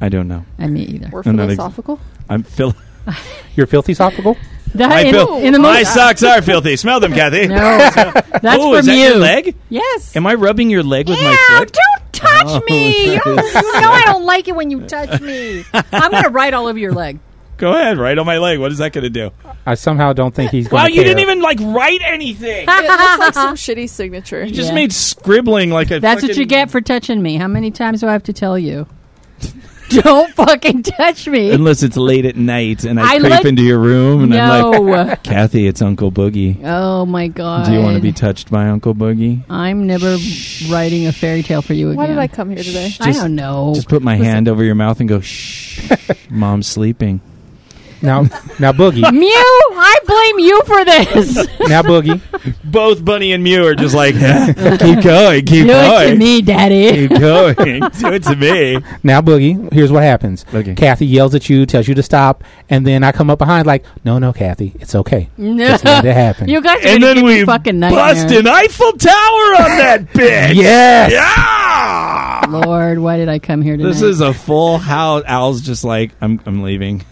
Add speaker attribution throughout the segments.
Speaker 1: I don't know.
Speaker 2: I me either.
Speaker 3: We're
Speaker 1: I'm not ex-
Speaker 3: philosophical.
Speaker 1: I'm Phil.
Speaker 4: You're filthy sophical?
Speaker 2: That
Speaker 1: I
Speaker 2: in,
Speaker 1: feel-
Speaker 2: in the
Speaker 1: My
Speaker 2: most
Speaker 1: socks are filthy. Smell them, Kathy.
Speaker 2: no, that's
Speaker 1: oh,
Speaker 2: from
Speaker 1: is that
Speaker 2: you.
Speaker 1: your leg?
Speaker 2: Yes.
Speaker 1: Am I rubbing your leg with my
Speaker 2: Ow,
Speaker 1: foot?
Speaker 2: don't touch
Speaker 1: Oh,
Speaker 2: me. You,
Speaker 1: that
Speaker 2: you know I don't like it when you touch me. I'm going to write all over your leg.
Speaker 1: Go ahead, right on my leg. What is that going to do?
Speaker 4: I somehow don't think he's going
Speaker 1: Wow,
Speaker 4: to
Speaker 1: you didn't even like write anything.
Speaker 3: It looks like some shitty signature.
Speaker 1: You just
Speaker 2: Yeah.
Speaker 1: made scribbling like a.
Speaker 2: That's what you
Speaker 1: fucking-
Speaker 2: get for touching me. How many times do I have to tell you? don't fucking touch me.
Speaker 1: Unless it's late at night and I,
Speaker 2: I
Speaker 1: creep
Speaker 2: like-
Speaker 1: into your room and I'm like,
Speaker 2: no.
Speaker 1: Kathy, it's Uncle Boogie.
Speaker 2: oh my god.
Speaker 1: Do you want to be touched by Uncle Boogie?
Speaker 2: I'm never writing a fairy tale for you again.
Speaker 3: Why did I come here today?
Speaker 2: I don't know.
Speaker 1: Just put my hand over your mouth and go, shh, mom's sleeping.
Speaker 4: Now, now Boogie.
Speaker 2: Mew, I blame you for this.
Speaker 4: now Boogie.
Speaker 1: Both Bunny and Mew are just like, keep going, keep
Speaker 2: Do it to me, Daddy.
Speaker 1: Keep going. Do it to me.
Speaker 4: Now Boogie. Here's what happens.
Speaker 1: Okay.
Speaker 4: Kathy yells at you, tells you to stop, and then I come up behind like, no, no, Kathy, it's okay.
Speaker 2: No.
Speaker 4: Just let it happen.
Speaker 2: You guys are
Speaker 1: and
Speaker 2: gonna
Speaker 1: then
Speaker 2: give me
Speaker 1: we
Speaker 2: fucking nightmare.
Speaker 1: bust an Eiffel Tower on that bitch.
Speaker 4: Yes!
Speaker 1: Yeah.
Speaker 2: Lord, why did I come here tonight?
Speaker 1: This is a full house. Al's just like I'm. I'm leaving.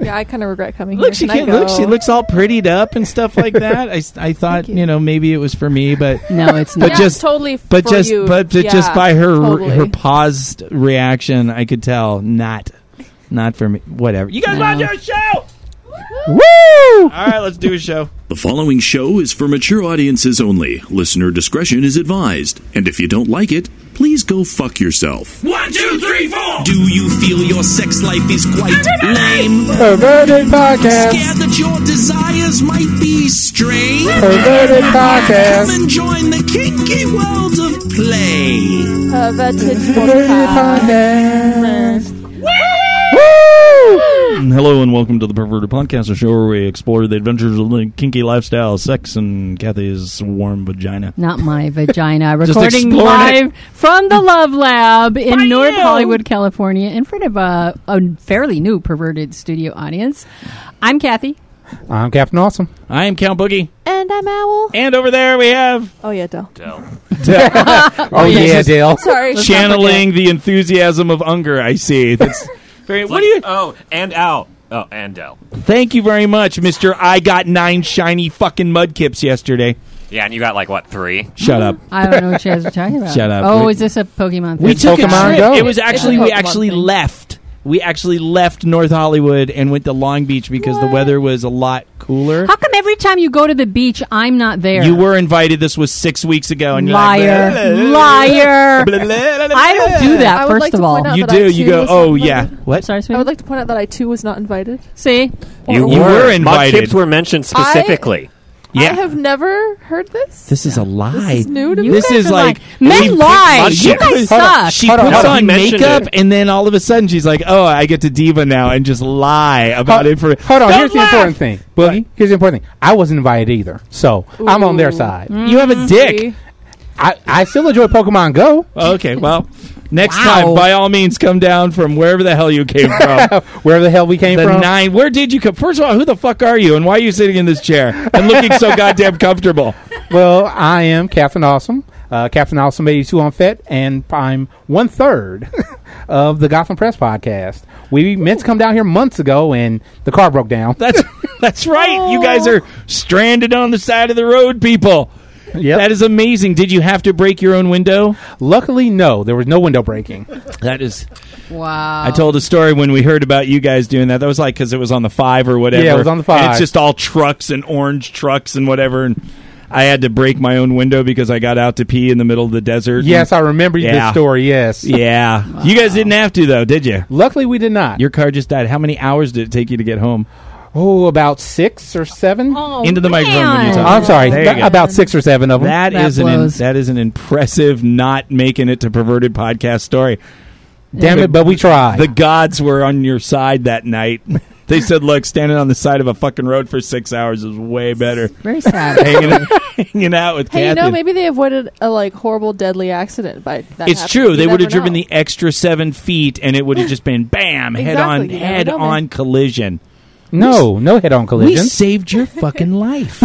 Speaker 3: Yeah, I kind of regret coming
Speaker 1: Look, she
Speaker 3: here. Can I
Speaker 1: can't look.
Speaker 3: go?
Speaker 1: She looks all prettied up and stuff like that. I, s- I thought you.
Speaker 3: you.
Speaker 1: know maybe it was for me, but
Speaker 2: no, it's
Speaker 1: But
Speaker 2: not.
Speaker 3: Yeah,
Speaker 1: just-
Speaker 3: totally.
Speaker 1: but
Speaker 3: for
Speaker 1: just
Speaker 3: you.
Speaker 1: but
Speaker 3: yeah,
Speaker 1: just by her
Speaker 3: totally.
Speaker 1: her paused reaction, I could tell not not for me. Whatever. You guys
Speaker 2: No.
Speaker 1: want to do a show?
Speaker 4: Woo!
Speaker 1: All right, let's do a show.
Speaker 5: The following show is for mature audiences only. Listener discretion is advised. And if you don't like it, please go fuck yourself.
Speaker 6: One, two, three, four.
Speaker 7: Do you feel your sex life is quite lame?
Speaker 4: Perverted podcast.
Speaker 7: Scared that your desires might be strange?
Speaker 4: Perverted
Speaker 7: Come
Speaker 4: podcast.
Speaker 7: and join the kinky world of play.
Speaker 3: Uh, vintage
Speaker 4: Perverted
Speaker 3: podcast.
Speaker 4: podcast.
Speaker 1: Hello and welcome to the Perverted Podcast, a show where we explore the adventures of the kinky lifestyle, sex, and Kathy's warm vagina.
Speaker 2: not my vagina. Recording
Speaker 1: exploring it.
Speaker 2: live from the Love Lab in North Hollywood, California, in front of a, a fairly new perverted studio audience. I'm Kathy.
Speaker 4: I'm Captain Awesome.
Speaker 1: I am Count Boogie,
Speaker 3: And I'm Owl.
Speaker 1: and over there we have
Speaker 3: Oh, yeah, Del.
Speaker 4: Oh, yeah, Dale.
Speaker 3: Sorry. let's not
Speaker 1: channeling the enthusiasm of Unger. I see. That's very. What do you?
Speaker 6: Oh, and Al. Oh, and Dell.
Speaker 1: Thank you very much, Mister. I got nine shiny fucking mudkips yesterday.
Speaker 6: Yeah, and you got like what three?
Speaker 1: Shut up.
Speaker 2: I don't know what you guys are talking about.
Speaker 1: Shut up.
Speaker 2: Oh,
Speaker 1: We-
Speaker 2: is this a Pokemon?
Speaker 1: Mm-hmm. We
Speaker 2: thing?
Speaker 1: took
Speaker 4: Pokemon
Speaker 1: a trip.
Speaker 4: Go.
Speaker 1: It was
Speaker 3: It's a
Speaker 1: actually we
Speaker 3: Pokemon
Speaker 1: actually
Speaker 3: thing.
Speaker 1: left. We actually left North Hollywood and went to Long Beach because the weather was a lot cooler.
Speaker 2: How come every time you go to the beach, I'm not there?
Speaker 1: You were invited. This was six weeks ago, and
Speaker 2: liar,
Speaker 1: You're
Speaker 2: liar.
Speaker 1: like,
Speaker 2: I don't do that.
Speaker 3: I would
Speaker 2: first
Speaker 3: like
Speaker 2: of
Speaker 3: to
Speaker 2: all,
Speaker 3: point out-
Speaker 1: You
Speaker 3: that I
Speaker 1: do. You
Speaker 3: too
Speaker 1: go.
Speaker 3: was
Speaker 1: Oh
Speaker 3: invited.
Speaker 1: yeah. What?
Speaker 2: sorry,
Speaker 3: I
Speaker 2: sweetie.
Speaker 3: would like to point out that I, too, was not invited.
Speaker 2: See,
Speaker 6: You,
Speaker 1: were invited.
Speaker 6: Mudkips were mentioned
Speaker 3: I-
Speaker 6: specifically.
Speaker 1: Yeah.
Speaker 3: I have never heard this.
Speaker 1: This is a lie.
Speaker 3: This is new to
Speaker 2: You
Speaker 3: me.
Speaker 1: this
Speaker 2: guys
Speaker 1: is
Speaker 2: are
Speaker 1: like
Speaker 2: lying.
Speaker 1: we
Speaker 2: men
Speaker 1: picked
Speaker 2: lie.
Speaker 1: on-
Speaker 2: You
Speaker 1: she
Speaker 2: guys
Speaker 1: puts-
Speaker 2: suck.
Speaker 1: She
Speaker 4: Hold on,
Speaker 1: puts
Speaker 4: hold
Speaker 6: on.
Speaker 1: on
Speaker 6: He mentioned
Speaker 1: makeup,
Speaker 6: it.
Speaker 1: and then all of a sudden she's like, "Oh, I get to diva now," and just lie about
Speaker 4: Hold-
Speaker 1: it for.
Speaker 4: Hold on.
Speaker 1: Don't
Speaker 4: Here's the
Speaker 1: laugh.
Speaker 4: important thing. Boogie, here's the important thing. I wasn't invited either, so I'm on their
Speaker 3: Ooh.
Speaker 4: side.
Speaker 1: You have a dick.
Speaker 4: I, I still enjoy Pokemon Go.
Speaker 1: Okay, well, next
Speaker 2: Wow.
Speaker 1: time, by all means, come down from wherever the hell you came from.
Speaker 4: Wherever the hell we came
Speaker 1: the
Speaker 4: from.
Speaker 1: nine. Where did you come? First of all, who the fuck are you, and why are you sitting in this chair and looking so goddamn comfortable?
Speaker 4: Well, I am Captain Awesome, uh, Captain Awesome 82 on FET, and I'm one third of the Gotham Press podcast. We meant to come down here months ago, and the car broke down.
Speaker 1: That's that's right. You guys are stranded on the side of the road, people.
Speaker 4: Yep.
Speaker 1: That is amazing. Did you have to break your own window?
Speaker 4: Luckily, no, there was no window breaking.
Speaker 1: That is
Speaker 2: wow.
Speaker 4: Uh,
Speaker 1: I told a story when we heard about you guys doing that. That was like because it was on the five or whatever.
Speaker 4: Yeah, it was on the five.
Speaker 1: And it's just all trucks and orange trucks and whatever. And I had to break my own window because I got out to pee in the middle of the desert.
Speaker 4: Yes, I remember
Speaker 1: Yeah.
Speaker 4: the story. Yes.
Speaker 1: yeah. You guys didn't have to though, did you?
Speaker 4: Luckily, we did not.
Speaker 1: Your car just died. How many hours did it take you to get home?
Speaker 4: oh, about six or seven.
Speaker 2: Oh,
Speaker 1: Into the microphone when you
Speaker 2: man.
Speaker 1: talk.
Speaker 4: I'm sorry,
Speaker 1: There you
Speaker 4: th-
Speaker 1: go.
Speaker 4: about six or seven of them.
Speaker 1: that
Speaker 2: That
Speaker 1: is an
Speaker 2: blows.
Speaker 1: that is an impressive not making it to perverted podcast story.
Speaker 4: Damn it, but we tried.
Speaker 1: The gods were on your side that night. They said, "Look, standing on the side of a fucking road for six hours is way better."
Speaker 2: Very sad.
Speaker 1: hanging, hanging out with
Speaker 3: Hey, you
Speaker 1: Kathy.
Speaker 3: know, maybe they avoided a like horrible, deadly accident by that.
Speaker 1: it's
Speaker 3: happening.
Speaker 1: true.
Speaker 3: You
Speaker 1: They would have
Speaker 3: never
Speaker 1: driven
Speaker 3: know.
Speaker 1: the extra seven feet, and it would have just been bam, head on,
Speaker 3: Exactly. You never
Speaker 1: head
Speaker 3: know, man.
Speaker 1: on collision.
Speaker 4: no, no head-on
Speaker 1: We
Speaker 4: collision.
Speaker 1: saved your fucking life.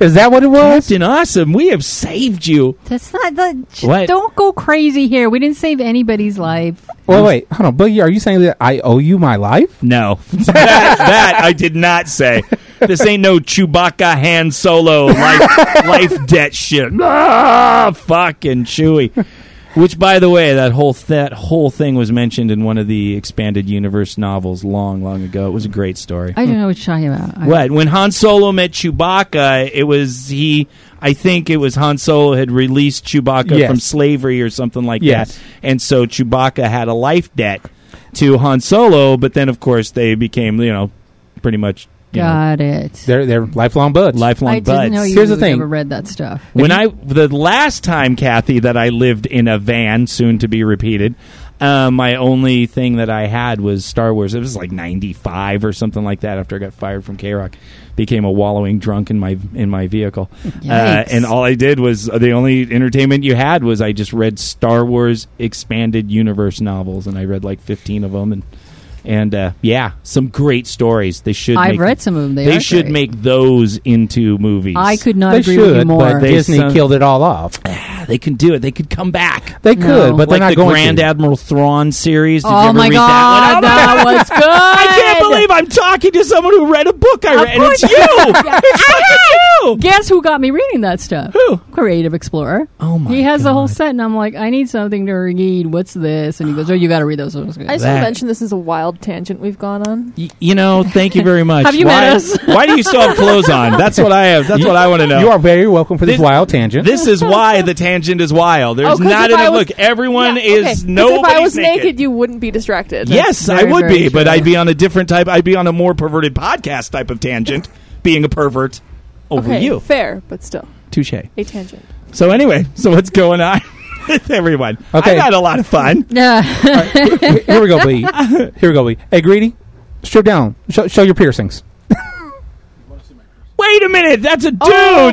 Speaker 4: Is that what it was?
Speaker 1: Captain Awesome, we have saved you.
Speaker 2: That's not the. sh-
Speaker 1: What?
Speaker 2: Don't go crazy here. We didn't save anybody's life.
Speaker 4: Well, wait, hold on, Boogie. Are you saying that I owe you my life?
Speaker 1: No, that, that I did not say. This ain't no Chewbacca hand solo life, life debt shit. Ah, fucking Chewie. Which, by the way, that whole that whole thing was mentioned in one of the expanded universe novels long, long ago. It was a great story.
Speaker 2: I don't know what you're talking about. I-
Speaker 1: Hmm. What? When Han Solo met Chewbacca, it was he. I think it was Han Solo had released Chewbacca
Speaker 4: Yes.
Speaker 1: from slavery or something like
Speaker 4: Yes.
Speaker 1: that, and so Chewbacca had a life debt to Han Solo. But then, of course, they became you know pretty much you know,
Speaker 2: Got it.
Speaker 4: They're they're lifelong buds.
Speaker 1: lifelong
Speaker 2: I didn't
Speaker 1: buds.
Speaker 2: know you
Speaker 4: Here's the
Speaker 2: would
Speaker 4: thing.
Speaker 2: ever read that stuff.
Speaker 1: When I the last time Kathy that I lived in a van, soon to be repeated, uh, my only thing that I had was Star Wars. It was like '95 or something like that. After I got fired from K Rock, became a wallowing drunk in my in my vehicle, uh,
Speaker 2: Yikes.
Speaker 1: and all I did was uh, the only entertainment you had was I just read Star Wars expanded universe novels, and I read like 15 of them, and and uh, yeah, some great stories. They should.
Speaker 2: I've
Speaker 1: make-
Speaker 2: read some of them. They,
Speaker 1: They
Speaker 2: are
Speaker 1: should
Speaker 2: great.
Speaker 1: make those into movies.
Speaker 2: I could not
Speaker 4: They
Speaker 2: agree
Speaker 4: should,
Speaker 2: with you more.
Speaker 4: but
Speaker 1: They
Speaker 4: Disney
Speaker 1: sound-
Speaker 4: killed it all off.
Speaker 1: They could do it. They could come back.
Speaker 4: They
Speaker 2: No.
Speaker 4: could, but they're
Speaker 1: like
Speaker 4: not
Speaker 1: the
Speaker 4: going
Speaker 1: Grand
Speaker 4: to.
Speaker 1: Admiral Thrawn series. Did you
Speaker 2: oh
Speaker 1: ever
Speaker 2: my
Speaker 1: read
Speaker 2: god,
Speaker 1: That one? Oh
Speaker 2: that, was good.
Speaker 1: I can't believe I'm talking to someone who read a book I read, and it's you. it's fucking you.
Speaker 2: Guess who got me reading that stuff?
Speaker 1: Who?
Speaker 2: Creative Explorer.
Speaker 1: Oh my
Speaker 2: He has the whole
Speaker 1: God.
Speaker 2: set, and I'm like, I need something to read. What's this? And he goes, Oh, you got to read those. I was like,
Speaker 3: I just
Speaker 1: That-
Speaker 3: want to mention this is a wild tangent we've gone on.
Speaker 1: Y- you know, thank you very much.
Speaker 2: Have you
Speaker 1: why,
Speaker 2: met us?
Speaker 1: why do you still have clothes on? That's what I have. That's what I want to know.
Speaker 4: You are very welcome for this,
Speaker 1: This-
Speaker 4: wild tangent.
Speaker 1: this is why the tangent is wild.
Speaker 3: Oh,
Speaker 1: There's
Speaker 3: 'cause
Speaker 1: not
Speaker 3: if I
Speaker 1: enough.
Speaker 3: was-
Speaker 1: look, everyone
Speaker 3: Yeah, okay. 'Cause
Speaker 1: is no.
Speaker 3: If I was naked, you wouldn't be distracted.
Speaker 1: Yes,
Speaker 2: That's
Speaker 1: I
Speaker 2: very,
Speaker 1: would
Speaker 2: very
Speaker 1: be, but
Speaker 2: true.
Speaker 1: I'd be on a different type. I'd be on a more perverted podcast type of tangent, being a pervert over
Speaker 3: Okay,
Speaker 1: you.
Speaker 3: fair, but still
Speaker 1: Touche.
Speaker 3: a tangent.
Speaker 1: So anyway, so what's going on with everyone?
Speaker 4: Okay.
Speaker 1: I had a lot of fun.
Speaker 2: Yeah.
Speaker 4: Here we go, B. Here we go, B. Hey, greedy, strip down. Show, show your piercings.
Speaker 1: Wait a minute, that's a dude.
Speaker 4: Oh,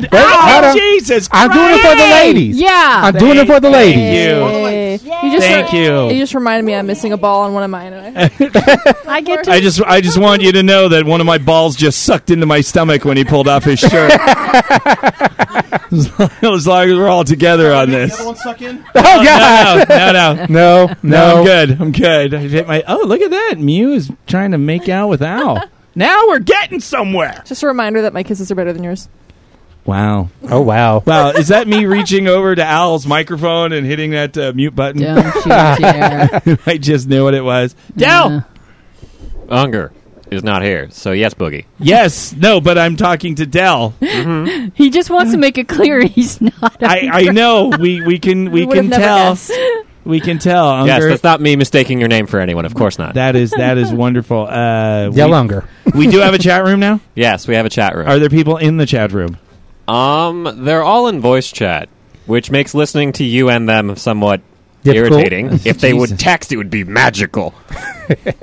Speaker 1: Oh,
Speaker 4: wait, hold on.
Speaker 1: Jesus
Speaker 4: I'm
Speaker 1: Christ.
Speaker 4: doing it for the ladies.
Speaker 2: yeah.
Speaker 4: I'm doing it for the
Speaker 1: Thank
Speaker 4: ladies.
Speaker 1: you.
Speaker 3: Hey, you just
Speaker 1: Thank you.
Speaker 3: You just reminded me I'm missing a ball on one of mine. and I-
Speaker 2: I get to.
Speaker 1: I just, I just want you to know that one of my balls just sucked into my stomach when he pulled off his shirt. as long as we're all together on this. No,
Speaker 4: Oh God!
Speaker 1: no, no.
Speaker 4: No, no.
Speaker 1: No, I'm good. I'm good. I hit my. Oh, look at that! Mew is trying to make out with Al. now we're getting somewhere.
Speaker 3: just a reminder that my kisses are better than yours.
Speaker 1: Wow.
Speaker 4: Oh wow!
Speaker 1: Wow, is that me reaching over to Al's microphone and hitting that uh, mute button?
Speaker 2: Don't you dare.
Speaker 1: I just knew what it was.
Speaker 2: Yeah.
Speaker 1: Dell.
Speaker 6: Unger is not here, so yes, Boogie.
Speaker 1: Yes, no, but I'm talking to Dell.
Speaker 2: He just wants to make it clear he's not.
Speaker 1: I, I know we, we can we
Speaker 3: would
Speaker 1: can
Speaker 3: have never
Speaker 1: tell
Speaker 3: guessed.
Speaker 1: we can tell.
Speaker 6: Yes,
Speaker 1: Unger.
Speaker 6: that's not me mistaking your name for anyone. Of course not.
Speaker 1: that is that is wonderful. Uh,
Speaker 4: Dell
Speaker 1: we,
Speaker 4: Unger.
Speaker 1: we do have a chat room now.
Speaker 6: yes, we have a chat room.
Speaker 1: Are there people in the chat room?
Speaker 6: Um, they're all in voice chat, which makes listening to you and them somewhat
Speaker 4: Difficult.
Speaker 6: irritating. if they would
Speaker 1: Jesus.
Speaker 6: text, it would be magical.
Speaker 4: Well,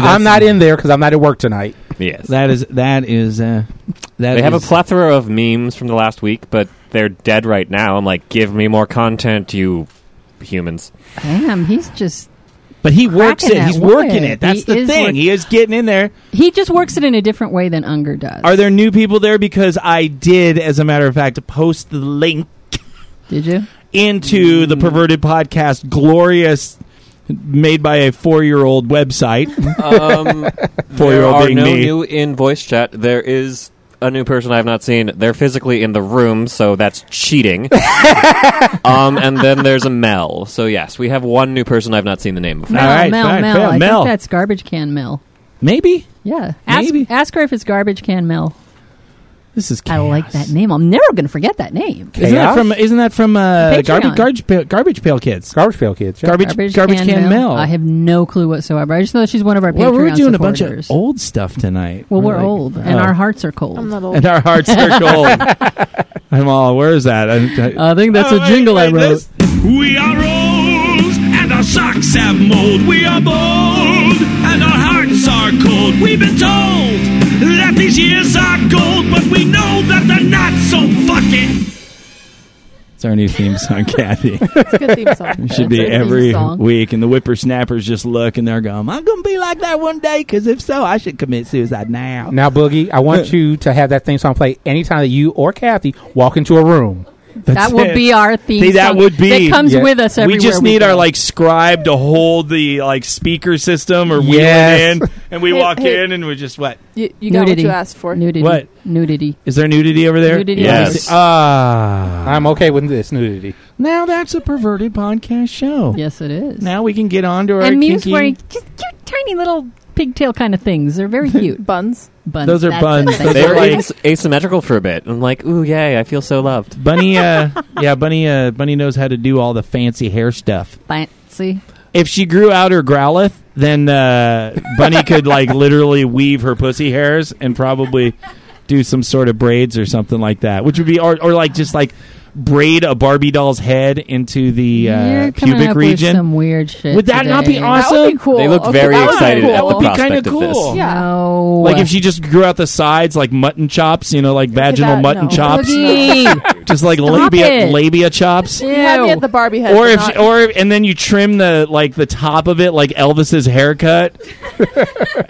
Speaker 1: that's-
Speaker 4: I'm not in there because I'm not at work tonight.
Speaker 6: Yes.
Speaker 1: That is that is uh, that
Speaker 6: they have a
Speaker 1: is-
Speaker 6: plethora of memes from the last week, but they're dead right now. I'm like, give me more content, you humans.
Speaker 2: Damn, he's just.
Speaker 1: but he works
Speaker 2: cracking
Speaker 1: it.
Speaker 2: that
Speaker 1: He's working
Speaker 2: wood.
Speaker 1: it. That's
Speaker 2: He
Speaker 1: the
Speaker 2: is
Speaker 1: thing.
Speaker 2: work-
Speaker 1: he is getting in there.
Speaker 2: He just works it in a different way than Unger does.
Speaker 1: Are there new people there? Because I did, as a matter of fact, post the link
Speaker 2: Did you?
Speaker 1: into the perverted podcast, glorious, made by a four-year-old website.
Speaker 6: Um, there
Speaker 1: Four-year-old
Speaker 6: are
Speaker 1: being
Speaker 6: no
Speaker 1: me.
Speaker 6: new in voice chat. There is a new person I have not seen. They're physically in the room, so that's cheating. um, and then there's a Mel. So yes, we have one new person I've not seen the name of.
Speaker 2: Mel,
Speaker 1: right,
Speaker 2: Mel,
Speaker 1: fine,
Speaker 2: Mel.
Speaker 1: fair.
Speaker 2: I
Speaker 1: Mel.
Speaker 2: think that's garbage can Mel.
Speaker 1: Maybe
Speaker 2: Yeah. Ask,
Speaker 1: Maybe.
Speaker 2: ask her if it's garbage can Mel.
Speaker 1: this is.
Speaker 2: I
Speaker 1: Chaos.
Speaker 2: like that name. I'm never going to forget that name.
Speaker 1: Isn't that
Speaker 4: Chaos?
Speaker 1: from? Isn't that from uh,
Speaker 2: Patreon.
Speaker 1: garbage, garbage, Pa- garbage pail kids?
Speaker 4: Garbage Pail Kids. yeah.
Speaker 1: Garbage, garbage, can, Mel.
Speaker 2: I have no clue whatsoever. I just know that she's one of our
Speaker 1: well,
Speaker 2: Patreon
Speaker 1: we're doing a bunch
Speaker 2: supporters.
Speaker 1: of old stuff tonight.
Speaker 2: well, we're
Speaker 1: like-
Speaker 2: old, and
Speaker 1: Oh.
Speaker 2: our hearts are cold.
Speaker 3: I'm not old.
Speaker 1: and our hearts are cold. I'm all. Where is that? I, I-
Speaker 2: I think that's
Speaker 1: Oh,
Speaker 2: a
Speaker 1: wait,
Speaker 2: jingle
Speaker 1: wait,
Speaker 2: I wrote.
Speaker 1: this-
Speaker 7: We are old, and our socks have mold. We are bold, and our hearts are cold. We've been told that these years are gold, but we know that they're not so fucking.
Speaker 1: It's our new theme song, Kathy.
Speaker 3: It's a good theme song.
Speaker 1: It should
Speaker 2: That's
Speaker 1: be
Speaker 2: our theme
Speaker 1: every
Speaker 2: song.
Speaker 1: week, and the whippersnappers just look and they're going, "I'm gonna be like that one day, because if so, I should commit suicide now."
Speaker 4: Now, Boogie, I want you to have that theme song play anytime that you or Kathy walk into a room.
Speaker 1: That's
Speaker 2: that will
Speaker 1: it.
Speaker 2: be our theme.
Speaker 1: See, that
Speaker 2: song
Speaker 1: would be-
Speaker 2: that comes
Speaker 4: Yeah.
Speaker 2: with us.
Speaker 1: we
Speaker 2: everywhere
Speaker 1: just need
Speaker 2: go.
Speaker 1: our like scribe to hold the like speaker system or
Speaker 4: Yes.
Speaker 1: wheel it in, and we
Speaker 3: Hey,
Speaker 1: walk
Speaker 3: hey.
Speaker 1: in and we just what
Speaker 3: You, you got what
Speaker 2: Nudity.
Speaker 3: you asked for.
Speaker 2: nudity.
Speaker 1: What?
Speaker 2: nudity?
Speaker 1: is there nudity over there?
Speaker 2: Nudity.
Speaker 6: Yes.
Speaker 1: Ah,
Speaker 4: I'm okay with this nudity.
Speaker 1: uh, now that's a perverted podcast show.
Speaker 2: Yes, it is.
Speaker 1: Now we can get on to our
Speaker 2: and Muse
Speaker 1: kinky.
Speaker 2: wearing just cute, tiny little pigtail kind of things. They're very cute.
Speaker 3: Buns.
Speaker 2: buns.
Speaker 1: Those are
Speaker 2: That's
Speaker 1: buns.
Speaker 2: it.
Speaker 1: Those
Speaker 6: They
Speaker 1: They're
Speaker 6: were
Speaker 1: like-
Speaker 6: as- asymmetrical for a bit. I'm like, ooh, yay! I feel so loved.
Speaker 1: Bunny, uh, yeah, Bunny, uh, Bunny knows how to do all the fancy hair stuff.
Speaker 2: fancy.
Speaker 1: If she grew out her growlith, then uh, Bunny could like literally weave her pussy hairs and probably do some sort of braids or something like that, which would be or, or like just like braid a Barbie doll's head into the uh,
Speaker 2: You're coming
Speaker 1: pubic
Speaker 2: up
Speaker 1: region.
Speaker 2: With some weird shit.
Speaker 1: Would that not be
Speaker 2: today.
Speaker 1: awesome?
Speaker 3: That would be cool.
Speaker 6: They look
Speaker 3: Okay,
Speaker 6: very
Speaker 3: that would be
Speaker 6: excited
Speaker 3: cool.
Speaker 6: at the
Speaker 1: That would be
Speaker 6: prospect
Speaker 1: kinda
Speaker 6: of this.
Speaker 1: cool.
Speaker 3: Yeah.
Speaker 2: No.
Speaker 1: Like if she just grew out the sides like mutton chops, you know, like vaginal
Speaker 3: that,
Speaker 1: mutton
Speaker 3: no.
Speaker 1: chops,
Speaker 2: Boogie.
Speaker 1: just like
Speaker 2: Stop
Speaker 1: labia
Speaker 2: it.
Speaker 1: labia chops.
Speaker 3: You had me
Speaker 2: Ew.
Speaker 3: at the Barbie head.
Speaker 1: or
Speaker 3: but
Speaker 1: if
Speaker 3: not-
Speaker 1: or and then you trim the like the top of it like Elvis's haircut,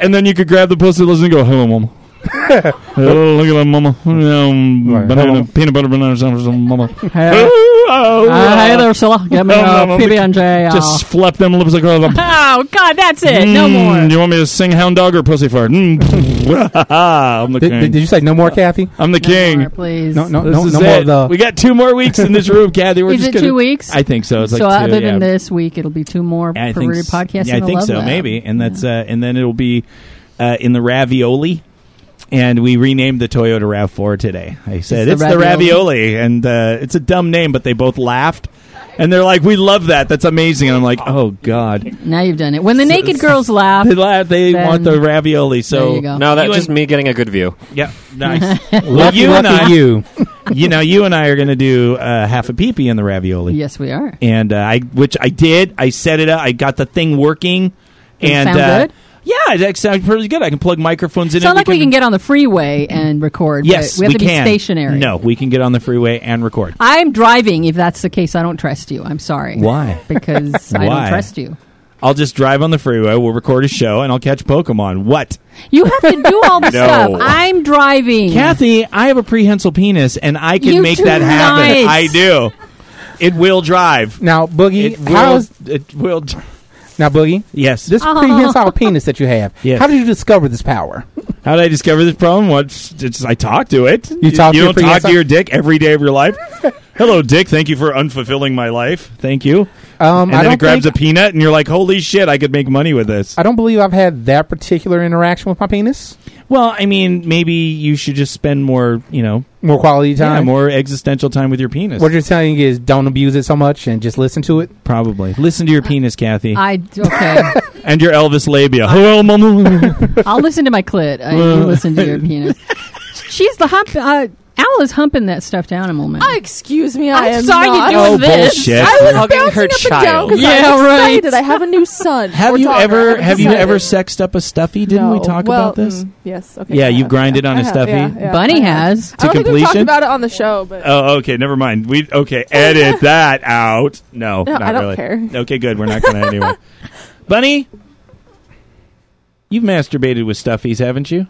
Speaker 1: and then you could grab the pussy listen and go, "Hello, mama." oh, look at that, mama. Um,
Speaker 4: Right.
Speaker 1: banana,
Speaker 4: Hello.
Speaker 1: peanut butter banana sandwich, um, mama.
Speaker 2: Hey.
Speaker 1: Ooh, oh,
Speaker 2: Uh, hey
Speaker 1: uh,
Speaker 2: there, Scylla. Get me
Speaker 1: No,
Speaker 2: a
Speaker 1: no, no,
Speaker 2: PB and J.
Speaker 1: Just flap them lips like oh, the-
Speaker 2: Oh God, that's it. No
Speaker 1: Mm,
Speaker 2: more.
Speaker 1: You want me to sing hound dog or pussy fart? Mm. I'm the
Speaker 4: Did,
Speaker 1: king.
Speaker 4: did you say no more, Kathy?
Speaker 1: I'm the
Speaker 2: No
Speaker 1: king.
Speaker 2: more, please.
Speaker 4: No, no,
Speaker 1: This
Speaker 4: no,
Speaker 1: is
Speaker 4: no
Speaker 1: it.
Speaker 4: more of
Speaker 1: we
Speaker 4: the.
Speaker 1: got two more weeks in this room, Kathy. We're
Speaker 2: Is
Speaker 1: just
Speaker 2: it
Speaker 1: gonna-
Speaker 2: two weeks?
Speaker 1: I think so. It's like
Speaker 2: so
Speaker 1: two,
Speaker 2: other
Speaker 1: yeah.
Speaker 2: than this week, it'll be two more
Speaker 1: Yeah, I think
Speaker 2: perverted
Speaker 1: s-
Speaker 2: podcasts.
Speaker 1: Yeah, I
Speaker 2: and a
Speaker 1: think
Speaker 2: love
Speaker 1: so,
Speaker 2: lab.
Speaker 1: maybe. And that's uh, and then it'll be uh, in the ravioli. And we renamed the Toyota Rav4 today. I said
Speaker 2: the
Speaker 1: it's, the
Speaker 2: ravioli."
Speaker 1: ravioli, and uh, it's a dumb name, but they both laughed, and they're like, "We love that. That's amazing." And I'm like, "Oh God,
Speaker 2: Now you've done it. When the naked girls laugh,
Speaker 1: they laugh. They
Speaker 2: Then-
Speaker 1: want the ravioli." So
Speaker 2: there you go.
Speaker 6: No,
Speaker 1: You
Speaker 6: that's just
Speaker 1: and-
Speaker 6: me getting a good view.
Speaker 1: yeah, nice. well,
Speaker 4: Lucky,
Speaker 1: you and I,
Speaker 4: lucky
Speaker 1: you.
Speaker 4: you.
Speaker 1: know, you and I are going to do uh, half a peepee in the ravioli.
Speaker 2: Yes, we are.
Speaker 1: and uh, I which I did. I set it up. I got the thing working,
Speaker 2: Did it
Speaker 1: and
Speaker 2: sound
Speaker 1: uh,
Speaker 2: good?
Speaker 1: yeah, that sounds pretty good. I can plug microphones in.
Speaker 2: It's not
Speaker 1: and
Speaker 2: like we can get on the freeway and record.
Speaker 1: Yes,
Speaker 2: but we have to
Speaker 1: can.
Speaker 2: be stationary.
Speaker 1: No, we can get on the freeway and record.
Speaker 2: I'm driving. If that's the case, I don't trust you. I'm sorry.
Speaker 1: Why?
Speaker 2: Because I
Speaker 1: Why?
Speaker 2: don't trust you.
Speaker 1: I'll just drive on the freeway. We'll record a show, and I'll catch Pokemon. What,
Speaker 2: You have to do all the
Speaker 6: No.
Speaker 2: stuff. I'm driving.
Speaker 1: Kathy? I have a prehensile penis, and I can
Speaker 2: You
Speaker 1: make
Speaker 2: do
Speaker 1: that happen.
Speaker 2: not.
Speaker 1: I do. It will drive.
Speaker 4: Now, Boogie,
Speaker 1: It
Speaker 4: how
Speaker 1: will.
Speaker 4: is
Speaker 1: It will. dr-
Speaker 4: now Boogie?
Speaker 1: Yes.
Speaker 4: This
Speaker 2: Oh.
Speaker 4: prehensile penis that you have.
Speaker 1: Yes.
Speaker 4: How did you discover this power?
Speaker 1: How did I discover this problem? What it's, I talk to it. You,
Speaker 4: talk to
Speaker 1: you
Speaker 4: your
Speaker 1: don't talk
Speaker 4: prehensile-
Speaker 1: to your dick every day of your life. Hello, Dick. Thank you for unfulfilling my life. Thank you.
Speaker 4: Um,
Speaker 1: and
Speaker 4: I
Speaker 1: then
Speaker 4: don't
Speaker 1: it grabs
Speaker 4: think-
Speaker 1: a peanut, and you're like, "Holy shit! I could make money with this."
Speaker 4: I don't believe I've had that particular interaction with my penis.
Speaker 1: well, I mean, maybe you should just spend more, you know,
Speaker 4: More quality
Speaker 1: yeah,
Speaker 4: time.
Speaker 1: more existential time with your penis.
Speaker 4: What you're saying is don't abuse it so much and just listen to it.
Speaker 1: Probably listen to your penis, Kathy,
Speaker 2: I okay.
Speaker 1: and your Elvis labia. Hello, mama.
Speaker 2: I'll listen to my clit. I you listen to your penis. She's the hump. Uh, Al is humping that stuffed animal, man.
Speaker 3: Ah, excuse me, I
Speaker 2: I'm
Speaker 3: am
Speaker 2: sorry
Speaker 3: not.
Speaker 2: you're doing Oh, this. bullshit.
Speaker 3: I was
Speaker 6: Hugging
Speaker 3: bouncing
Speaker 6: her
Speaker 3: up
Speaker 6: child.
Speaker 3: and down because
Speaker 2: Yeah,
Speaker 3: I was
Speaker 2: right.
Speaker 3: excited. I have a new son.
Speaker 1: have
Speaker 3: or
Speaker 1: you
Speaker 3: daughter. I
Speaker 1: ever
Speaker 3: haven't
Speaker 1: have you
Speaker 3: decided.
Speaker 1: ever sexed up a stuffy? Didn't we
Speaker 3: No.
Speaker 1: talk
Speaker 3: Well,
Speaker 1: about this?
Speaker 3: mm, yes. Okay.
Speaker 1: yeah,
Speaker 3: I
Speaker 1: you
Speaker 3: have.
Speaker 1: grinded on
Speaker 3: I
Speaker 1: a
Speaker 3: have,
Speaker 1: stuffy.
Speaker 3: yeah, yeah,
Speaker 2: Bunny
Speaker 3: I have.
Speaker 2: has.
Speaker 3: I don't think we talked
Speaker 1: completion?
Speaker 3: about it on the show, but
Speaker 1: Oh, okay. Never mind. We okay. Edit that out. No,
Speaker 3: Oh, No,
Speaker 1: not
Speaker 3: I don't
Speaker 1: really.
Speaker 3: care.
Speaker 1: Okay, good. We're not going to anyway. Bunny, you've masturbated with stuffies, haven't you?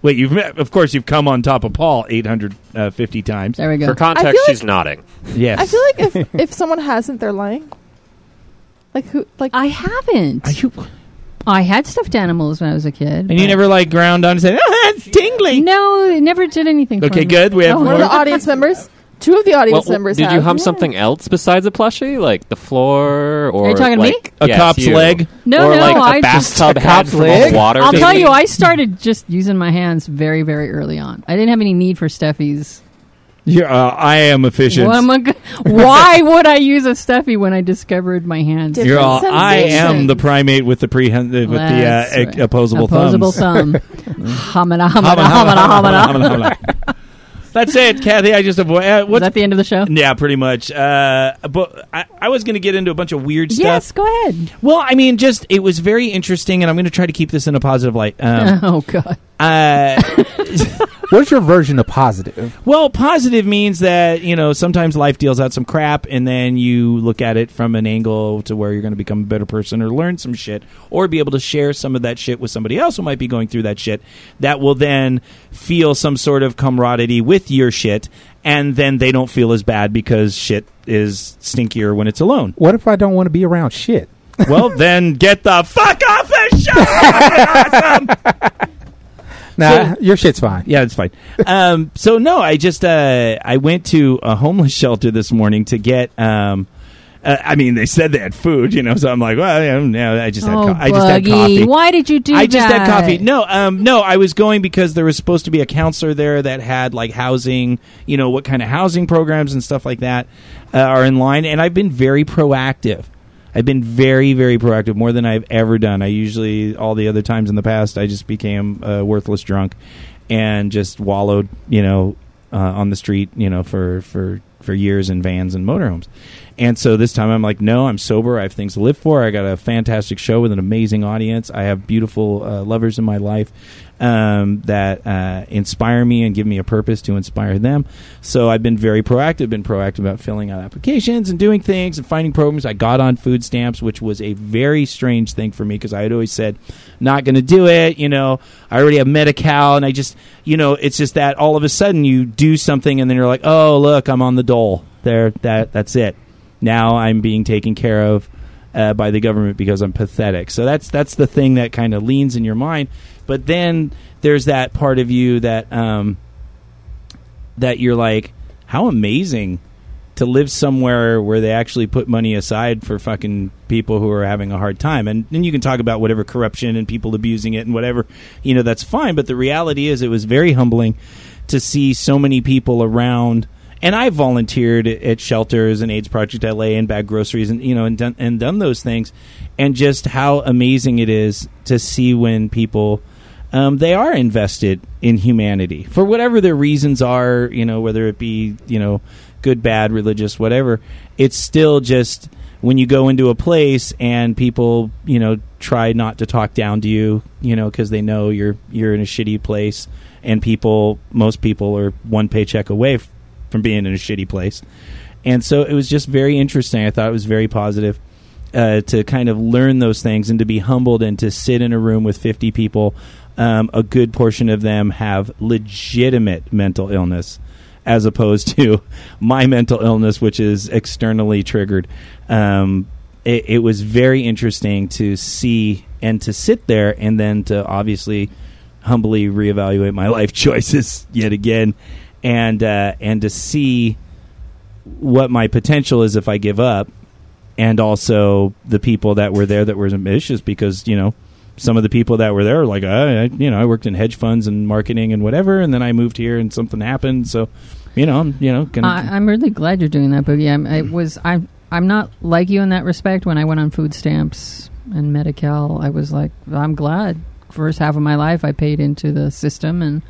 Speaker 1: Wait, you've ma- of course you've come on top of Paul eight hundred uh, fifty times.
Speaker 2: There we go.
Speaker 6: For context,
Speaker 3: I feel like-
Speaker 6: she's nodding.
Speaker 1: Yes.
Speaker 3: I feel like if if someone hasn't, they're lying. Like who? Like
Speaker 2: I haven't.
Speaker 1: Are you,
Speaker 2: I had stuffed animals when I was a kid.
Speaker 1: and you
Speaker 2: but-
Speaker 1: never like ground on and said, "Oh, that's tingly."
Speaker 2: No, it never did anything. for
Speaker 1: Okay,
Speaker 2: me.
Speaker 1: good. We have
Speaker 2: Oh,
Speaker 3: one of the
Speaker 1: more.
Speaker 3: audience members. Two of the
Speaker 6: Well,
Speaker 3: audience
Speaker 6: well,
Speaker 3: members.
Speaker 6: did
Speaker 3: have.
Speaker 6: you hump something else besides a plushie, like the floor or
Speaker 2: you talking to me?
Speaker 6: like-
Speaker 1: A
Speaker 6: Yes,
Speaker 1: cop's
Speaker 6: you.
Speaker 1: leg?
Speaker 2: No,
Speaker 6: or
Speaker 2: no,
Speaker 6: like the
Speaker 2: I just-
Speaker 6: bathtub
Speaker 4: A
Speaker 6: head
Speaker 4: cop's
Speaker 6: from a
Speaker 4: leg?
Speaker 6: water.
Speaker 2: I'll tell
Speaker 6: thing?
Speaker 2: you, I started just using my hands very, very early on. I didn't have any need for stuffies.
Speaker 1: Yeah, uh, I am efficient.
Speaker 2: Why, am I go- why would I use a stuffy when I discovered my hands?
Speaker 3: Did-
Speaker 1: You're all. I am
Speaker 3: Sensations.
Speaker 1: the primate with the prehen- with
Speaker 2: That's
Speaker 1: the uh,
Speaker 2: right.
Speaker 1: opposable,
Speaker 2: opposable
Speaker 1: thumbs.
Speaker 2: thumb. Hamada, hamada,
Speaker 1: Hamada,
Speaker 2: hamada,
Speaker 1: hamada,
Speaker 2: hamada.
Speaker 1: hamada, hamada. That's it, Kathy. I just avoid. Uh,
Speaker 2: Is
Speaker 1: what's
Speaker 2: that the end of the show?
Speaker 1: yeah, pretty much. Uh, but I, I was going to get into a bunch of weird
Speaker 2: Yes,
Speaker 1: stuff.
Speaker 2: go ahead.
Speaker 1: Well, I mean, just it was Oh,
Speaker 2: Uh.
Speaker 1: very interesting, and I'm going to try to keep this in a positive light. Um,
Speaker 2: Oh God,
Speaker 1: uh,
Speaker 4: What's your version of positive?
Speaker 1: Well, positive means that you know sometimes life deals out some crap, and then you look at it from an angle to where you're going to become a better person or learn some shit, or be able to share some of that shit with somebody else who might be going through that shit. That will then feel some sort of camaraderie with your shit, and then they don't feel as bad because shit is stinkier when it's alone.
Speaker 4: What if I don't want to be around shit?
Speaker 1: well, then get the fuck off the show.
Speaker 4: Nah,
Speaker 1: So-
Speaker 4: your shit's fine.
Speaker 1: Yeah, it's fine. Um, so no, I just uh, I went to a homeless shelter this morning to get. Um, uh, I mean, they said they had food, you know. So I'm like, well, yeah, no, I just had,
Speaker 2: oh,
Speaker 1: co- I just had
Speaker 2: Buggy,
Speaker 1: coffee.
Speaker 2: Why did you do
Speaker 1: I
Speaker 2: that?
Speaker 1: just had coffee. No, um, no, I was going because there was supposed to be a counselor there that had like housing, you know, what kind of housing programs and stuff like that uh, are in line. And I've been very proactive. I've been very, very proactive, more than I've ever done. I usually, all the other times in the past, I just became a worthless drunk and just wallowed, you know, uh, on the street, you know, for for for years in vans and motorhomes. And so this time I'm like, no, I'm sober. I have things to live for. I got a fantastic show with an amazing audience. I have beautiful uh, lovers in my life um, that uh, inspire me and give me a purpose to inspire them. So I've been very proactive, been proactive about filling out applications and doing things and finding programs. I got on food stamps, which was a very strange thing for me because I had always said, not going to do it. You know, I already have Medi Cal. And I just, you know, it's just that all of a sudden you do something and then you're like, oh, look, I'm on the dole. There, that, that's it. Now I'm being taken care of uh, by the government because I'm pathetic. So that's that's the thing that kind of leans in your mind. But then there's that part of you that um, that you're like, how amazing to live somewhere where they actually put money aside for fucking people who are having a hard time. And then you can talk about whatever corruption and people abusing it and whatever, you know, that's fine. But the reality is, it was very humbling to see so many people around. And I volunteered at- at shelters and AIDS Project LA and bag groceries and you know and done, and done those things, and just how amazing it is to see when people um, they are invested in humanity for whatever their reasons are, you know, whether it be, you know, good, bad, religious, whatever. It's still just when you go into a place and people, you know, try not to talk down to you, you know, because they know you're you're in a shitty place, and people, most people are one paycheck away f- from being in a shitty place, and so it was just very interesting. I thought it was very positive uh, to kind of learn those things and to be humbled and to sit in a room with 50 people. Um, a good portion of them have legitimate mental illness as opposed to my mental illness, which is externally triggered. Um, it, it was very interesting to see and to sit there and then to obviously humbly reevaluate my life choices yet again and uh, and to see what my potential is if I give up and also the people that were there that were ambitious because you know some of the people that were there were like I, I you know I worked in hedge funds and marketing and whatever and then I moved here and something happened so you know I'm you know gonna,
Speaker 2: I, I'm really glad you're doing that, Boogie. I'm, I was I'm I'm not like you in that respect. When I went on food stamps and Medi-Cal, I was like, I'm glad. First half of my life, I paid into the system, and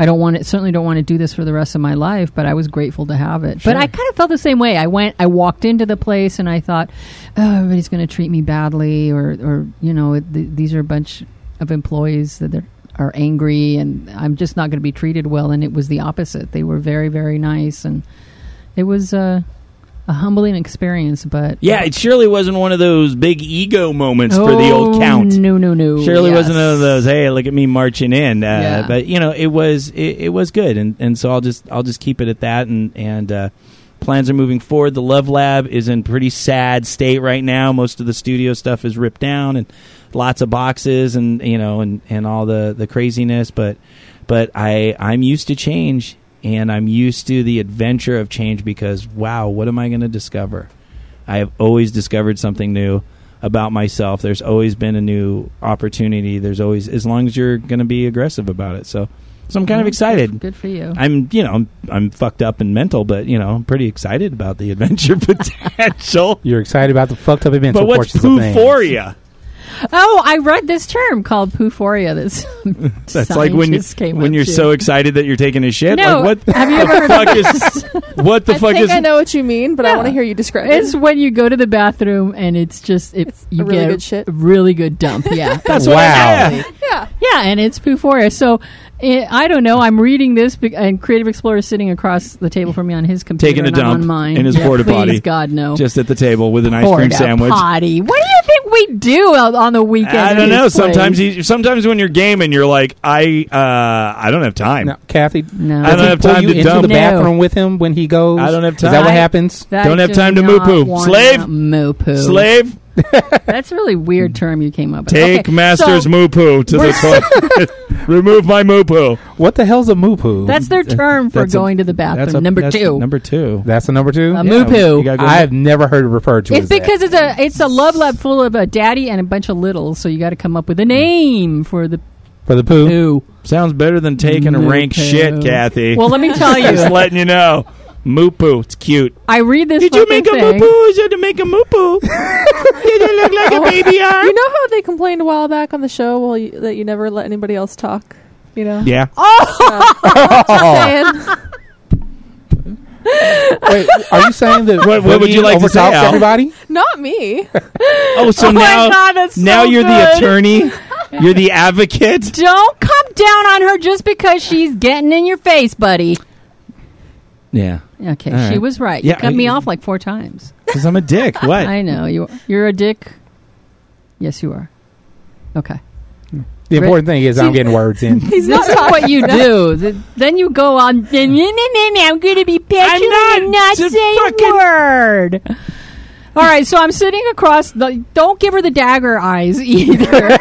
Speaker 2: I don't want it. Certainly, don't want to do this for the rest of my life. But I was grateful to have it. But I kind of felt the same way. I went, I walked into the place, and I thought, oh, everybody's going to treat me badly, or or you know, th- these are a bunch of employees that they're are angry and I'm just not going to be treated well. And it was the opposite. They were very, very nice. And it was uh, a humbling experience, but.
Speaker 1: yeah it surely wasn't one of those big ego moments for the old
Speaker 2: Oh,
Speaker 1: count
Speaker 2: No, no, no.
Speaker 1: Surely
Speaker 2: Yes.
Speaker 1: wasn't one of those. Hey, look at me marching in. Uh,
Speaker 2: Yeah.
Speaker 1: But you know, it was it, it was good, and and so I'll just I'll just keep it at that, and and uh, plans are moving forward. The Love Lab is in pretty sad state right now. Most of the studio stuff is ripped down, and lots of boxes, and you know, and and all the the craziness. But but I I'm used to change, and I'm used to the adventure of change because wow, what am I going to discover? I have always discovered something new about myself. There's always been a new opportunity. There's always, as long as you're going to be aggressive about it. So, so I'm
Speaker 3: Mm-hmm.
Speaker 1: kind of excited.
Speaker 2: Good for you.
Speaker 1: I'm, you know, I'm, I'm fucked up and mental, but you know, I'm pretty excited about the adventure potential.
Speaker 4: You're excited about the fucked up events.
Speaker 1: but what's pooforia?
Speaker 2: oh, I read this term called pooforia. That's,
Speaker 1: That's like when you,
Speaker 2: scientists came
Speaker 1: when
Speaker 2: up
Speaker 1: you're
Speaker 2: to.
Speaker 1: so excited that you're taking a shit.
Speaker 2: No,
Speaker 1: like what?
Speaker 2: have you ever heard
Speaker 1: fuck is what the
Speaker 3: I
Speaker 1: fuck
Speaker 3: think
Speaker 1: is?
Speaker 3: I know what you mean, but I
Speaker 2: Yeah.
Speaker 3: want to hear you describe
Speaker 2: It's
Speaker 3: it.
Speaker 2: when you go to the bathroom and it's just it,
Speaker 3: It's
Speaker 2: you
Speaker 3: a really
Speaker 2: get
Speaker 3: good shit.
Speaker 2: a really good dump. Yeah,
Speaker 1: That's what I
Speaker 4: Wow.
Speaker 1: meant.
Speaker 3: Yeah.
Speaker 2: yeah. Yeah, and it's Pooh Forest. So eh, I don't know. I'm reading this, be- and Creative Explorer is sitting across the table from me on his computer,
Speaker 1: Taking a
Speaker 2: and I'm
Speaker 1: dump
Speaker 2: on mine.
Speaker 1: in his
Speaker 2: Yeah,
Speaker 1: porta
Speaker 2: please,
Speaker 1: potty.
Speaker 2: God no,
Speaker 1: Just at the table with an ice cream
Speaker 2: Porta
Speaker 1: sandwich.
Speaker 2: Potty. What do you think we do on on the weekend?
Speaker 1: I
Speaker 2: at
Speaker 1: don't
Speaker 2: his
Speaker 1: know.
Speaker 2: place?
Speaker 1: Sometimes you, sometimes when you're gaming, you're like, I uh, I don't have time.
Speaker 4: No, Kathy,
Speaker 2: No.
Speaker 1: I
Speaker 4: does
Speaker 1: don't
Speaker 4: he
Speaker 1: have
Speaker 4: pull
Speaker 1: time
Speaker 4: you
Speaker 1: to
Speaker 4: into
Speaker 1: dump.
Speaker 4: the
Speaker 2: No.
Speaker 4: bathroom with him when he goes.
Speaker 1: I don't have
Speaker 4: Is that
Speaker 1: time.
Speaker 4: what
Speaker 2: I-
Speaker 4: happens?
Speaker 2: That
Speaker 1: Don't have
Speaker 2: do
Speaker 1: time to
Speaker 2: not
Speaker 1: moo poo.
Speaker 2: wanna
Speaker 1: Slave?
Speaker 2: moo poo.
Speaker 1: Slave,
Speaker 2: That's a really weird term you came up with.
Speaker 1: take
Speaker 2: Okay,
Speaker 1: master's
Speaker 2: so
Speaker 1: moo poo to the toilet. Remove my moo poo.
Speaker 4: What the hell's a moo poo?
Speaker 2: That's their term for
Speaker 1: That's a-
Speaker 2: going to the bathroom.
Speaker 1: a-
Speaker 2: number
Speaker 1: that's
Speaker 2: two.
Speaker 1: Number two.
Speaker 4: That's the number two.
Speaker 2: A moo poo.
Speaker 1: you gotta go-
Speaker 4: I have never heard it referred to.
Speaker 2: it's
Speaker 4: as that.
Speaker 2: because it's a it's a love lab full of a daddy and a bunch of littles, so you got to come up with a name for the
Speaker 4: for the poo.
Speaker 2: poo.
Speaker 1: Sounds better than taking a
Speaker 2: Moo
Speaker 1: rank
Speaker 2: poo.
Speaker 1: shit, Kathy.
Speaker 2: Well, let me tell
Speaker 1: Just
Speaker 2: you,
Speaker 1: letting you know. Moo poo. It's cute.
Speaker 2: I read this.
Speaker 1: Did you
Speaker 2: fucking
Speaker 1: make a
Speaker 2: thing.
Speaker 1: moo poo? Is it to make a moo poo? Did it look like a baby arm?
Speaker 3: You know how they complained a while back on the show well, you, that you never let anybody else talk? You know?
Speaker 1: yeah.
Speaker 2: oh,
Speaker 1: Oh,
Speaker 3: Saying-
Speaker 4: Wait, are you saying that?
Speaker 1: What- what would
Speaker 4: Boogie
Speaker 1: you like to say,
Speaker 4: overtalks
Speaker 1: Al?
Speaker 4: Everybody.
Speaker 3: Not me.
Speaker 1: Oh, so
Speaker 2: Oh my
Speaker 1: now
Speaker 2: God, that's so
Speaker 1: now you're the
Speaker 2: good.
Speaker 1: attorney. You're the advocate.
Speaker 2: Don't come down on her just because she's getting in your face, buddy.
Speaker 1: Yeah,
Speaker 2: Okay,
Speaker 1: All
Speaker 2: she
Speaker 1: right.
Speaker 2: was right.
Speaker 1: Yeah,
Speaker 2: you cut
Speaker 1: I-
Speaker 2: me off like four times.
Speaker 1: because I'm a dick. What?
Speaker 2: I know you. You're a dick. Yes, you are. Okay.
Speaker 4: The
Speaker 2: Right.
Speaker 4: important thing is I'm getting words in.
Speaker 2: He's this is what you do. Th- Then you go on. I'm going to be petulant and not
Speaker 1: just
Speaker 2: say a
Speaker 1: fucking-
Speaker 2: word. All right, so I'm sitting across. The, don't give her the dagger eyes either.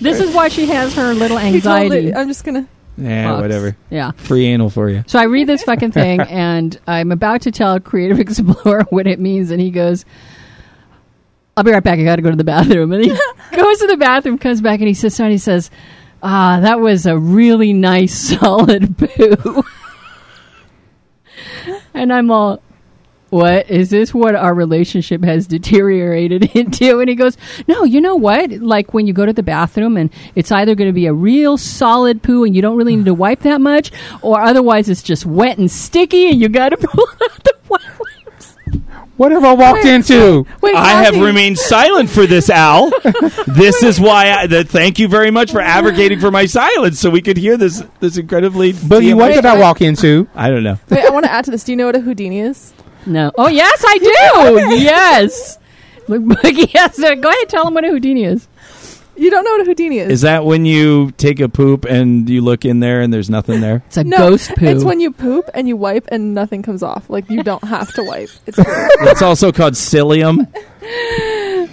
Speaker 2: this is why she has her little
Speaker 3: He told
Speaker 2: anxiety.
Speaker 3: me- I'm just going to.
Speaker 1: yeah,
Speaker 2: fucks.
Speaker 1: whatever.
Speaker 2: Yeah.
Speaker 1: Free anal for you.
Speaker 2: So I read this fucking thing, and I'm about to tell Creative Explorer what it means, and he goes, "I'll be right back. I got to go to the bathroom." And he goes to the bathroom, comes back, and he sits down. And he says, "Ah, that was a really nice, solid poo." and I'm all. What is this? What our relationship has deteriorated into? And he goes, No, you know what? Like when you go to the bathroom and it's either going to be a real solid poo and you don't really need to wipe that much, or otherwise it's just wet and sticky and you got to pull out the wet wipes.
Speaker 4: What have I walked into?
Speaker 3: Wait,
Speaker 1: I have
Speaker 3: Kathy,
Speaker 1: remained silent for this, Al. This is why. I, the, thank you very much for advocating for my silence, so we could hear this. This incredibly.
Speaker 4: Boogie, what did I
Speaker 3: I-
Speaker 4: walk into?
Speaker 1: I don't know.
Speaker 3: Wait, I want to add to this. Do you know what a Houdini is?
Speaker 2: No. Oh, yes, I do. yes. Look, Boogie, yes, sir. go ahead tell him what a Houdini is.
Speaker 3: You don't know what a Houdini is.
Speaker 1: Is that when you take a poop and you look in there and there's nothing there?
Speaker 2: It's a
Speaker 3: no,
Speaker 2: ghost poo.
Speaker 3: It's when you poop and you wipe and nothing comes off. Like you don't have to wipe. It's great.
Speaker 1: It's also called psyllium.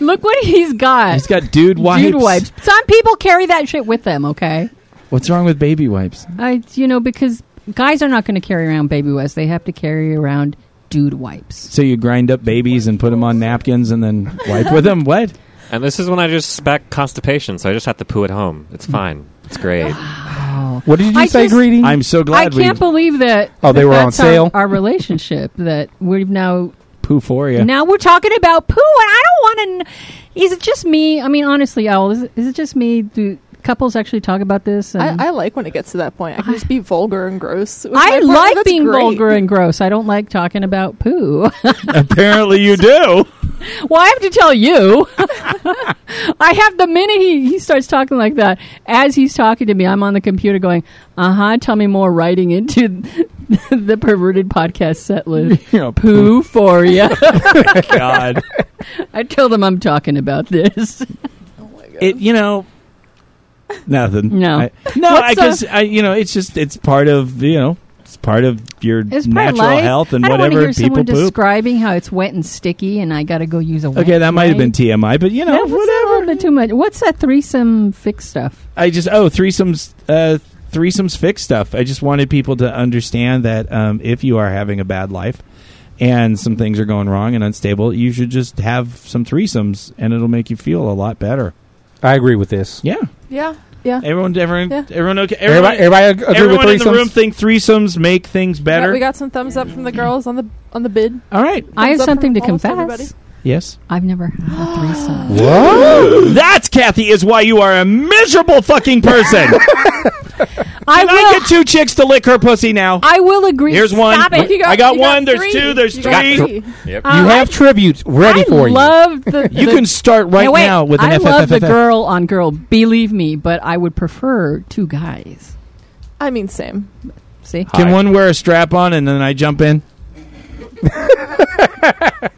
Speaker 2: Look what he's got.
Speaker 1: He's got dude wipes.
Speaker 2: Dude wipes. Some people carry that shit with them, okay?
Speaker 1: What's wrong with baby wipes?
Speaker 2: I, you know, because guys are not going to carry around baby wipes. They have to carry around dude wipes.
Speaker 1: So you grind up babies and put them on napkins and then wipe with them. What?
Speaker 6: And this is when I just spec constipation, so I just have to poo at home. It's fine. It's great.
Speaker 4: What did you
Speaker 2: I
Speaker 4: say,
Speaker 2: just-
Speaker 4: greedy?
Speaker 1: I'm so glad
Speaker 2: I can't
Speaker 1: we
Speaker 2: believe that.
Speaker 4: Oh, they
Speaker 2: that
Speaker 4: were on
Speaker 2: that's our-
Speaker 4: sale?
Speaker 2: Our, relationship that we've now
Speaker 1: poo for you.
Speaker 2: now we're talking about poo, and I don't want to. Is it just me? I mean, honestly, Owl, is, it- is it just me? Do couples actually talk about this? And
Speaker 3: I, I like when it gets to that point. I can just be vulgar and gross. with my
Speaker 2: I
Speaker 3: partner.
Speaker 2: like
Speaker 3: That's
Speaker 2: being
Speaker 3: great.
Speaker 2: vulgar and gross. I don't like talking about poo.
Speaker 1: Apparently you do.
Speaker 2: Well, I have to tell you, I have the minute he, he starts talking like that, as he's talking to me, I'm on the computer going, uh huh, tell me more, writing into the perverted podcast set list.
Speaker 1: You know,
Speaker 2: Poo for you.
Speaker 1: God.
Speaker 2: I told him I'm talking about this.
Speaker 1: It you know nothing.
Speaker 2: No.
Speaker 1: I, no,
Speaker 2: What's
Speaker 1: I
Speaker 2: the-
Speaker 1: guess I you know it's just it's part of you know it's part of your
Speaker 2: It's part of
Speaker 1: natural
Speaker 2: life.
Speaker 1: health and
Speaker 2: I don't want to
Speaker 1: whatever
Speaker 2: hear someone
Speaker 1: people poop.
Speaker 2: describing how it's wet and sticky, and I got to go use a. Wet
Speaker 1: Okay, that might have been
Speaker 2: wipe.
Speaker 1: TMI, but you know
Speaker 2: That was a little
Speaker 1: whatever.
Speaker 2: bit too much. What's that threesome fix stuff?
Speaker 1: I just oh threesomes uh, threesomes fix stuff. I just wanted people to understand that um, if you are having a bad life and some things are going wrong and unstable, you should just have some threesomes and it'll make you feel a lot better.
Speaker 4: I agree with this.
Speaker 1: Yeah,
Speaker 3: Yeah, yeah.
Speaker 1: everyone, everyone,
Speaker 3: Yeah.
Speaker 1: everyone. Okay, everyone,
Speaker 4: Everybody, everybody ag- agree
Speaker 1: everyone in
Speaker 4: with
Speaker 1: the
Speaker 4: threesomes.
Speaker 1: room think threesomes make things better.
Speaker 3: Yeah, we got some thumbs up from the girls on the on the bid.
Speaker 1: All right.
Speaker 2: I have
Speaker 3: up
Speaker 2: something to
Speaker 3: from almost
Speaker 2: confess.
Speaker 3: everybody.
Speaker 1: Yes.
Speaker 2: I've never had a threesome.
Speaker 4: Whoa!
Speaker 1: That's Kathy is why you are a miserable fucking person.
Speaker 2: I
Speaker 1: Can
Speaker 2: will-
Speaker 1: I get two chicks to lick her pussy now?
Speaker 2: I will agree.
Speaker 1: Here's one.
Speaker 2: Stop it.
Speaker 3: You got-
Speaker 1: I got
Speaker 3: you got
Speaker 1: one.
Speaker 3: three.
Speaker 1: There's two. There's
Speaker 3: You
Speaker 6: got
Speaker 1: three.
Speaker 6: three. Yep.
Speaker 2: Uh,
Speaker 4: you have tributes ready
Speaker 2: I
Speaker 4: for you.
Speaker 2: love the.
Speaker 1: You
Speaker 2: the-
Speaker 1: can start right
Speaker 2: No, wait,
Speaker 1: now with an
Speaker 2: I love the
Speaker 1: FFFF.
Speaker 2: girl on girl. Believe me, but I would prefer two guys.
Speaker 3: I mean, same.
Speaker 2: See,
Speaker 1: Can one wear a strap on and then I jump in?
Speaker 2: they're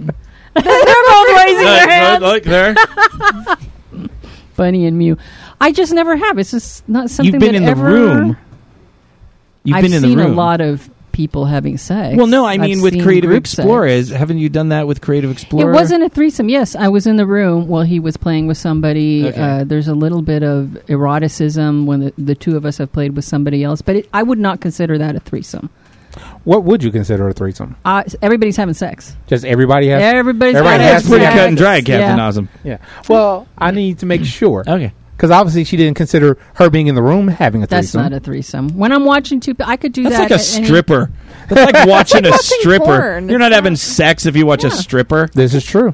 Speaker 2: both raising their hands.
Speaker 1: Look there.
Speaker 2: Bunny and Mew. I just never have. It's just not something
Speaker 1: You've been
Speaker 2: that
Speaker 1: in the
Speaker 2: ever-
Speaker 1: room. You've
Speaker 2: I've
Speaker 1: been in
Speaker 2: seen
Speaker 1: the room.
Speaker 2: a lot of people having sex.
Speaker 1: Well, no, I
Speaker 2: I've
Speaker 1: mean with
Speaker 2: seen
Speaker 1: Creative
Speaker 2: group sex.
Speaker 1: Explorer, is, haven't you done that with Creative
Speaker 2: It
Speaker 1: Explorer?
Speaker 2: wasn't a threesome. Yes, I was in the room while he was playing with somebody.
Speaker 1: Okay.
Speaker 2: Uh, there's a little bit of eroticism when the, the two of us have played with somebody else, but it, I would not consider that a threesome.
Speaker 4: What would you consider a threesome?
Speaker 2: Uh, everybody's having sex.
Speaker 4: Just everybody has.
Speaker 2: Everybody's
Speaker 4: Everybody
Speaker 2: having
Speaker 1: That's
Speaker 4: has
Speaker 2: sex.
Speaker 1: pretty
Speaker 4: Yeah.
Speaker 1: cut and dry, Captain
Speaker 2: Yeah.
Speaker 1: Awesome.
Speaker 4: Yeah. Well, I need to make sure
Speaker 1: Okay.
Speaker 4: because obviously she didn't consider her being in the room having a
Speaker 2: That's
Speaker 4: threesome.
Speaker 2: not a threesome. When I'm watching two, I could do
Speaker 1: That's
Speaker 2: that.
Speaker 1: like a
Speaker 2: at any-
Speaker 1: stripper. That's like watching a
Speaker 3: watching
Speaker 1: stripper.
Speaker 3: porn.
Speaker 1: You're not having sex if you watch a stripper.
Speaker 4: this is true.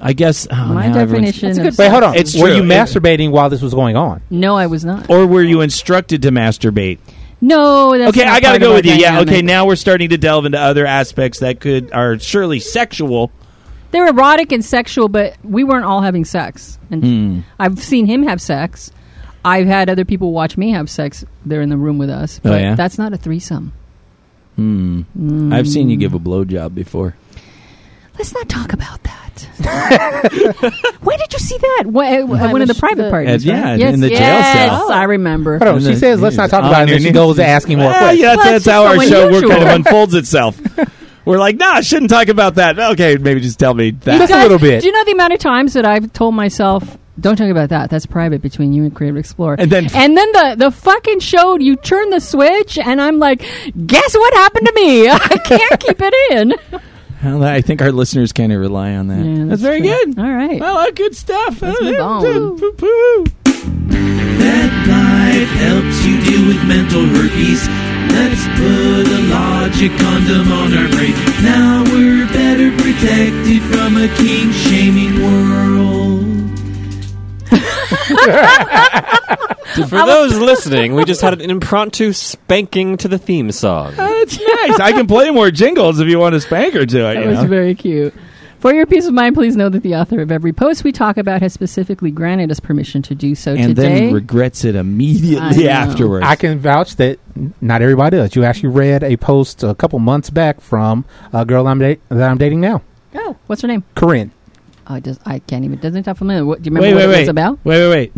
Speaker 1: I guess. Oh,
Speaker 2: My
Speaker 1: now everyone's-
Speaker 2: definition.
Speaker 3: That's a
Speaker 2: of
Speaker 3: good
Speaker 4: Wait, hold on.
Speaker 1: It's
Speaker 4: were
Speaker 1: true.
Speaker 4: you
Speaker 1: It-
Speaker 4: masturbating while this was going on?
Speaker 2: No, I was not.
Speaker 1: Or were you instructed to masturbate?
Speaker 2: No, that's
Speaker 1: okay,
Speaker 2: not
Speaker 1: I gotta
Speaker 2: part of
Speaker 1: go
Speaker 2: our
Speaker 1: with you. Yeah.
Speaker 2: dynamic.
Speaker 1: Okay, now we're starting to delve into other aspects that could are surely sexual.
Speaker 2: they're erotic and sexual, but we weren't all having sex. And
Speaker 1: Hmm.
Speaker 2: I've seen him have sex. I've had other people watch me have sex. They're in the room with us,
Speaker 1: Oh,
Speaker 2: but
Speaker 1: yeah?
Speaker 2: that's not a threesome.
Speaker 1: Hmm.
Speaker 2: Hmm.
Speaker 1: I've seen you give a blowjob before.
Speaker 2: Let's not talk about that. Why did you see that? What, at one of the
Speaker 3: was-
Speaker 2: private
Speaker 3: the-
Speaker 2: parties,
Speaker 1: At- uh, yeah,
Speaker 2: right?
Speaker 1: in
Speaker 2: yes,
Speaker 1: the jail
Speaker 2: yes,
Speaker 1: cell.
Speaker 2: Oh. I remember.
Speaker 4: Hold on.
Speaker 1: And
Speaker 4: She
Speaker 1: the-
Speaker 4: says, "Let's not talk
Speaker 1: on
Speaker 4: about it." And
Speaker 1: your
Speaker 4: then she
Speaker 1: knees.
Speaker 4: goes asking more
Speaker 1: Well,
Speaker 4: questions.
Speaker 1: yeah, that's,
Speaker 2: Well,
Speaker 1: that's
Speaker 2: that's
Speaker 1: how
Speaker 2: just
Speaker 1: our
Speaker 2: so
Speaker 1: show work
Speaker 2: unusual.
Speaker 1: kind of unfolds itself. We're like, nah, I shouldn't talk about that. Okay, maybe just tell me
Speaker 2: You
Speaker 1: that.
Speaker 4: a little bit.
Speaker 2: Do you know the amount of times that I've told myself, "Don't talk about that. That's private between you and Creative Explorer."
Speaker 1: And then-
Speaker 2: and then the the fucking show. You turn the switch, and I'm like, "Guess what happened to me? I can't keep it in."
Speaker 1: Well, I think our listeners kind of rely on that.
Speaker 2: Yeah,
Speaker 1: that's, very
Speaker 2: true.
Speaker 1: good.
Speaker 2: All right.
Speaker 1: Well, uh, good stuff.
Speaker 2: Let's
Speaker 1: Uh,
Speaker 2: move
Speaker 1: uh,
Speaker 2: on.
Speaker 1: poo, poo.
Speaker 7: That life helps you deal with mental herpes. Let's put a logic condom on our brain. Now we're better protected from a king shaming world.
Speaker 6: For those listening, we just had an impromptu spanking to the theme song.
Speaker 2: Uh,
Speaker 1: That's nice. I can play more jingles if you want a spank or two. I
Speaker 2: that
Speaker 1: you
Speaker 2: was
Speaker 1: know.
Speaker 2: very cute. For your peace of mind, please know that the author of every post we talk about has specifically granted us permission to do so
Speaker 1: and
Speaker 2: today.
Speaker 1: then regrets it
Speaker 2: I
Speaker 1: immediately
Speaker 2: know.
Speaker 1: afterwards.
Speaker 4: I can vouch that n- not everybody does. You actually read a post a couple months back from a girl I'm da- that I'm dating now,
Speaker 2: oh, what's her name?
Speaker 4: Corinne.
Speaker 2: Oh, it does, I can't even. Doesn't sound familiar. What, do you remember
Speaker 1: wait, wait,
Speaker 2: what it
Speaker 1: wait.
Speaker 2: was about?
Speaker 1: Wait, wait, wait.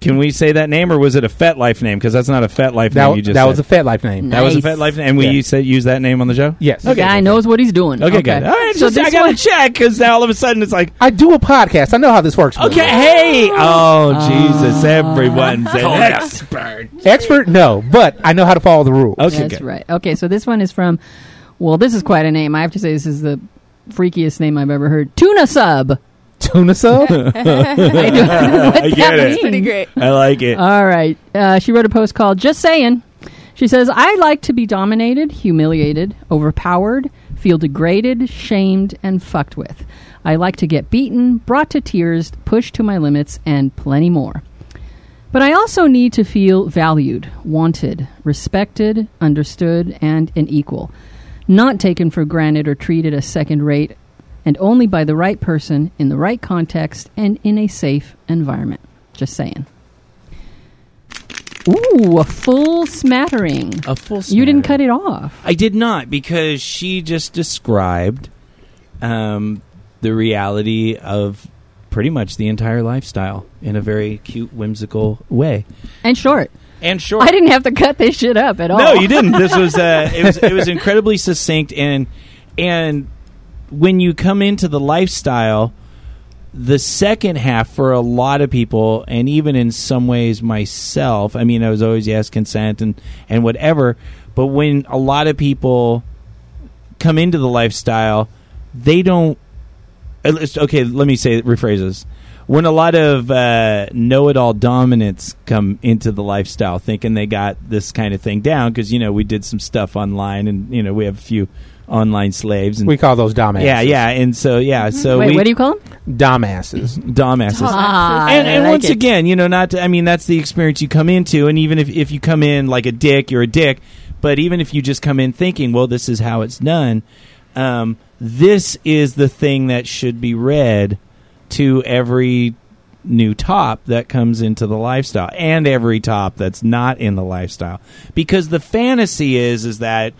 Speaker 1: Can we say that name, or was it a Fet Life name? Because that's not a Fet Life
Speaker 4: That,
Speaker 1: name.
Speaker 4: w-
Speaker 1: You just
Speaker 4: that
Speaker 1: said.
Speaker 4: was a Fat Life name.
Speaker 2: No.
Speaker 1: that was a
Speaker 2: Nice.
Speaker 1: Fet Life name, and we
Speaker 4: Yeah.
Speaker 1: used said use that name on the show.
Speaker 4: Yes.
Speaker 2: The guy knows what he's doing.
Speaker 1: Okay, good. All right,
Speaker 2: so
Speaker 1: just, I
Speaker 2: this
Speaker 1: gotta
Speaker 2: one-
Speaker 1: check because now all of a sudden it's like,
Speaker 4: I do a podcast. I know how this works. Will.
Speaker 1: okay, hey, oh Jesus, everyone's
Speaker 2: Oh,
Speaker 1: an expert.
Speaker 4: Expert, no, but I know how to follow the rules.
Speaker 1: Okay,
Speaker 2: That's
Speaker 1: good.
Speaker 2: right. Okay, so this one is from. Well, this is quite a name. I have to say, this is the freakiest name I've ever heard. Tuna sub.
Speaker 4: Tuna sub.
Speaker 2: I do- I don't know what
Speaker 1: I
Speaker 2: that
Speaker 1: get
Speaker 2: means.
Speaker 1: it.
Speaker 3: Pretty great.
Speaker 1: I like it.
Speaker 2: All right. Uh, she wrote a post called "Just Saying." She says, "I like to be dominated, humiliated, overpowered, feel degraded, shamed, and fucked with. I like to get beaten, brought to tears, pushed to my limits, and plenty more." But I also need to feel valued, wanted, respected, understood, and an equal. Not taken for granted or treated as second rate, and only by the right person, in the right context, and in a safe environment. Just saying. Ooh, a full smattering.
Speaker 1: a full.
Speaker 2: You didn't cut it off.
Speaker 1: I did not because she just described um, the reality of pretty much the entire lifestyle in a very cute, whimsical way.
Speaker 2: And short.
Speaker 1: And sure,
Speaker 2: I didn't have to cut this shit up at all.
Speaker 1: No, you didn't. This was uh, it was it was incredibly succinct and and when you come into the lifestyle, the second half for a lot of people, and even in some ways myself. I mean, I was always yes, consent and and whatever. But when a lot of people come into the lifestyle, they don't. At least, okay, let me say rephrase this. When a lot of uh, know-it-all dominants come into the lifestyle, thinking they got this kind of thing down, because you know we did some stuff online, and you know we have a few online slaves. And,
Speaker 4: We call those dumbasses.
Speaker 1: yeah, yeah, and so yeah, so
Speaker 2: Mm-hmm. Wait,
Speaker 1: we
Speaker 2: what do you call them?
Speaker 4: Dumbasses.
Speaker 1: dumbasses.
Speaker 2: Ah,
Speaker 1: and
Speaker 2: I
Speaker 1: and
Speaker 2: like
Speaker 1: once
Speaker 2: it.
Speaker 1: again, you know, not to, I mean, that's the experience you come into, and even if if you come in like a dick, you're a dick. But even if you just come in thinking, well, this is how it's done, um, this is the thing that should be read to every new top that comes into the lifestyle and every top that's not in the lifestyle because the fantasy is is that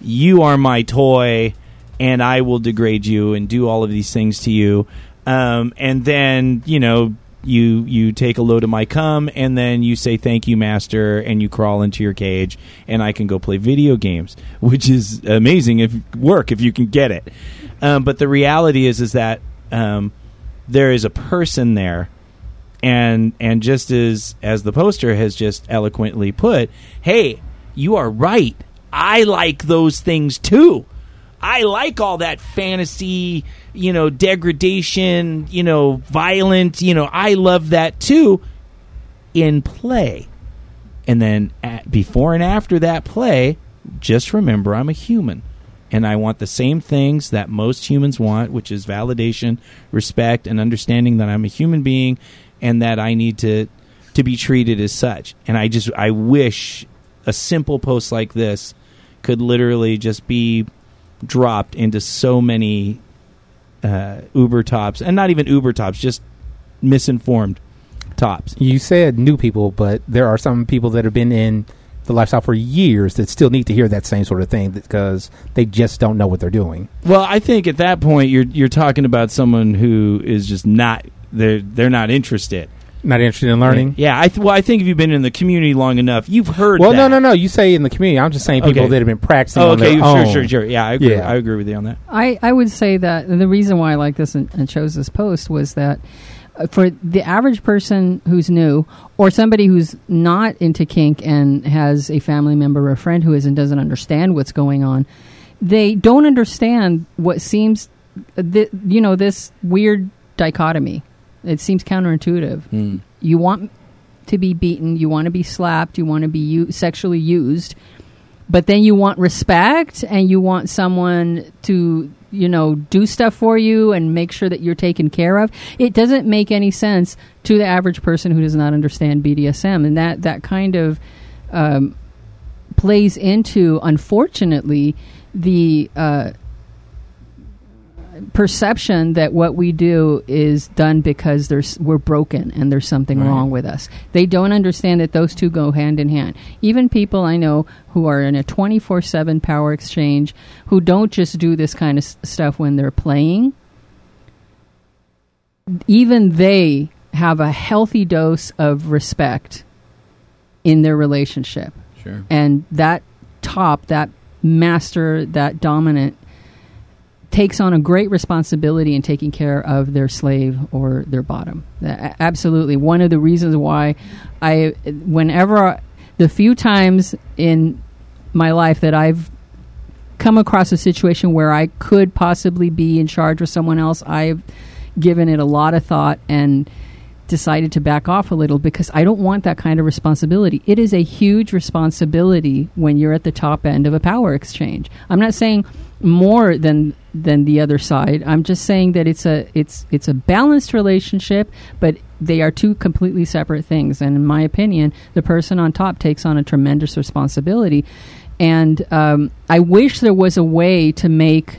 Speaker 1: you are my toy and I will degrade you and do all of these things to you um, and then you know you you take a load of my cum and then you say thank you master and you crawl into your cage and I can go play video games which is amazing if work if you can get it um, but the reality is is that um, there is a person there and and just as as the poster has just eloquently put hey you are right i like those things too i like all that fantasy you know degradation you know violent you know i love that too in play and then at, before and after that play just remember i'm a human and i want the same things that most humans want which is validation respect and understanding that i'm a human being and that i need to to be treated as such and i just i wish a simple post like this could literally just be dropped into so many uh, uber tops and not even uber tops just misinformed tops
Speaker 4: You said new people, but there are some people that have been in the lifestyle for years that still need to hear that same sort of thing because they just don't know what they're doing.
Speaker 1: Well, I think at that point you're you're talking about someone who is just not they're they're not interested.
Speaker 4: Not interested in learning.
Speaker 1: Yeah, I th- well, I think if you've been in the community long enough, you've heard.
Speaker 4: Well,
Speaker 1: that.
Speaker 4: no, no, no. You say in the community. I'm just saying people
Speaker 1: Okay.
Speaker 4: that have been practicing.
Speaker 1: Oh,
Speaker 4: on
Speaker 1: okay,
Speaker 4: their
Speaker 1: sure,
Speaker 4: own.
Speaker 1: sure, sure. Yeah, I agree.
Speaker 4: Yeah.
Speaker 1: I agree with you on that.
Speaker 2: I, I would say that the reason why I like this and, and chose this post was that uh, for the average person who's new or somebody who's not into kink and has a family member or a friend who is and doesn't understand what's going on, they don't understand what seems, th- you know, this weird dichotomy. It seems counterintuitive. You want to be beaten, you want to be slapped, you want to be u- sexually used, but then you want respect and you want someone to you know do stuff for you and make sure that you're taken care of it doesn't make any sense to the average person who does not understand bdsm and that that kind of um, plays into unfortunately the uh, perception that what we do is done because there's we're broken and there's something wrong with us. They don't understand that those two go hand in hand. Even people I know who are in a 24/7 power exchange who don't just do this kind of s- stuff when they're playing, even they have a healthy dose of respect in their relationship. Sure. And that top, that master, that dominant takes on a great responsibility in taking care of their slave or their bottom. A- Absolutely. One of the reasons why I, whenever, I- the few times in my life that I've come across a situation where I could possibly be in charge of someone else, I've given it a lot of thought and decided to back off a little because I don't want that kind of responsibility. It is a huge responsibility when you're at the top end of a power exchange. I'm not saying more than than the other side. I'm just saying that it's a it's it's a balanced relationship, but they are two completely separate things. And in my opinion, the person on top takes on a tremendous responsibility. And um, I wish there was a way to make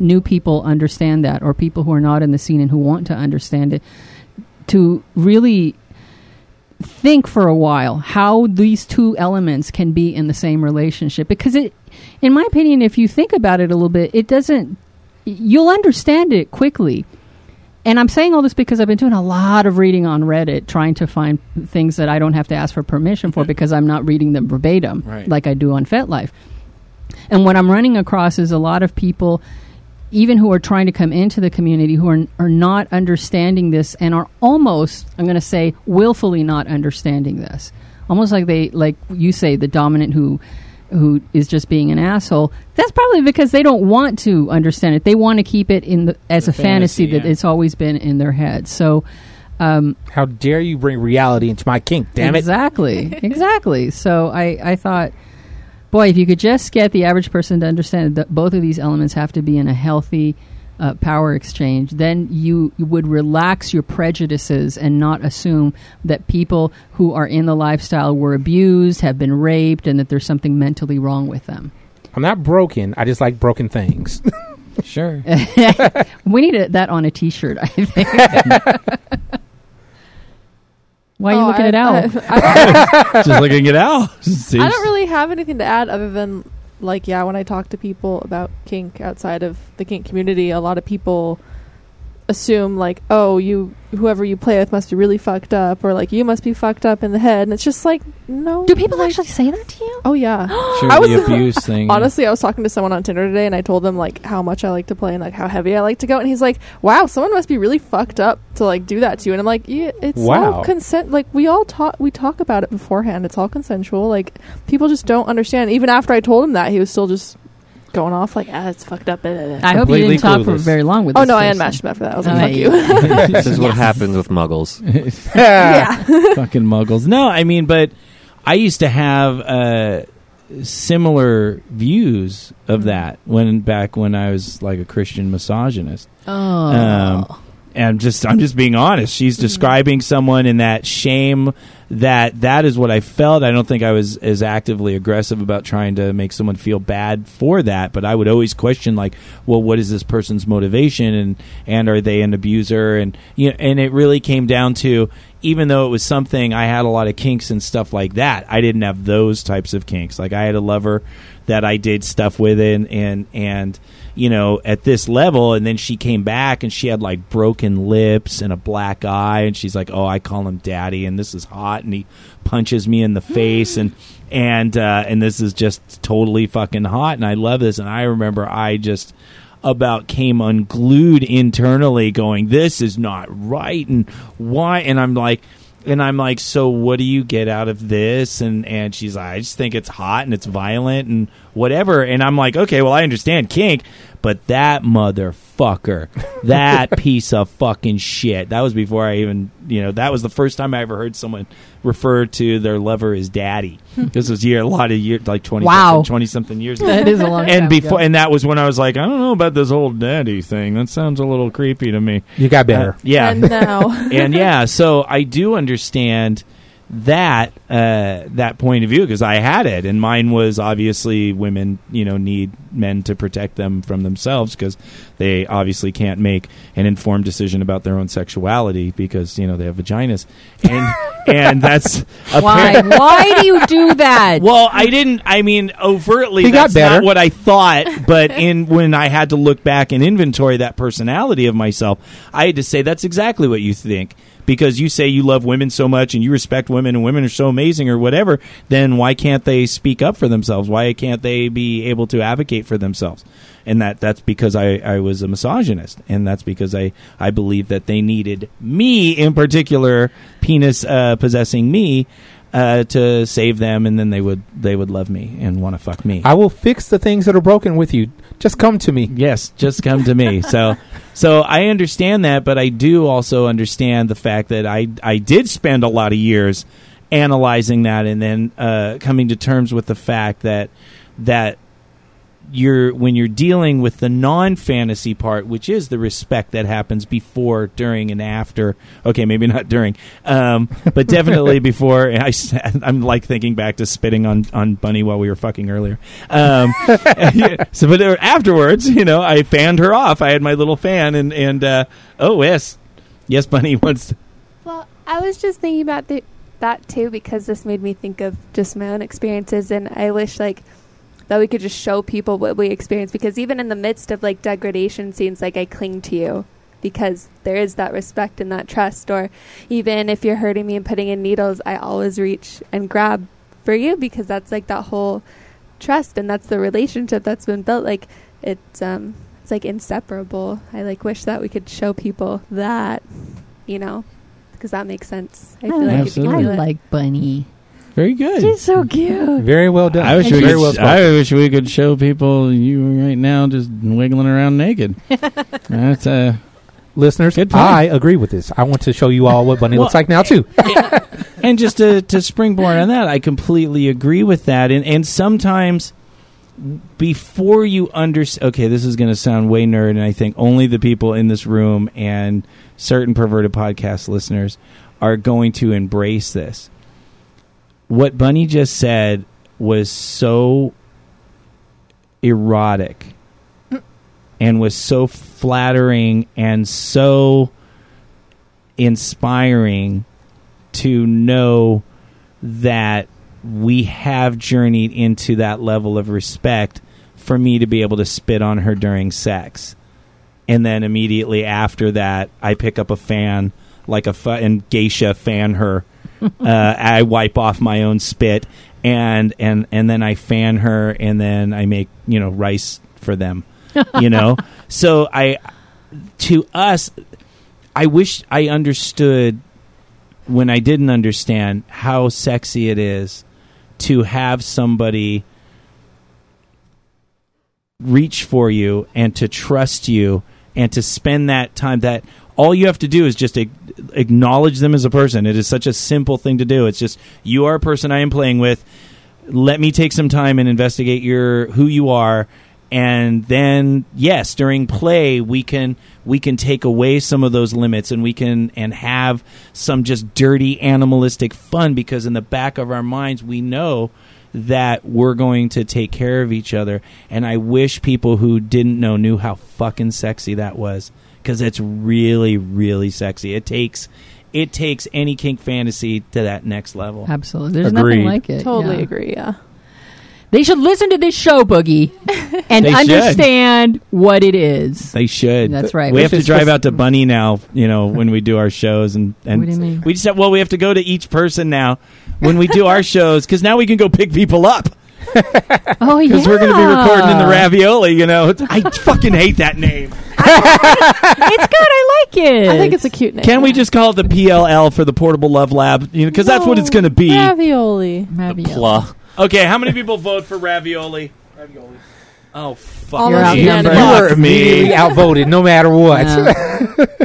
Speaker 2: new people understand that, or people who are not in the scene and who want to understand it, to really think for a while how these two elements can be in the same relationship. Because it, in my opinion, if you think about it a little bit, it doesn't. You'll understand it quickly. And I'm saying all this because I've been doing a lot of reading on Reddit, trying to find things that I don't have to ask for permission for because I'm not reading them verbatim
Speaker 6: Right.
Speaker 2: like I do on FetLife. And what I'm running across is a lot of people, even who are trying to come into the community, who are, are not understanding this and are almost, I'm going to say, willfully not understanding this. Almost like they, like you say, the dominant who who is just being an asshole that's probably because they don't want to understand it they want to keep it in the as
Speaker 1: The
Speaker 2: a fantasy,
Speaker 1: fantasy,
Speaker 2: that
Speaker 1: yeah.
Speaker 2: it's always been in their head so um,
Speaker 4: How dare you bring reality into my kink? Damn it!
Speaker 2: exactly exactly so i i thought boy, if you could just get the average person to understand that both of these elements have to be in a healthy uh, power exchange, then you, you would relax your prejudices and not assume that people who are in the lifestyle were abused, have been raped, and that there's something mentally wrong with them.
Speaker 4: I'm not broken. I just like broken things.
Speaker 1: Sure.
Speaker 2: We need a, that on a T-shirt, I think. Why are you
Speaker 3: Oh,
Speaker 2: looking
Speaker 3: I-
Speaker 2: at Al?
Speaker 3: I,
Speaker 1: Just looking it out.
Speaker 3: I, I don't really have anything to add other than like yeah, when I talk to people about kink outside of the kink community, a lot of people assume like oh you whoever you play with must be really fucked up or like you must be fucked up in the head and it's just like no
Speaker 2: Do people
Speaker 3: like-
Speaker 2: actually say that to you?
Speaker 3: oh yeah
Speaker 1: Sure,
Speaker 3: I was-
Speaker 1: the abuse thing.
Speaker 3: Honestly, I was talking to someone on Tinder today, and I told them like how much I like to play and like how heavy I like to go, and he's like, "Wow, someone must be really fucked up to like do that to you." And I'm like, "Yeah, it's
Speaker 4: Wow.
Speaker 3: all consent. Like we all talk, we talk about it beforehand. It's all consensual. Like people just don't understand. Even after I told him that, he was still just going off like, "Ah, it's fucked up." blah, blah, blah."
Speaker 2: I hope you
Speaker 4: Completely
Speaker 2: didn't talk for
Speaker 4: clueless.
Speaker 2: very long with.
Speaker 3: Oh
Speaker 2: this
Speaker 3: no, I
Speaker 2: person.
Speaker 3: unmatched him after that. I was
Speaker 2: Oh,
Speaker 3: like, "Fuck
Speaker 2: yeah.
Speaker 3: you."
Speaker 6: this is what happens with muggles.
Speaker 3: yeah.
Speaker 1: fucking muggles. No, I mean, but I used to have uh, similar views of that when back when I was like a Christian misogynist.
Speaker 2: Oh,
Speaker 1: Um, and just I'm just being honest. She's describing someone in that shame that that is what I felt. I don't think I was as actively aggressive about trying to make someone feel bad for that, but I would always question like, well, what is this person's motivation and and are they an abuser and you know, and it really came down to even though it was something I had a lot of kinks and stuff like that, I didn't have those types of kinks. Like I had a lover that I did stuff with and and and you know at this level and then she came back and she had like broken lips and a black eye and she's like oh I call him daddy and this is hot and he punches me in the face and and uh, and this is just totally fucking hot and I love this and I remember I just about came unglued internally going this is not right and why and i'm like and i'm like so what do you get out of this and and she's like i just think it's hot and it's violent and whatever and i'm like okay well i understand kink but that motherfucker that piece of fucking shit that was before i even you know that was the first time i ever heard someone refer to their lover as daddy this was year a lot of year like 20
Speaker 2: Wow.
Speaker 1: 20 something years ago
Speaker 2: that is a long. time
Speaker 1: and before
Speaker 2: ago.
Speaker 1: and that was when I was like, I don't know about this old daddy thing. That sounds a little creepy to me.
Speaker 4: you got
Speaker 1: Uh,
Speaker 4: better.
Speaker 1: yeah,
Speaker 3: And now,
Speaker 1: and yeah, so I do understand that uh, that point of view because I had it, and mine was obviously women, you know, need men to protect them from themselves because they obviously can't make an informed decision about their own sexuality because you know they have vaginas, and and that's
Speaker 2: why? why do you do that?
Speaker 1: well, I didn't. I mean, overtly,
Speaker 4: He got
Speaker 1: that's not
Speaker 4: better.
Speaker 1: what I thought. But in when I had to look back and inventory that personality of myself, I had to say that's exactly what you think because you say you love women so much and you respect women and women are so amazing or whatever. Then why can't they speak up for themselves? Why can't they be able to advocate for themselves? And that that's because I, I was a misogynist, and that's because I I believe that they needed me in particular, penis uh, possessing me uh, to save them, and then they would they would love me and want to fuck me.
Speaker 4: I will fix the things that are broken with you. Just come to me.
Speaker 1: yes, just come to me. So so I understand that, but I do also understand the fact that I I did spend a lot of years analyzing that, and then uh, coming to terms with the fact that that you're when you're dealing with the non-fantasy part which is the respect that happens before during and after okay maybe not during um, but definitely before and I, s- i'm like thinking back to spitting on, on bunny while we were fucking earlier um, so but there- afterwards you know i fanned her off i had my little fan and and uh, oh yes yes bunny wants to
Speaker 8: Well, I was just thinking about the, that too because this made me think of just my own experiences, and I wish like that we could just show people what we experience because even in the midst of like degradation scenes, like I cling to you because there is that respect and that trust. Or even if you're hurting me and putting in needles, I always reach and grab for you because that's like that whole trust and that's the relationship that's been built. Like it's um it's like inseparable. I like wish that we could show people that, you know because that makes sense. I feel like if you
Speaker 1: Oh, Absolutely.
Speaker 8: can do
Speaker 2: I
Speaker 8: it.
Speaker 2: like Bunny.
Speaker 1: very good
Speaker 2: She's so cute.
Speaker 4: Very well done.
Speaker 1: I wish, we
Speaker 4: Very
Speaker 1: could,
Speaker 4: well spoken.
Speaker 1: I wish we could show people you right now just wiggling around naked. That's uh,
Speaker 4: Listeners,
Speaker 1: Good point.
Speaker 4: I agree with this. I want to show you all what Bunny
Speaker 1: Well,
Speaker 4: looks like now, too.
Speaker 1: and just to, to springboard on that, I completely agree with that. And and sometimes before you under okay, this is going to sound way nerd, and I think only the people in this room and certain perverted podcast listeners are going to embrace this. What Bunny just said was so erotic and was so flattering and so inspiring to know that we have journeyed into that level of respect for me to be able to spit on her during sex. And then immediately after that, I pick up a fan, like a fa- and geisha fan her. uh, I wipe off my own spit, and and and then I fan her, and then I make you know rice for them. You know, so I to us, I wish I understood when I didn't understand how sexy it is to have somebody reach for you and to trust you and to spend that time that all you have to do is just ag- acknowledge them as a person. It is such a simple thing to do. It's just you are a person I am playing with. Let me take some time and investigate your who you are and then yes during play we can we can take away some of those limits and we can and have some just dirty animalistic fun because in the back of our minds we know that we're going to take care of each other and i wish people who didn't know knew how fucking sexy that was cuz it's really really sexy it takes it takes any kink fantasy to that next level
Speaker 2: Absolutely. There's
Speaker 1: Agreed.
Speaker 2: nothing like it.
Speaker 3: Totally
Speaker 2: yeah.
Speaker 3: agree. Yeah.
Speaker 2: They should listen to this show, Boogie, and
Speaker 1: They should.
Speaker 2: understand what it is.
Speaker 1: They should.
Speaker 2: That's right.
Speaker 1: We
Speaker 2: Which
Speaker 1: have to
Speaker 4: is
Speaker 1: drive
Speaker 4: supposed-
Speaker 1: out to Bunny now. You know when we do our shows and and
Speaker 2: What do you mean?
Speaker 1: we just have, well we have to go to each person now when we do our shows because now we can go pick people up
Speaker 2: Oh, yeah.
Speaker 1: because we're going to be recording in the ravioli. You know It's- I fucking hate that name.
Speaker 2: It's good. I like it.
Speaker 3: I think it's a cute name.
Speaker 1: Can we just call it the PLL for the Portable Love Lab? You know because that's what it's going to be.
Speaker 3: Ravioli.
Speaker 2: Ravioli.
Speaker 6: Pla.
Speaker 1: okay, how many people vote for ravioli? Ravioli. Oh fuck!
Speaker 3: Almost
Speaker 1: me. Fuck
Speaker 3: unanimous. You
Speaker 4: are
Speaker 1: me.
Speaker 4: immediately outvoted no matter what.
Speaker 2: Yeah.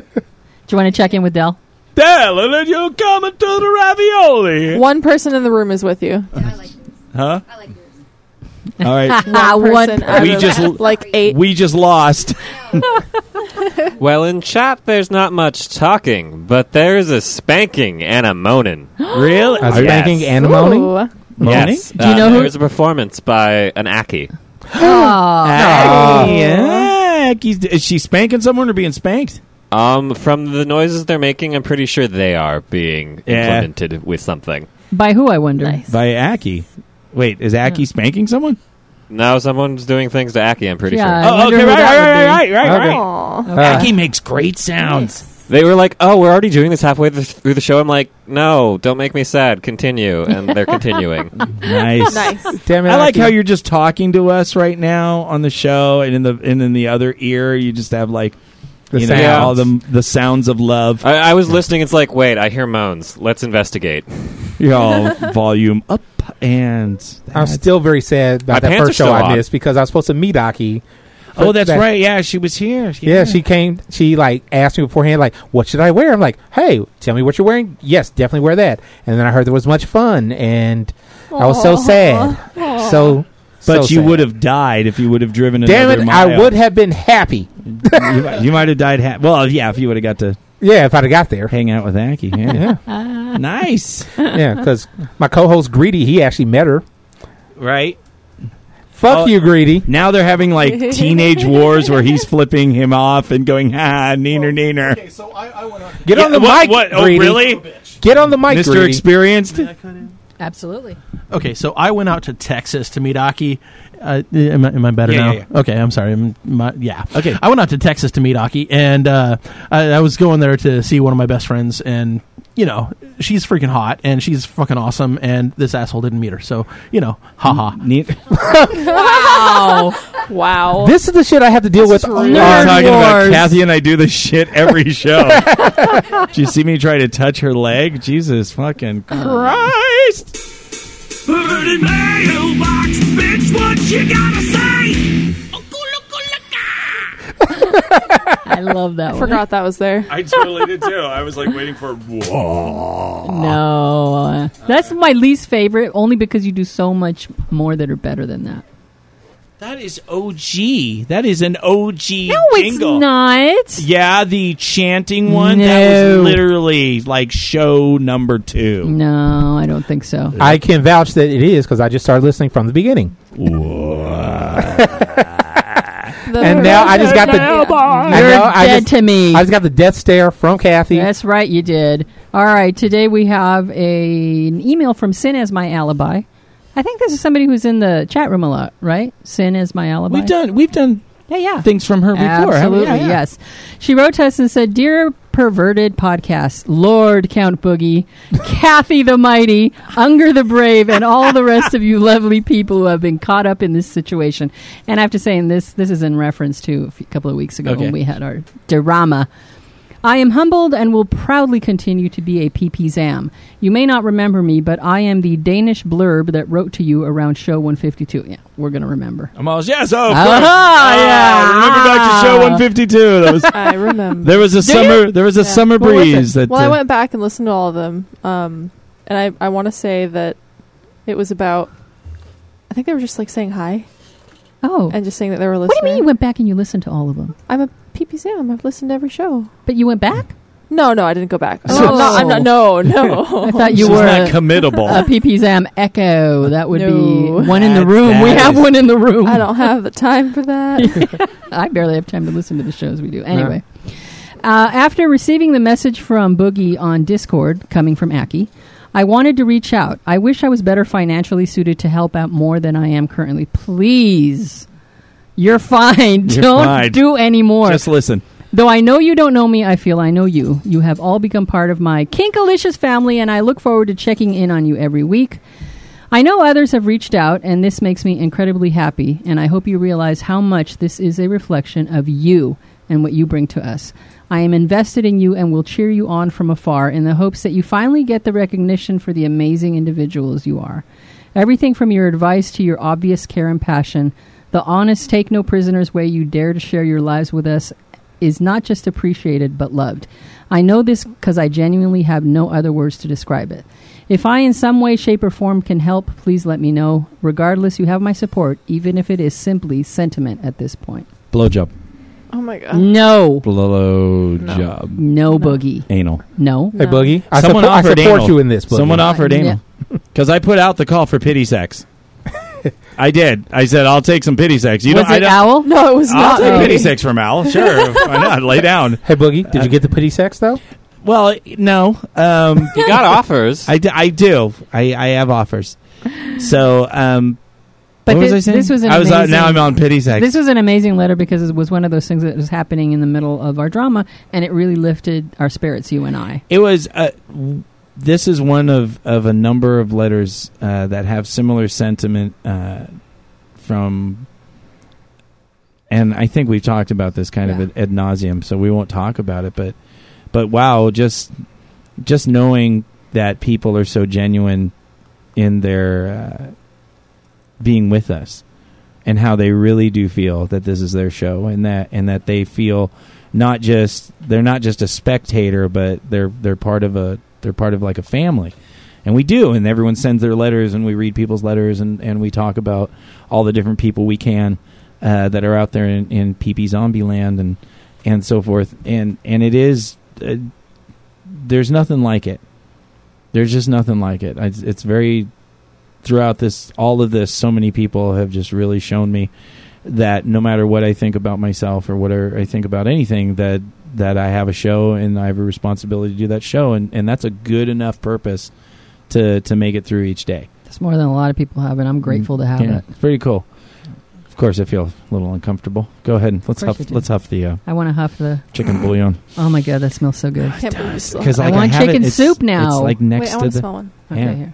Speaker 2: Do you want to check in with Dell?
Speaker 1: Della, did you coming to the ravioli?
Speaker 3: One person in the room is with you.
Speaker 1: Huh? All right.
Speaker 2: Wow,
Speaker 3: Person out
Speaker 1: We
Speaker 3: of,
Speaker 1: just l-
Speaker 3: like eight.
Speaker 1: We just lost.
Speaker 6: Well, in chat, there's not much talking, but there is a spanking and a moaning.
Speaker 1: Really?
Speaker 4: I was
Speaker 6: Yes.
Speaker 4: thinking animony.
Speaker 3: Ooh.
Speaker 1: Moaning?
Speaker 6: Yes.
Speaker 4: Uh,
Speaker 2: you know who-
Speaker 6: There was a performance by an Aki.
Speaker 2: Oh,
Speaker 1: Ah, yeah. He's- Is she spanking someone or being spanked?
Speaker 6: Um, from the noises they're making, I'm pretty sure they are being
Speaker 1: Yeah.
Speaker 6: implemented with something.
Speaker 2: by who? I wonder.
Speaker 1: By Aki. Wait, is Aki spanking someone? Oh,
Speaker 6: No, someone's doing things to Aki. I'm pretty
Speaker 2: Yeah.
Speaker 6: sure.
Speaker 2: I wonder who that would be.
Speaker 4: Okay.
Speaker 3: Aw.
Speaker 4: Uh,
Speaker 1: Aki makes great sounds.
Speaker 6: They were like, "Oh, we're already doing this halfway th- through the show." I'm like, "No, don't make me sad. Continue." And they're continuing.
Speaker 1: Nice.
Speaker 3: Nice.
Speaker 4: damn it,
Speaker 1: I like
Speaker 4: Aki.
Speaker 1: how you're just talking to us right now on the show, and in the and in the other ear, you just have like
Speaker 4: The Uh,
Speaker 1: you know,
Speaker 6: sounds.
Speaker 1: all the the sounds of love.
Speaker 6: I, I was listening. It's like, wait, I hear moans. Let's investigate.
Speaker 1: you all volume up and.
Speaker 4: I'm
Speaker 1: that's-
Speaker 4: still very sad about
Speaker 6: My
Speaker 4: that
Speaker 6: pants are
Speaker 4: first show
Speaker 6: still
Speaker 4: I
Speaker 6: on.
Speaker 4: missed because I was supposed to meet Aki.
Speaker 1: oh, that's
Speaker 4: That-
Speaker 1: right. Yeah, she was here.
Speaker 4: Yeah, she came. She like asked me beforehand, like, "What should I wear?" I'm like, "Hey, tell me what you're wearing." Yes, definitely wear that. And then I heard there was much fun, and I was so
Speaker 3: Aw.
Speaker 4: sad.
Speaker 3: Aw.
Speaker 4: So,
Speaker 1: But
Speaker 4: so
Speaker 1: you
Speaker 4: sad.
Speaker 1: would have died if you would have driven
Speaker 4: Damn
Speaker 1: another
Speaker 4: it!
Speaker 1: mile.
Speaker 4: I would have been happy.
Speaker 1: you, might- you might have died. Ha- well, yeah, if you would have got to
Speaker 4: Yeah, if I'd have got there.
Speaker 1: hang out with Aki. Yeah.
Speaker 4: Yeah,
Speaker 1: nice.
Speaker 4: yeah, because my co-host Greedy, he actually met her.
Speaker 1: Right?
Speaker 4: Fuck
Speaker 1: Oh.
Speaker 4: you, Greedy.
Speaker 1: Now they're having like teenage wars where he's flipping him off and going, ha, neener, neener.
Speaker 9: so I, I went out to
Speaker 4: Get on the
Speaker 9: what,
Speaker 4: mic,
Speaker 9: What? Oh,
Speaker 4: Greedy.
Speaker 9: really?
Speaker 4: Get on the mic,
Speaker 1: Mr.
Speaker 4: Greedy.
Speaker 1: Experienced?
Speaker 2: Absolutely.
Speaker 9: Okay, so I went out to Texas to meet Aki. Uh, am, I, am I better
Speaker 1: Yeah,
Speaker 9: now?
Speaker 1: yeah,
Speaker 9: Okay, I'm sorry. I'm, my, yeah.
Speaker 1: Okay.
Speaker 9: I went out to Texas to meet Aki, and uh, I, I was going there to see one of my best friends, and you know she's freaking hot, and she's fucking awesome, and this asshole didn't meet her, so you know, haha.
Speaker 1: Ne-
Speaker 2: Wow. wow.
Speaker 4: This is the shit I have to deal with.
Speaker 1: We're
Speaker 4: all
Speaker 2: Nerd
Speaker 1: talking about
Speaker 2: wars.
Speaker 1: Kathy and I do this shit every show. Do you see me try to touch her leg? Jesus fucking Christ.
Speaker 7: Perverted mailbox, bitch, what you gotta say?
Speaker 2: I love that
Speaker 3: I
Speaker 2: one.
Speaker 3: forgot that was there.
Speaker 1: I totally did too. I was like waiting for.
Speaker 2: No, uh, that's my least favorite, only because you do so much more that are better than that.
Speaker 1: That is OG. That is an OG
Speaker 2: No, it's
Speaker 1: jingle.
Speaker 2: not.
Speaker 1: Yeah, the chanting one. That
Speaker 2: No.
Speaker 1: was literally like show number two.
Speaker 2: No, I don't think so.
Speaker 4: I can vouch that it is because I just started listening from the beginning, and now I just got the
Speaker 2: You're
Speaker 4: I know, I
Speaker 2: dead
Speaker 4: just-
Speaker 2: to me.
Speaker 4: I just got the death stare from Kathy.
Speaker 2: That's right, you did. All right, today we have a, an email from Sin as my alibi. I think this is somebody who's in the chat room a lot, right? Sin as my alibi.
Speaker 1: We've done we've done
Speaker 2: yeah, yeah.
Speaker 1: things from her before. haven't we?
Speaker 2: Absolutely,
Speaker 1: Yeah, yeah.
Speaker 2: yes. She wrote to us and said, "Dear perverted podcast, Lord Count Boogie, Kathy the Mighty, Unger the Brave, and all the rest of you lovely people who have been caught up in this situation." And I have to say, and this this is in reference to a few- couple of weeks ago
Speaker 1: Okay.
Speaker 2: when we had our drama. I am humbled and will proudly continue to be a PP Zam. You may not remember me, but I am the Danish blurb that wrote to you around show 152. Yeah, we're going to remember.
Speaker 1: I'm always yes. Oh, of course.
Speaker 2: Ah, yeah.
Speaker 1: remember back to show 152. That was
Speaker 3: Mm, I remember.
Speaker 1: there was a
Speaker 2: Do
Speaker 1: summer there was a
Speaker 3: Yeah.
Speaker 1: summer
Speaker 3: What was it?
Speaker 1: breeze that
Speaker 3: well, I
Speaker 1: uh,
Speaker 3: went back and listened to all of them, um, and I I want to say that it was about. I think they were just like saying hi
Speaker 2: Oh.
Speaker 3: and just saying that they were listening.
Speaker 2: What do you mean you went back and you listened to all of them?
Speaker 3: I'm a PP Sam. I've listened to every show.
Speaker 2: But you went back?
Speaker 3: No, no, I didn't go back.
Speaker 2: So-
Speaker 3: I'm not, I'm not, no, no.
Speaker 2: I thought you
Speaker 1: she's
Speaker 2: were
Speaker 1: not
Speaker 2: a, a
Speaker 1: committable.
Speaker 2: PPZAM Echo. That would
Speaker 3: No.
Speaker 2: be one in the
Speaker 1: Oh. That-
Speaker 2: room. We
Speaker 1: that
Speaker 2: have
Speaker 1: is-
Speaker 2: one in the room.
Speaker 3: I don't have the time for that.
Speaker 2: I barely have time to listen to the shows we do. Anyway, uh, after receiving the message from Boogie on Discord coming from Aki, I wanted to reach out. I wish I was better financially suited to help out more than I am currently. Please. You're fine.
Speaker 1: You're
Speaker 2: don't
Speaker 1: fine.
Speaker 2: do any more.
Speaker 1: Just listen.
Speaker 2: Though I know you don't know me, I feel I know you. You have all become part of my Kinkalicious family, and I look forward to checking in on you every week. I know others have reached out, and this makes me incredibly happy, and I hope you realize how much this is a reflection of you and what you bring to us. I am invested in you and will cheer you on from afar in the hopes that you finally get the recognition for the amazing individuals you are. Everything from your advice to your obvious care and passion, the honest, take no prisoners way you dare to share your lives with us is not just appreciated but loved. I know this because I genuinely have no other words to describe it. If I, in some way, shape, or form, can help, please let me know. Regardless, you have my support, even if it is simply sentiment at this point.
Speaker 1: Blowjob.
Speaker 3: oh my god.
Speaker 2: No,
Speaker 1: Blowjob.
Speaker 2: no boogie,
Speaker 1: Anal.
Speaker 2: no.
Speaker 4: Hey,
Speaker 3: No.
Speaker 4: Boogie, I,
Speaker 1: Someone
Speaker 4: suppo- I
Speaker 1: offered
Speaker 4: support
Speaker 1: anal.
Speaker 4: you in this. Boogie.
Speaker 1: Someone offered
Speaker 2: Yeah.
Speaker 1: anal because I put out the call for pity sex. I did. I said I'll take some pity sex. You
Speaker 2: was
Speaker 1: don't, I
Speaker 2: it
Speaker 1: don't,
Speaker 2: owl?
Speaker 3: No, it was
Speaker 1: I'll
Speaker 3: not.
Speaker 1: take
Speaker 2: me.
Speaker 1: pity sex from Al. Sure, why not? Lay down.
Speaker 4: Hey, Boogie,
Speaker 1: Uh,
Speaker 4: did you get the pity sex though?
Speaker 1: Well, no. Um,
Speaker 6: You got offers.
Speaker 1: I, d- I do. I, I have offers. So, um,
Speaker 2: But
Speaker 1: what was
Speaker 2: thi-
Speaker 1: I saying?
Speaker 2: this was uh, an
Speaker 1: I was out,
Speaker 2: amazing-
Speaker 1: now I'm on pity sex.
Speaker 2: This was an amazing letter because it was one of those things that was happening in the middle of our drama, and it really lifted our spirits, you and I.
Speaker 1: it was. Uh, w- this is one of, of a number of letters uh, that have similar sentiment uh, from, and I think we've talked about this kind
Speaker 2: Yeah.
Speaker 1: of ad, ad nauseum, so we won't talk about it. But but wow, just just knowing that people are so genuine in their uh, being with us and how they really do feel that this is their show and that and that they feel not just they're not just a spectator but they're they're part of a they're part of like a family and we do and everyone sends their letters and we read people's letters and and we talk about all the different people we can uh, that are out there in, in PP zombie land and and so forth and and it is uh, there's nothing like it there's just nothing like it I, it's very throughout this all of this so many people have just really shown me that no matter what I think about myself or what I think about anything that that I have a show and I have a responsibility to do that show and, and that's a good enough purpose to to make it through each day.
Speaker 2: That's more than a lot of people have, and I'm grateful to have
Speaker 1: Yeah,
Speaker 2: it.
Speaker 1: it's pretty cool. Of course, I feel a little uncomfortable. Go ahead and let's
Speaker 2: Of course
Speaker 1: huff,
Speaker 2: you do.
Speaker 1: let's huff the uh,
Speaker 2: I want to huff the.
Speaker 1: chicken bouillon
Speaker 2: Oh my god, that smells so good.
Speaker 3: I can't believe you still have
Speaker 1: because
Speaker 2: I
Speaker 1: like,
Speaker 2: want
Speaker 1: have it,
Speaker 2: chicken
Speaker 1: it's-
Speaker 2: soup now.
Speaker 1: It's like
Speaker 3: Wait,
Speaker 1: next
Speaker 3: I
Speaker 1: to
Speaker 3: want to
Speaker 1: the
Speaker 3: smell one.
Speaker 2: Okay,
Speaker 1: Yeah.
Speaker 2: here.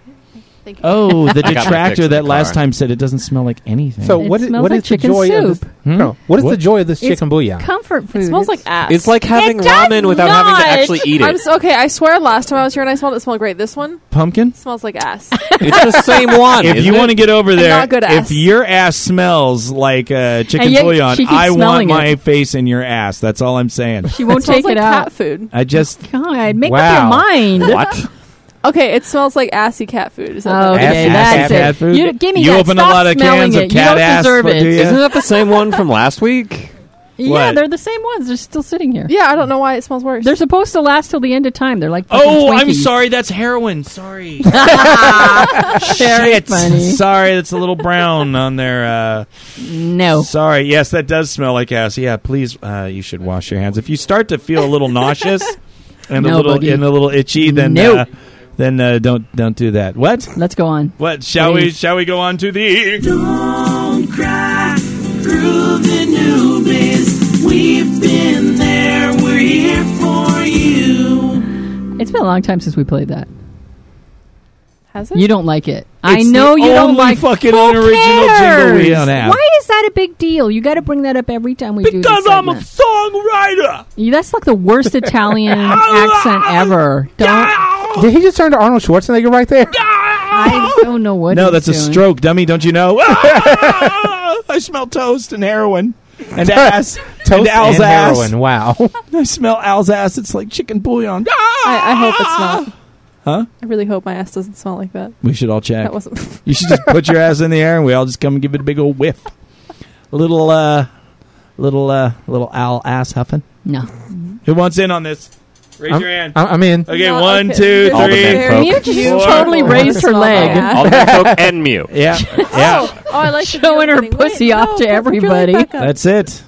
Speaker 3: Thank you.
Speaker 1: oh the
Speaker 6: got my fix
Speaker 1: detractor
Speaker 6: in the
Speaker 1: that last
Speaker 6: car.
Speaker 1: time said it doesn't smell like anything. Hmm?
Speaker 4: So
Speaker 2: It
Speaker 4: what is
Speaker 2: smells
Speaker 4: what
Speaker 2: like
Speaker 4: is the
Speaker 2: chicken
Speaker 4: joy of
Speaker 2: soup.
Speaker 4: this? No, what is
Speaker 1: What?
Speaker 4: the joy of this
Speaker 2: It's-
Speaker 4: chicken bouillon?
Speaker 2: Comfort food.
Speaker 3: It smells like
Speaker 2: It's-
Speaker 3: ass.
Speaker 6: It's like having
Speaker 2: It does
Speaker 6: ramen without having to
Speaker 2: not.
Speaker 6: actually eat
Speaker 3: I'm
Speaker 6: it.
Speaker 3: so, okay, I swear last time I was here and I smelled it, it smelled great. This one
Speaker 1: pumpkin.
Speaker 3: smells like ass.
Speaker 6: It's the same one.
Speaker 1: If you want to get over there,
Speaker 3: not good
Speaker 1: if
Speaker 3: ass.
Speaker 1: your ass smells like uh, chicken
Speaker 2: And yet
Speaker 1: bouillon,
Speaker 2: she keeps
Speaker 1: I want
Speaker 2: smelling it.
Speaker 1: my face in your ass. That's all I'm saying.
Speaker 2: She won't
Speaker 3: smells
Speaker 2: take
Speaker 3: like
Speaker 2: it
Speaker 3: cat
Speaker 2: out.
Speaker 3: food.
Speaker 1: I just
Speaker 2: God, make
Speaker 4: Wow.
Speaker 2: up your mind.
Speaker 1: what?
Speaker 3: Okay, it smells like assy cat food. Is that
Speaker 2: Oh,
Speaker 3: what it is?
Speaker 2: okay,
Speaker 4: Ass- ass
Speaker 2: that's
Speaker 4: cat
Speaker 2: it.
Speaker 4: food?
Speaker 2: You, give me
Speaker 1: You
Speaker 2: that.
Speaker 1: open a
Speaker 2: Stop
Speaker 1: lot of
Speaker 2: smelling
Speaker 1: cans of
Speaker 2: it.
Speaker 1: cat
Speaker 2: you don't
Speaker 1: ass,
Speaker 2: deserve
Speaker 1: but do
Speaker 2: it.
Speaker 1: ya?
Speaker 6: Isn't that the same one from last week?
Speaker 2: Yeah,
Speaker 1: What?
Speaker 2: they're the same ones. They're still sitting here.
Speaker 3: Yeah, I don't know why it smells worse.
Speaker 2: They're supposed to last till the end of time. They're like fucking
Speaker 1: Oh, I'm
Speaker 2: Twinkies.
Speaker 1: sorry. That's heroin. Sorry.
Speaker 2: Very
Speaker 1: Shit.
Speaker 2: funny.
Speaker 1: Sorry, that's a little brown on there. Uh,
Speaker 2: No.
Speaker 1: sorry. Yes, that does smell like ass. Yeah, please. Uh, you should wash your hands. If you start to feel a little nauseous and a
Speaker 2: No,
Speaker 1: little
Speaker 2: buddy.
Speaker 1: and a little itchy, then
Speaker 2: No.
Speaker 1: uh, then uh, don't don't do that. What?
Speaker 2: Let's go on.
Speaker 1: What? Shall we?
Speaker 2: Please.
Speaker 1: Shall we go on to the?
Speaker 7: Don't cry, groove the newbies. We've been there, we're here for you.
Speaker 2: It's been a long time since we played that.
Speaker 3: Has it?
Speaker 2: You don't like it. I
Speaker 1: It's
Speaker 2: know
Speaker 1: the
Speaker 2: you don't
Speaker 1: only
Speaker 2: like
Speaker 1: fucking
Speaker 2: Who
Speaker 1: unoriginal jingle we
Speaker 2: cares?
Speaker 1: don't have.
Speaker 2: Why is that a big deal? You got to bring that up every time we do this
Speaker 1: Because I'm a
Speaker 2: segment.
Speaker 1: songwriter.
Speaker 2: You- That's like the worst Italian accent ever. Don't.
Speaker 4: Did he just turn to Arnold Schwarzenegger right there?
Speaker 2: I don't know what.
Speaker 1: No,
Speaker 2: he's
Speaker 1: that's a
Speaker 2: doing.
Speaker 1: stroke, dummy. Don't you know? I smell toast and heroin and ass.
Speaker 4: Toast
Speaker 1: and Al's
Speaker 4: and
Speaker 1: ass.
Speaker 4: heroin. Wow.
Speaker 1: I smell Al's ass. It's like chicken bouillon.
Speaker 3: I, I hope it's not.
Speaker 1: Huh?
Speaker 3: I really hope my ass doesn't smell like that.
Speaker 1: We should all check.
Speaker 3: That wasn't.
Speaker 1: You should just put your ass in the air, and we all just come and give it a big old whiff. A little, uh, little, uh, little Al ass huffing.
Speaker 2: No.
Speaker 1: Who wants in on this? Raise
Speaker 4: I'm-
Speaker 1: your hand.
Speaker 4: I- I'm in.
Speaker 1: Okay,
Speaker 3: Not
Speaker 1: one,
Speaker 3: okay.
Speaker 1: two,
Speaker 3: There's
Speaker 6: All the
Speaker 1: three.
Speaker 6: men
Speaker 3: very
Speaker 6: folk.
Speaker 3: few
Speaker 1: You
Speaker 3: people
Speaker 1: totally
Speaker 3: who
Speaker 2: raised her
Speaker 3: smell my
Speaker 2: leg.
Speaker 3: ass.
Speaker 6: All the men folk and Mew.
Speaker 1: Yeah, yeah.
Speaker 3: Oh, I like the
Speaker 2: Showing her
Speaker 3: feeling. Wait,
Speaker 2: pussy off
Speaker 3: no,
Speaker 2: to
Speaker 3: put your leg
Speaker 2: everybody.
Speaker 3: back up.
Speaker 1: That's it.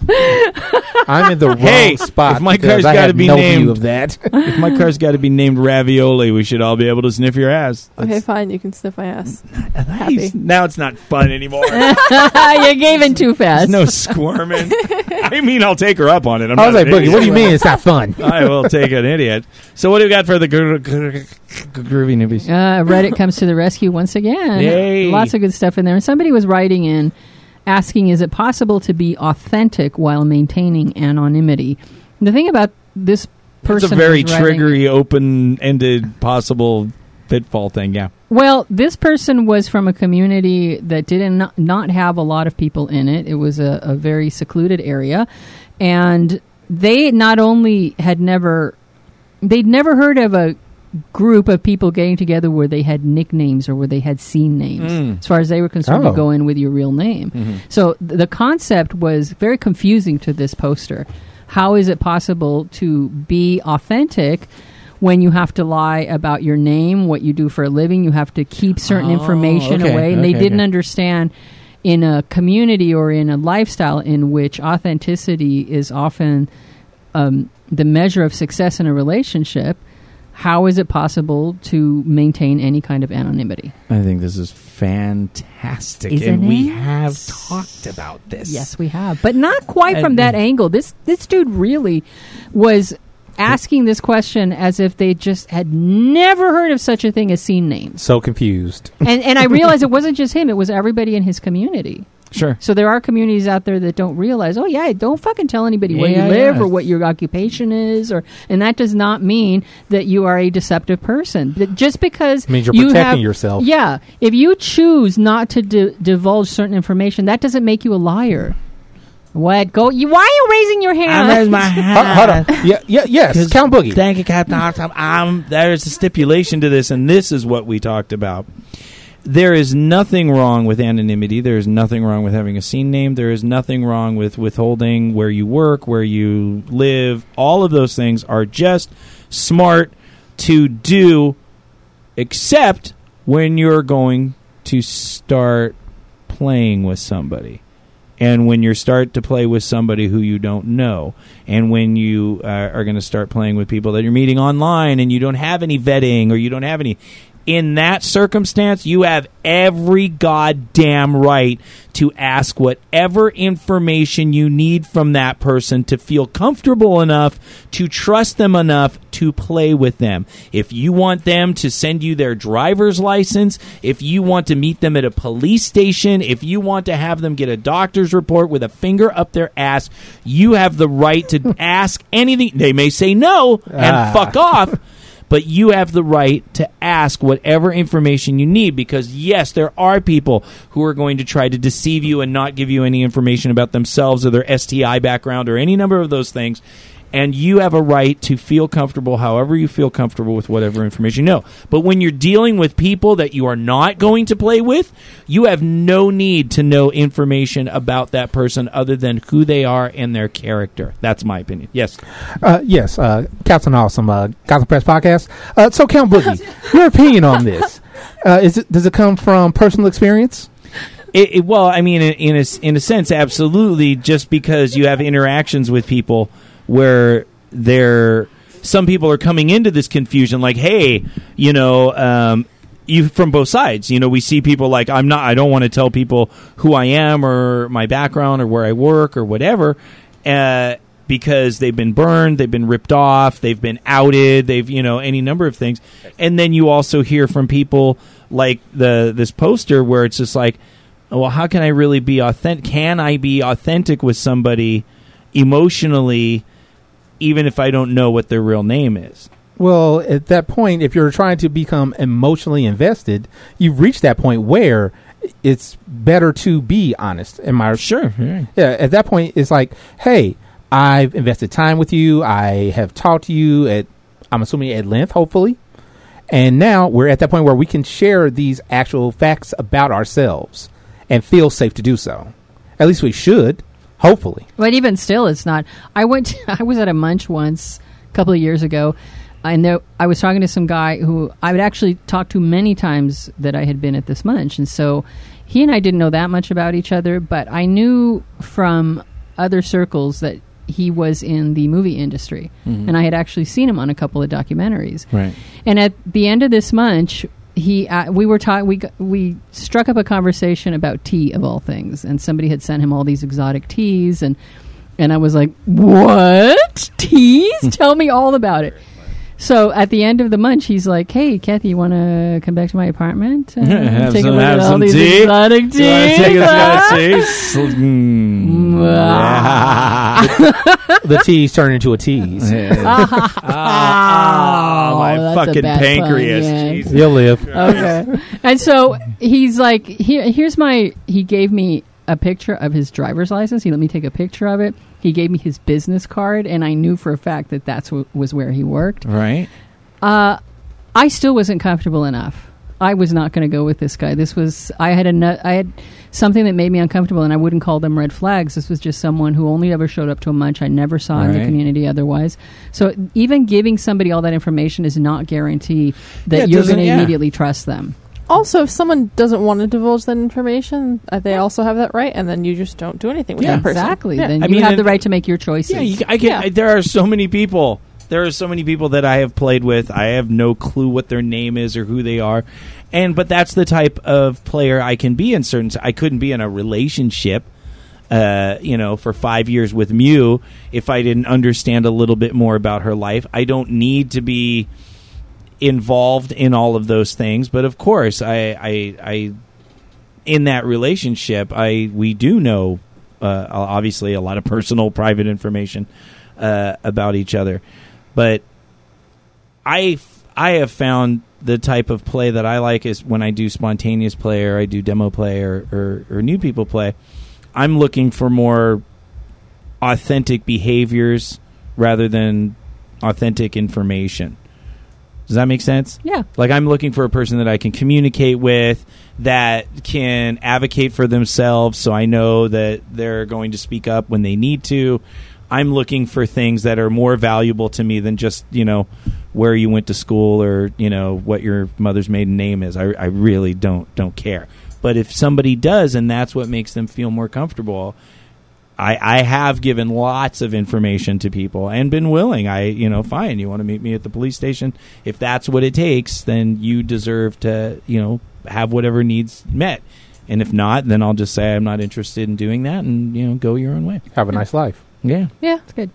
Speaker 4: I'm in the wrong
Speaker 1: Hey,
Speaker 4: spot.
Speaker 1: if my
Speaker 4: because
Speaker 1: car's
Speaker 4: I
Speaker 1: gotta
Speaker 4: had
Speaker 1: be
Speaker 4: no
Speaker 1: named-
Speaker 4: view of that.
Speaker 1: If my car's got to be named Ravioli, we should all be able to sniff your ass.
Speaker 3: Okay, fine. You can sniff my ass.
Speaker 1: That's
Speaker 3: happy.
Speaker 1: Now it's not fun anymore.
Speaker 2: you gave in too
Speaker 1: There's
Speaker 2: fast.
Speaker 1: no squirming. I mean, I'll take her up on it. I'm
Speaker 4: I was
Speaker 1: not
Speaker 4: like,
Speaker 1: an
Speaker 4: Boogie,
Speaker 1: idiot.
Speaker 4: what do you mean it's not fun?
Speaker 1: I will take an idiot. So what do we got for the gr- gr- gr- groovy newbies?
Speaker 2: Uh, Reddit comes to the rescue once again.
Speaker 1: Yay.
Speaker 2: Lots of good stuff in there. And somebody was writing in asking, is it possible to be authentic while maintaining anonymity? And the thing about this
Speaker 1: It's
Speaker 2: person.
Speaker 1: a very
Speaker 2: who's writing-
Speaker 1: triggery, open-ended, possible pitfall thing. Yeah,
Speaker 2: Well, this person was from a community that didn't not, not have a lot of people in it. It was a, a very secluded area, and they not only had never they'd never heard of a group of people getting together where they had nicknames or where they had scene names.
Speaker 1: Mm.
Speaker 2: As far as they were concerned,
Speaker 4: Oh.
Speaker 2: you go in with your real name.
Speaker 4: Mm-hmm.
Speaker 2: So th- the concept was very confusing to this poster. How is it possible to be authentic when you have to lie about your name, what you do for a living? You have to keep certain information
Speaker 1: Oh, okay,
Speaker 2: away, and
Speaker 1: okay,
Speaker 2: they didn't
Speaker 1: okay.
Speaker 2: understand in a community or in a lifestyle in which authenticity is often um, the measure of success in a relationship, how is it possible to maintain any kind of anonymity?
Speaker 1: I think this is fantastic,
Speaker 2: Isn't
Speaker 1: and we
Speaker 2: it?
Speaker 1: have talked about this.
Speaker 2: Yes, we have, but not quite from
Speaker 1: And-
Speaker 2: that angle. This this dude really was asking this question as if they just had never heard of such a thing as scene names.
Speaker 4: So confused.
Speaker 2: And and I realized it wasn't just him; it was everybody in his community.
Speaker 1: sure.
Speaker 2: So there are communities out there that don't realize, oh yeah, don't fucking tell anybody where
Speaker 1: Yeah,
Speaker 2: you live
Speaker 1: yeah.
Speaker 2: or what your occupation is, or and that does not mean that you are a deceptive person. That just because
Speaker 4: It means you're
Speaker 2: you
Speaker 4: protecting
Speaker 2: have-
Speaker 4: yourself.
Speaker 2: Yeah, if you choose not to d- divulge certain information, that doesn't make you a liar. What go? You, why are you raising your hand?
Speaker 1: I raise Ah, my
Speaker 4: Hold-
Speaker 1: hand.
Speaker 4: Hold on. Yeah, yeah, yes.
Speaker 1: 'Cause-
Speaker 4: Count Boogie.
Speaker 1: Thank you, Captain Awesome. Um, there's a stipulation to this, and this is what we talked about. There is nothing wrong with anonymity. There is nothing wrong with having a scene name. There is nothing wrong with withholding where you work, where you live. All of those things are just smart to do, except when you're going to start playing with somebody and when you start to play with somebody who you don't know and when you uh, are going to start playing with people that you're meeting online and you don't have any vetting or you don't have any in that circumstance you have every goddamn right to ask whatever information you need from that person to feel comfortable enough to trust them enough to play with them if you want them to send you their driver's license if you want to meet them at a police station if you want to have them get a doctor's report with a finger up their ass you have the right to ask anything they may say no and
Speaker 4: Ah.
Speaker 1: fuck off but you have the right to ask whatever information you need because yes there are people who are going to try to deceive you and not give you any information about themselves or their STI background or any number of those things and you have a right to feel comfortable however you feel comfortable with whatever information you know. But when you're dealing with people that you are not going to play with, you have no need to know information about that person other than who they are and their character. That's my opinion. Yes.
Speaker 4: Uh, yes, uh, Captain Awesome, uh, Gotham Press Podcast. Uh, so, Count Boogie, your opinion on this? Uh, is it does it come from personal experience?
Speaker 1: It, it, well, I mean, in, in a s- in a sense, absolutely. Just because you have interactions with people where they're some people are coming into this confusion, like, hey, you know, um, you from both sides. You know, we see people like I'm not. I don't want to tell people who I am or my background or where I work or whatever. Uh, because they've been burned, they've been ripped off, they've been outed, they've you know any number of things, and then you also hear from people like the this poster where it's just like, well, how can I really be authentic? Can I be authentic with somebody emotionally, even if I don't know what their real name is?
Speaker 4: Well, at that point, if you're trying to become emotionally invested, you've reached that point where it's better to be honest. In my
Speaker 1: Sure.
Speaker 4: yeah, at that point, it's like, hey, I've invested time with you. I have talked to you at, I'm assuming at length, hopefully. And now we're at that point where we can share these actual facts about ourselves and feel safe to do so. At least we should, hopefully.
Speaker 2: But even still, it's not. I went. I was at a munch once a couple of years ago, and there, I was talking to some guy who I would actually talked to many times that I had been at this munch, and so he and I didn't know that much about each other, but I knew from other circles that he was in the movie industry,
Speaker 1: Mm-hmm.
Speaker 2: and I had actually seen him on a couple of documentaries.
Speaker 1: Right.
Speaker 2: And at the end of this munch, he uh, we were talking we got- we struck up a conversation about tea of all things, and somebody had sent him all these exotic teas, and and I was like, what
Speaker 1: Hmm.
Speaker 2: teas? Tell me all about it. So at the end of the munch, he's like, "Hey, Kathy, you want to come back to my apartment? Uh,
Speaker 1: Have
Speaker 2: take a
Speaker 1: some-
Speaker 2: look
Speaker 1: have
Speaker 2: at all
Speaker 1: some
Speaker 2: these
Speaker 1: tea?
Speaker 2: exotic teas.
Speaker 1: Mm.
Speaker 4: the tease turned into a tease.
Speaker 1: Oh, my
Speaker 2: that's a
Speaker 1: fucking
Speaker 2: bad pun,
Speaker 1: pancreas.
Speaker 2: yeah.
Speaker 1: Jesus.
Speaker 4: You'll live.
Speaker 2: okay. And so he's like, here, here's my. He gave me a picture of his driver's license. He let me take a picture of it. He gave me his business card, and I knew for a fact that that's wh- was where he worked.
Speaker 1: Right.
Speaker 2: Uh, I still wasn't comfortable enough. I was not going to go with this guy. This was I had ano- I had something that made me uncomfortable, and I wouldn't call them red flags. This was just someone who only ever showed up to a munch. I never saw in the
Speaker 1: Right.
Speaker 2: community otherwise. So even giving somebody all that information is not guarantee
Speaker 1: Yeah,
Speaker 2: that
Speaker 1: it
Speaker 2: you're
Speaker 1: doesn't-
Speaker 2: going to
Speaker 1: yeah.
Speaker 2: immediately trust them.
Speaker 3: Also, if someone doesn't want to divulge that information, uh, they also have that right, and then you just don't do anything with
Speaker 1: Yeah.
Speaker 3: that person.
Speaker 2: Exactly.
Speaker 3: Yeah.
Speaker 2: Then
Speaker 1: I
Speaker 2: you
Speaker 1: mean,
Speaker 2: have
Speaker 1: and-
Speaker 2: the right to make your choices.
Speaker 1: Yeah, you, I can.
Speaker 3: Yeah.
Speaker 1: I, there are so many people. There are so many people that I have played with. I have no clue what their name is or who they are, and but that's the type of player I can be in certain. I couldn't be in a relationship, uh, you know, for five years with Mew if I didn't understand a little bit more about her life. I don't need to be involved in all of those things, but of course, I, I, I in that relationship, I we do know uh, obviously a lot of personal, private information uh, about each other, but I I have found the type of play that I like is when I do spontaneous play or I do demo play or, or, or new people play. I'm looking for more authentic behaviors rather than authentic information. Does that make sense?
Speaker 2: yeah.
Speaker 1: Like I'm looking for a person that I can communicate with that can advocate for themselves so I know that they're going to speak up when they need to. I'm looking for things that are more valuable to me than just, you know, where you went to school or, you know, what your mother's maiden name is. I, I really don't don't care. But if somebody does and that's what makes them feel more comfortable, I, I have given lots of information to people and been willing. I, you know, fine, you want to meet me at the police station? If that's what it takes, then you deserve to, you know, have whatever needs met. And if not, then I'll just say I'm not interested in doing that and, you know, go your own way.
Speaker 4: Have a nice life.
Speaker 1: Yeah.
Speaker 3: Yeah.
Speaker 2: It's good.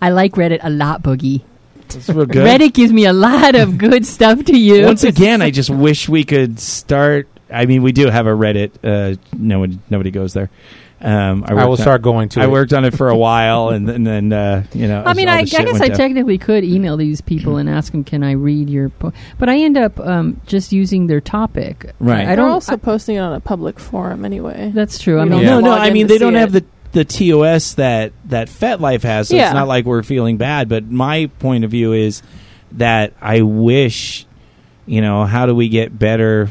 Speaker 2: I like Reddit a lot, Boogie.
Speaker 1: That's real good.
Speaker 2: Reddit gives me a lot of good stuff to use.
Speaker 1: Once again, I just wish we could start. I mean, we do have a Reddit. Uh, no one, nobody goes there. Um,
Speaker 4: I
Speaker 1: worked
Speaker 4: will
Speaker 1: on-
Speaker 4: start going to
Speaker 1: I
Speaker 4: it.
Speaker 1: worked on it for a while, and, and then uh, you know.
Speaker 2: I mean,
Speaker 1: all
Speaker 2: I, I
Speaker 1: this shit
Speaker 2: guess
Speaker 1: went
Speaker 2: I
Speaker 1: down.
Speaker 2: technically could email these people and ask them, "Can I read your?" Po-? But I end up um, just using their topic.
Speaker 1: Right.
Speaker 2: I
Speaker 3: They're
Speaker 2: don't.
Speaker 3: also posting it on a public forum anyway.
Speaker 2: that's true. I
Speaker 3: We
Speaker 2: mean,
Speaker 3: don't
Speaker 1: no, no.
Speaker 3: log
Speaker 1: I
Speaker 3: in
Speaker 1: mean,
Speaker 3: to
Speaker 1: they don't
Speaker 3: see
Speaker 1: have the.
Speaker 3: it.
Speaker 1: the TOS that that FetLife has. So
Speaker 3: Yeah.
Speaker 1: It's not like we're feeling bad, but my point of view is that I wish, you know, how do we get better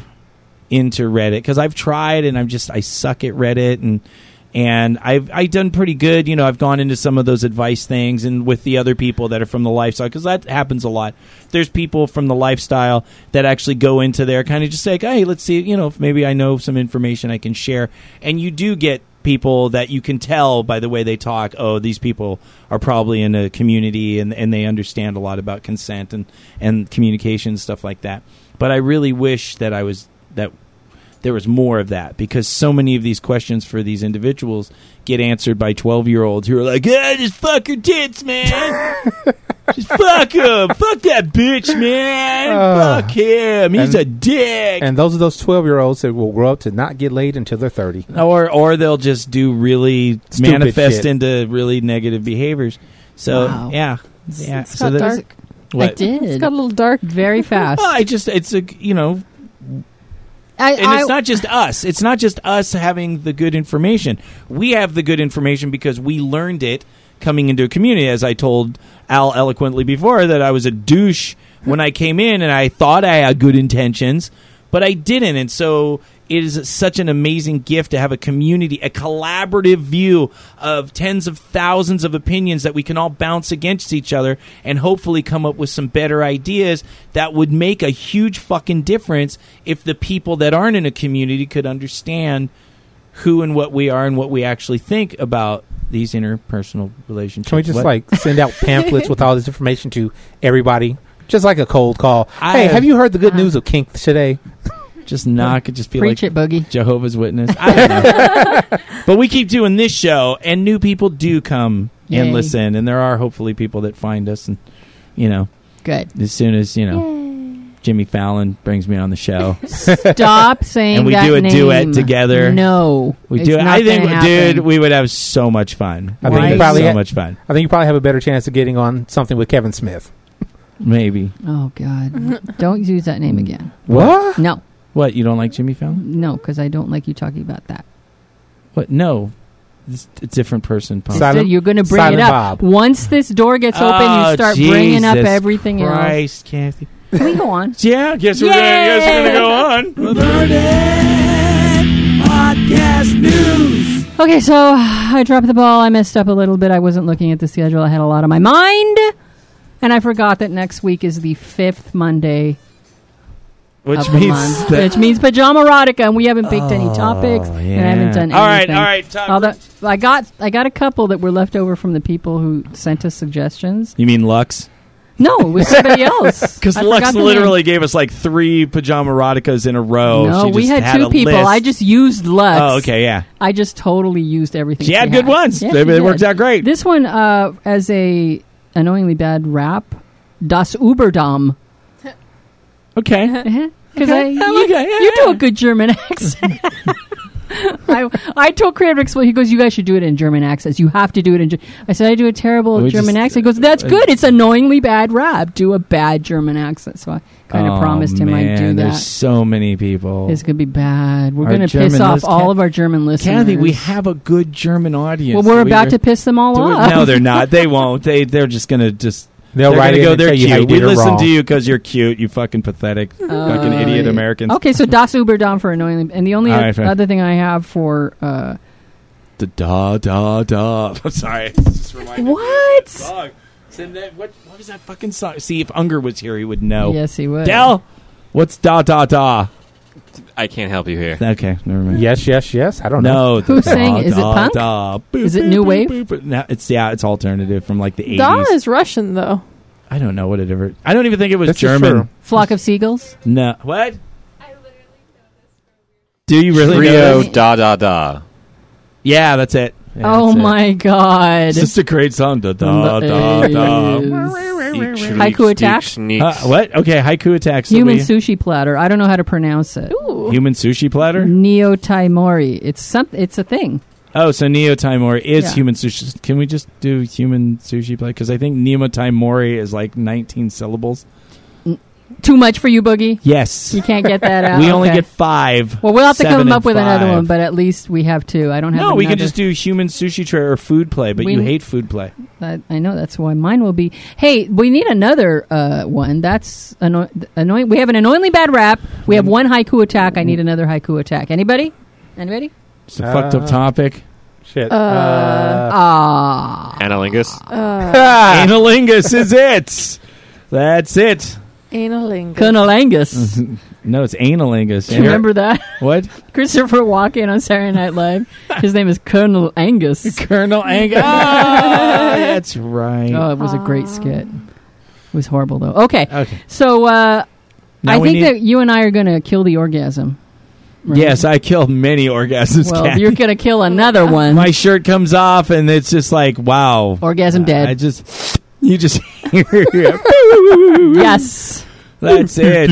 Speaker 1: into Reddit? Because I've tried and I'm just I suck at Reddit and and I've I done pretty good. You know, I've gone into some of those advice things and with the other people that are from the lifestyle because that happens a lot. There's people from the lifestyle that actually go into there, kind of just like, hey, let's see, you know, if maybe I know some information I can share, and you do get people that you can tell by the way they talk oh these people are probably in a community and, and they understand a lot about consent and, and communication and stuff like that but i really wish that i was that there was more of that because so many of these questions for these individuals get answered by 12 year olds who are like, ah, just fuck her tits, man. just fuck him. Fuck that bitch, man.
Speaker 4: Ah.
Speaker 1: fuck him. He's
Speaker 4: And-
Speaker 1: a dick.
Speaker 4: And those are those 12 year olds that will grow up to not get laid until they're 30.
Speaker 1: or, or they'll just do really
Speaker 4: Stupid
Speaker 1: manifest
Speaker 4: shit.
Speaker 1: into really negative behaviors. So,
Speaker 2: Wow.
Speaker 1: yeah. Yeah.
Speaker 3: It's
Speaker 1: so
Speaker 3: got
Speaker 1: there's-
Speaker 3: dark.
Speaker 1: What?
Speaker 2: I did.
Speaker 3: It's got a little dark.
Speaker 2: very fast.
Speaker 1: Well, I just, it's a, you know,
Speaker 2: I,
Speaker 1: and
Speaker 2: I,
Speaker 1: it's not just us. It's not just us having the good information. We have the good information because we learned it coming into a community. As I told Al eloquently before, that I was a douche when I came in, and I thought I had good intentions, but I didn't. And so it is such an amazing gift to have a community, a collaborative view of tens of thousands of opinions that we can all bounce against each other and hopefully come up with some better ideas that would make a huge fucking difference if the people that aren't in a community could understand who and what we are and what we actually think about these interpersonal relationships.
Speaker 4: Can we just
Speaker 1: What?
Speaker 4: like send out pamphlets with all this information to everybody? Just like a cold call.
Speaker 1: I-
Speaker 4: hey, have you heard the good
Speaker 2: I-
Speaker 4: news of kink today?
Speaker 1: just knock and just be like
Speaker 2: Preach it, Boogie.
Speaker 1: Jehovah's Witness. I don't know. but we keep doing this show, and new people do come
Speaker 2: Yay.
Speaker 1: and listen, and there are hopefully people that find us, and you know,
Speaker 2: Good.
Speaker 1: as soon as you know Jimmy Fallon brings me on the show,
Speaker 2: Stop saying
Speaker 1: And we
Speaker 2: that
Speaker 1: do a
Speaker 2: name.
Speaker 1: duet together.
Speaker 2: No,
Speaker 1: we
Speaker 2: it's
Speaker 1: do.
Speaker 2: Not
Speaker 1: I think,
Speaker 2: gonna
Speaker 1: dude,
Speaker 2: happen.
Speaker 1: we would have so much fun.
Speaker 4: I
Speaker 1: We'd
Speaker 2: think
Speaker 1: have
Speaker 4: probably-
Speaker 1: so much fun.
Speaker 4: I think you probably have a better chance of getting on something with Kevin Smith.
Speaker 1: Maybe
Speaker 2: Oh God! Don't use that name again.
Speaker 4: What?
Speaker 2: No,
Speaker 1: what you don't like Jimmy Fallon?
Speaker 2: no, because I don't like you talking about that.
Speaker 1: What? No, it's a different person. Paul.
Speaker 4: Silent-
Speaker 2: Instead, you're going to bring
Speaker 4: Silent
Speaker 2: it up.
Speaker 4: Bob.
Speaker 2: Once this door gets open,
Speaker 1: Oh,
Speaker 2: you start bringing up
Speaker 1: Jesus
Speaker 2: everything
Speaker 1: Christ, Kathy.
Speaker 2: else. We go on.
Speaker 1: Yeah, guess we're gonna, guess we're gonna go on.
Speaker 2: Okay, so I dropped the ball. I messed up a little bit. I wasn't looking at the schedule. I had a lot on my mind, and I forgot that next week is the fifth Monday
Speaker 1: Which
Speaker 2: of the
Speaker 1: means
Speaker 2: month,
Speaker 1: that
Speaker 2: which means Pajama Erotica, and we haven't picked any
Speaker 1: Oh,
Speaker 2: topics, and
Speaker 1: yeah.
Speaker 2: I haven't done
Speaker 1: All right,
Speaker 2: anything.
Speaker 1: all right, top-
Speaker 2: Although, I got I got a couple that were left over from the people who sent us suggestions.
Speaker 1: You mean Lux?
Speaker 2: No, it was somebody else.
Speaker 1: Because
Speaker 2: I
Speaker 1: Lux
Speaker 2: forgot the name.
Speaker 1: literally gave us like three pajama eroticas in a row.
Speaker 2: no,
Speaker 1: she
Speaker 2: we
Speaker 1: just
Speaker 2: had,
Speaker 1: had
Speaker 2: two
Speaker 1: a
Speaker 2: people.
Speaker 1: list.
Speaker 2: I just used Lux.
Speaker 1: Oh, okay, yeah.
Speaker 2: I just totally used everything.
Speaker 1: She had good ones.
Speaker 2: Yeah,
Speaker 1: they,
Speaker 2: she
Speaker 1: it
Speaker 2: did.
Speaker 1: worked out great.
Speaker 2: This one, uh, as a annoyingly bad rap, Das Uberdom.
Speaker 1: okay.
Speaker 2: Because
Speaker 1: Okay.
Speaker 2: I,
Speaker 1: Yeah,
Speaker 2: you,
Speaker 1: okay. Yeah,
Speaker 2: you do
Speaker 1: yeah.
Speaker 2: a good German accent. I, I told Creative Explore, he goes, you guys should do it in German accents. You have to do it in. Ger-" I said, I do a terrible
Speaker 1: We
Speaker 2: German
Speaker 1: just-
Speaker 2: accent. He goes, that's
Speaker 1: uh,
Speaker 2: good. It's annoyingly bad rap. Do a bad German accent. So I kind of
Speaker 1: Oh,
Speaker 2: promised him I'd do
Speaker 1: man,
Speaker 2: that.
Speaker 1: There's so many people.
Speaker 2: It's going to be bad. We're
Speaker 1: Our
Speaker 2: going to piss
Speaker 1: German
Speaker 2: off
Speaker 1: list-
Speaker 2: all of our German listeners.
Speaker 1: Kathy, we have a good German audience.
Speaker 2: Well, we're
Speaker 1: We
Speaker 2: about
Speaker 1: were-
Speaker 2: to piss them all
Speaker 1: do it-
Speaker 2: off.
Speaker 1: No, they're not. They won't. They they're just gonna just
Speaker 4: They'll
Speaker 1: they're
Speaker 4: write
Speaker 1: gonna
Speaker 4: it
Speaker 1: go.
Speaker 4: and
Speaker 1: They're
Speaker 4: tell you how
Speaker 1: cute.
Speaker 4: you
Speaker 1: We
Speaker 4: did it
Speaker 1: listen
Speaker 4: wrong.
Speaker 1: to you because you're cute. You fucking pathetic, fucking idiot
Speaker 2: Oh, yeah.
Speaker 1: Americans.
Speaker 2: Okay, so Das Uberdom for annoyingly. And the only
Speaker 1: All right, fine.
Speaker 2: other thing I have for. Uh,
Speaker 1: Da da da da. I'm sorry. It Just reminded me.
Speaker 2: what?
Speaker 1: Song. Send that. What, what was that fucking song? See if Unger was here, he would know.
Speaker 2: Yes, he would.
Speaker 1: Dell, what's da da da?
Speaker 6: I can't help you here.
Speaker 1: Okay, never mind.
Speaker 4: Yes, yes, yes. I don't know.
Speaker 1: No,
Speaker 2: Who's saying- is it punk?
Speaker 1: Da, boop,
Speaker 2: Is it
Speaker 1: boop,
Speaker 2: new
Speaker 1: boop,
Speaker 2: wave?
Speaker 1: boop, boop. No, it's yeah, it's alternative from like the eighties.
Speaker 3: Da is Russian though.
Speaker 1: I don't know what it ever. I don't even think it was
Speaker 4: This is
Speaker 1: German.
Speaker 4: true.
Speaker 2: Flock of seagulls.
Speaker 1: No, what? Do you really? know
Speaker 6: Trio
Speaker 1: this?
Speaker 6: da da da.
Speaker 1: Yeah, that's it. Yeah,
Speaker 2: oh
Speaker 1: that's it.
Speaker 2: my god.
Speaker 1: It's just a great song. Da da da da.
Speaker 2: Haiku attack?
Speaker 1: Uh, what? Okay, haiku attacks. that
Speaker 2: Human
Speaker 1: we-
Speaker 2: sushi platter. I don't know how to pronounce it.
Speaker 3: Ooh.
Speaker 1: human sushi platter.
Speaker 2: Neo Taimori. It's some. It's a thing.
Speaker 1: Oh, so Neo Taimori is
Speaker 2: Yeah.
Speaker 1: human sushi. Can we just do human sushi play? Because I think Neo Taimori is like 19 syllables.
Speaker 2: Too much for you, Boogie.
Speaker 1: Yes.
Speaker 2: You can't get that out.
Speaker 1: we only
Speaker 2: Okay.
Speaker 1: get five.
Speaker 2: Well, we'll have to
Speaker 1: seven
Speaker 2: come
Speaker 1: and
Speaker 2: up with another
Speaker 1: five.
Speaker 2: one, but at least we have two. I don't have.
Speaker 1: No, we can
Speaker 2: another-
Speaker 1: just do human sushi tray or food play, but
Speaker 2: We-
Speaker 1: you hate food play.
Speaker 2: I, I know that's why mine will be. Hey, we need another uh, one. That's anno- annoying. We have an annoyingly bad rap. We
Speaker 1: Um,
Speaker 2: have one haiku attack. I need another haiku attack. Anybody? Anybody?
Speaker 1: It's a fucked up
Speaker 4: Uh,
Speaker 1: topic.
Speaker 4: Shit.
Speaker 3: Uh,
Speaker 4: Uh,
Speaker 2: Ah,
Speaker 6: Analingus.
Speaker 3: Uh,
Speaker 1: Analingus is it. That's it.
Speaker 3: analingus.
Speaker 2: Colonel Angus.
Speaker 1: Mm-hmm. No, it's analingus.
Speaker 2: Do you remember that?
Speaker 1: what?
Speaker 2: Christopher Walken on Saturday Night Live. His name is Colonel Angus.
Speaker 1: Colonel Angus. Ah, that's right.
Speaker 2: Oh, it was a great
Speaker 3: Ah.
Speaker 2: skit. It was horrible though. Okay,
Speaker 1: okay.
Speaker 2: so uh,
Speaker 1: Now
Speaker 2: I
Speaker 1: we
Speaker 2: think
Speaker 1: need-
Speaker 2: that you and I are going to kill the orgasm. right?
Speaker 1: Yes, I killed many orgasms.
Speaker 2: Well,
Speaker 1: Kathy.
Speaker 2: you're going to kill another one.
Speaker 1: My shirt comes off, and it's just like, wow.
Speaker 2: orgasm
Speaker 1: I
Speaker 2: dead.
Speaker 1: just, you just hear
Speaker 2: yes.
Speaker 1: That's it.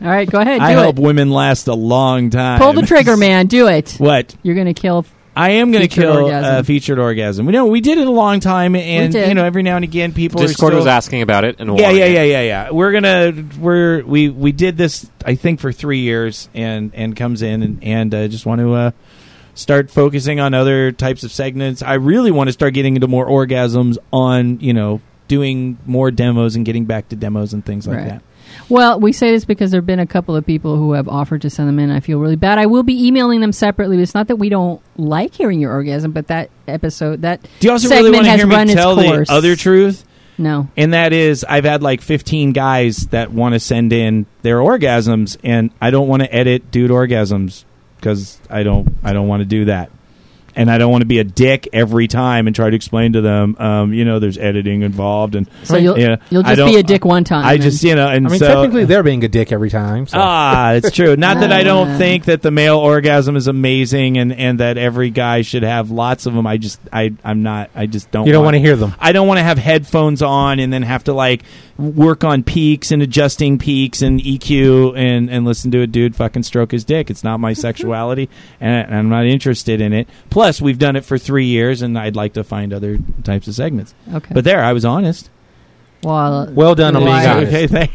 Speaker 2: All right, go ahead. Do
Speaker 1: I
Speaker 2: it.
Speaker 1: hope women last a long time.
Speaker 2: Pull the trigger, man. Do it.
Speaker 1: What?
Speaker 2: You're going to kill.
Speaker 1: I am going to
Speaker 2: Featured
Speaker 1: kill
Speaker 2: orgasm.
Speaker 1: uh, featured orgasm. We know we did it a long time, and
Speaker 2: did.
Speaker 1: you know every now and again people
Speaker 6: Discord
Speaker 1: are
Speaker 6: was
Speaker 1: still,
Speaker 6: asking about it and
Speaker 1: Yeah,
Speaker 6: wanting
Speaker 1: yeah,
Speaker 6: it.
Speaker 1: yeah, yeah, yeah. We're gonna we're we we did this I think for three years, and and comes in and and uh, just want to uh, start focusing on other types of segments. I really want to start getting into more orgasms on you know doing more demos and getting back to demos and things like
Speaker 2: Right.
Speaker 1: that.
Speaker 2: Well, we say this because there have been a couple of people who have offered to send them in. I feel really bad. I will be emailing them separately. It's not that we don't like hearing your orgasm, but that episode, that
Speaker 1: Do you also
Speaker 2: Segment
Speaker 1: really want to
Speaker 2: has
Speaker 1: hear
Speaker 2: run
Speaker 1: me
Speaker 2: its
Speaker 1: tell the
Speaker 2: course.
Speaker 1: other truth?
Speaker 2: no.
Speaker 1: And that is, I've had like 15 guys that want to send in their orgasms, and I don't want to edit dude orgasms because I don't, I don't want to do that, and I don't want to be a dick every time and try to explain to them, um, you know, there's editing involved, and
Speaker 2: So you'll
Speaker 1: yeah,
Speaker 2: you'll
Speaker 1: I
Speaker 2: just
Speaker 1: don't-
Speaker 2: be a dick one time.
Speaker 1: I
Speaker 2: and-
Speaker 1: just, you know, and
Speaker 4: I mean,
Speaker 1: so
Speaker 4: technically, they're being a dick every time. So.
Speaker 1: Ah, it's true. Not that I
Speaker 2: Ah.
Speaker 1: don't think that the male orgasm is amazing, and and that every guy should have lots of them. I just, I, I'm not. I just don't.
Speaker 4: you don't
Speaker 1: want
Speaker 4: want to hear them.
Speaker 1: I don't want to have headphones on and then have to like work on peaks and adjusting peaks and EQ and and listen to a dude fucking stroke his dick. It's not my sexuality, and I- I'm not interested in it. Plus, we've done it for three years, and I'd like to find other types of segments.
Speaker 2: okay.
Speaker 1: But there, I was honest.
Speaker 2: well,
Speaker 4: Well done on being
Speaker 2: Why-
Speaker 4: honest.
Speaker 1: Okay, thank-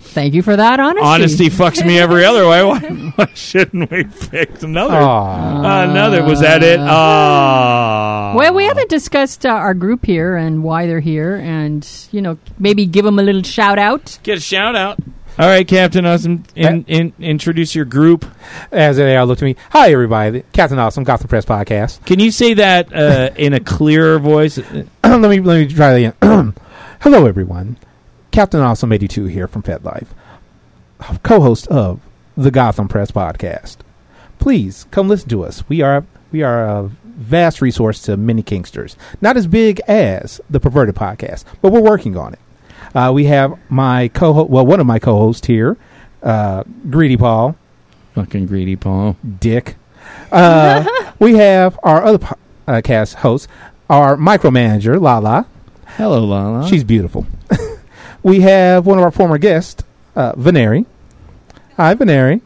Speaker 2: thank you for that honesty.
Speaker 1: honesty fucks me every other way. Why, why shouldn't we pick another?
Speaker 4: Aw.
Speaker 2: Uh,
Speaker 1: Another was that it? Ah,
Speaker 2: Well, we haven't discussed uh, our group here and why they're here, and you know maybe give them a little shout out.
Speaker 1: get a shout out. All right, Captain Awesome, in, in, introduce your group.
Speaker 4: As they all looked at me, hi everybody, Captain Awesome, Gotham Press Podcast.
Speaker 1: Can you say that uh, in a clearer voice?
Speaker 4: let me let me try that again. Hello everyone, Captain Awesome eighty two here from Pet Life, co-host of the Gotham Press Podcast. Please come listen to us. We are we are a vast resource to many Kingsters. Not as big as the Perverted Podcast, but we're working on it. Uh, we have my co-host, well, one of my co-hosts here, uh, Greedy Paul.
Speaker 1: Fucking greedy Paul.
Speaker 4: dick. Uh, we have our other po- uh, cast host, our micromanager, Lala.
Speaker 1: Hello, Lala.
Speaker 4: She's beautiful. we have one of our former guests, uh, Veneri. Hi, Veneri.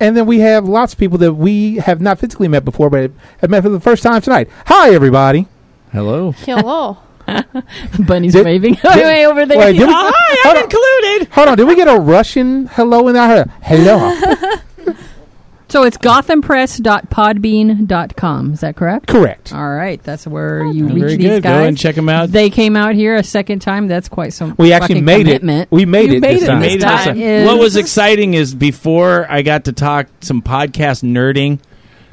Speaker 4: And then we have lots of people that we have not physically met before, but have met for the first time tonight. Hi, everybody.
Speaker 1: hello.
Speaker 3: Hello.
Speaker 2: Bunny's
Speaker 4: Did-
Speaker 2: waving way, way over there.
Speaker 4: Wait, did we- hold, on,
Speaker 1: Included.
Speaker 4: hold on, did we get a Russian hello in there? Hello.
Speaker 2: So it's gothampress.podbean.com. Is that correct?
Speaker 4: Correct.
Speaker 2: All right, that's where you reach
Speaker 1: Very
Speaker 2: these
Speaker 1: good.
Speaker 2: guys.
Speaker 1: Go and check them out.
Speaker 2: They came out here a second time. That's quite some.
Speaker 4: We actually
Speaker 2: fucking
Speaker 4: made
Speaker 2: commitment.
Speaker 4: it. We made
Speaker 3: You
Speaker 4: it
Speaker 3: made
Speaker 4: this
Speaker 3: it
Speaker 4: time.
Speaker 3: this
Speaker 1: Made it
Speaker 3: time.
Speaker 1: this-
Speaker 2: is-
Speaker 1: What was exciting is before I got to talk some podcast nerding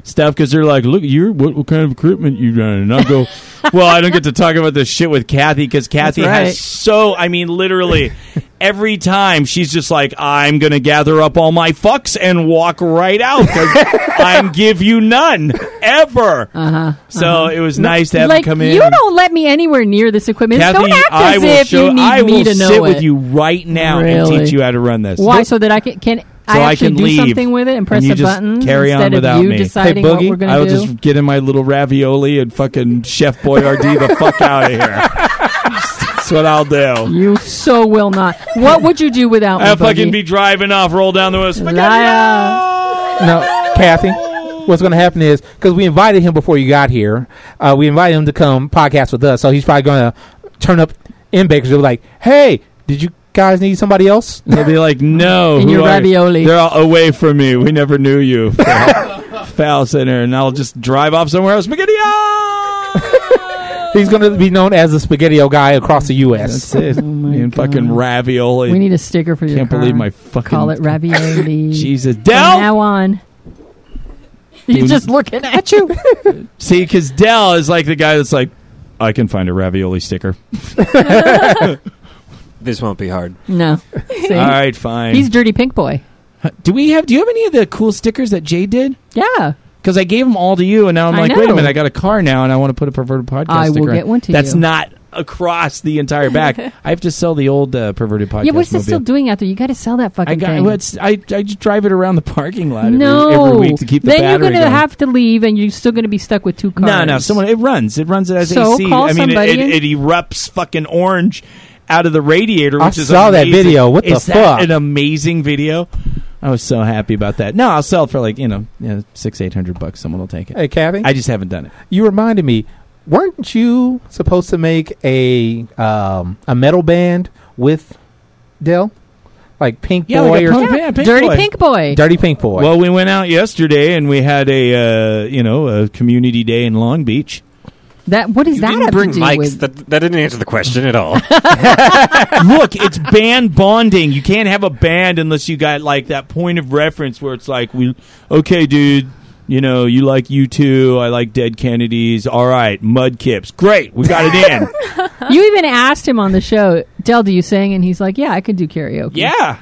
Speaker 1: stuff because they're like, "Look, you're what, what kind of equipment you got?" And I go, "Well, I don't get to talk about this shit with Kathy because Kathy
Speaker 2: right.
Speaker 1: has so I mean, literally." Every time she's just like, I'm gonna gather up all my fucks and walk right out because I give you none ever. Uh-huh, So it was nice to have
Speaker 2: like
Speaker 1: her come in.
Speaker 2: you
Speaker 1: and-
Speaker 2: don't let me anywhere near this equipment. don't act
Speaker 1: I
Speaker 2: as
Speaker 1: will
Speaker 2: if
Speaker 1: show.
Speaker 2: you need
Speaker 1: I will
Speaker 2: me to know
Speaker 1: sit
Speaker 2: it.
Speaker 1: with you right now
Speaker 2: Really?
Speaker 1: and teach you how to run this.
Speaker 2: Why? So that I can can
Speaker 1: So
Speaker 2: I
Speaker 1: I
Speaker 2: actually
Speaker 1: can
Speaker 2: do
Speaker 1: leave,
Speaker 2: something with it and
Speaker 1: and
Speaker 2: press
Speaker 1: you
Speaker 2: a
Speaker 1: just
Speaker 2: button
Speaker 1: carry on
Speaker 2: instead
Speaker 1: without
Speaker 2: of you
Speaker 1: me. Hey,
Speaker 2: deciding what
Speaker 4: Boogie,
Speaker 2: we're
Speaker 1: I
Speaker 2: going
Speaker 1: will
Speaker 2: to do.
Speaker 1: just get in my little ravioli and fucking Chef Boyardee the fuck out of here. That's what I'll do.
Speaker 2: you so will not. What would you do without me?
Speaker 1: I'll fucking
Speaker 2: Boogie?
Speaker 1: be driving off, roll down the window.
Speaker 2: Liar.
Speaker 1: spaghetti-o!
Speaker 4: No, Kathy. What's going to happen is because we invited him before you got here, uh, we invited him to come podcast with us. So he's probably going to turn up in Bakersfield like, "Hey, did you guys need somebody else?
Speaker 1: They'll be like, no.
Speaker 2: And
Speaker 1: who
Speaker 2: your
Speaker 1: are you?"
Speaker 2: ravioli.
Speaker 1: They're all away from me. We never knew you. Foul- Foul center. And I'll just drive off somewhere else. Spaghetti!
Speaker 2: Oh
Speaker 4: He's going to be known as the Spaghetti-O guy across the U.S.
Speaker 1: That's it.
Speaker 2: Oh my
Speaker 1: Me and
Speaker 2: God.
Speaker 1: fucking ravioli.
Speaker 2: We need a sticker for your
Speaker 1: Can't
Speaker 2: car.
Speaker 1: believe my fucking.
Speaker 2: Call it ravioli.
Speaker 1: Jesus.
Speaker 2: From
Speaker 1: Dell!
Speaker 2: now on. He's just looking at you.
Speaker 1: See, because Dell is like the guy that's like, I can find a ravioli sticker.
Speaker 6: This won't be hard.
Speaker 2: No. See?
Speaker 1: All right, fine.
Speaker 2: He's Dirty Pink Boy.
Speaker 1: do we have? Do you have any of the cool stickers that Jay did?
Speaker 2: Yeah.
Speaker 1: Because I gave them all to you, and now I'm
Speaker 2: I
Speaker 1: like, wait a
Speaker 2: know.
Speaker 1: minute, I got a car now, and I want to put a perverted podcast.
Speaker 2: I will
Speaker 1: sticker on.
Speaker 2: get one to
Speaker 1: That's
Speaker 2: you.
Speaker 1: not across the entire back. I have to sell the old uh, perverted podcast.
Speaker 2: yeah, what's it still
Speaker 1: mobile.
Speaker 2: doing out there? You got to sell that fucking
Speaker 1: I got.
Speaker 2: thing.
Speaker 1: well, it's- I I just drive it around the parking lot every,
Speaker 2: no.
Speaker 1: every week to keep the
Speaker 2: then
Speaker 1: battery
Speaker 2: you're gonna
Speaker 1: going.
Speaker 2: have to leave, and you're still gonna be stuck with two cars.
Speaker 1: No, no. Someone it runs. It runs as
Speaker 2: So
Speaker 1: AC.
Speaker 2: call
Speaker 1: I mean, it,
Speaker 2: somebody
Speaker 1: it, it erupts fucking orange out of the radiator.
Speaker 4: I
Speaker 1: Which is
Speaker 4: saw that
Speaker 1: amazing.
Speaker 4: video. What the
Speaker 1: Is that
Speaker 4: fuck?
Speaker 1: An amazing video. I was so happy about that. No, I'll sell it for like you know, you know six eight hundred bucks. Someone will take it.
Speaker 4: Hey, Kathy,
Speaker 1: I just haven't done it.
Speaker 4: you reminded me. Weren't you supposed to make a um, a metal band with Dell, like Pink Boy or
Speaker 1: Oh,
Speaker 4: something?
Speaker 2: Dirty Pink Boy.
Speaker 4: Dirty Pink Boy?
Speaker 1: Well, we went out yesterday and we had a uh, you know a community day in Long Beach.
Speaker 2: that what does
Speaker 6: you
Speaker 2: that
Speaker 6: didn't
Speaker 2: have
Speaker 6: bring
Speaker 2: to do
Speaker 6: mics.
Speaker 2: with?
Speaker 6: That, that didn't answer the question at all.
Speaker 1: Look, it's band bonding. You can't have a band unless you got like that point of reference where it's like, we okay, dude. You know, you like U two. I like Dead Kennedys. All right, Mudkips. Great, we got it in.
Speaker 2: you even asked him on the show, Del, do you sing? And he's like, Yeah, I could do karaoke.
Speaker 1: yeah,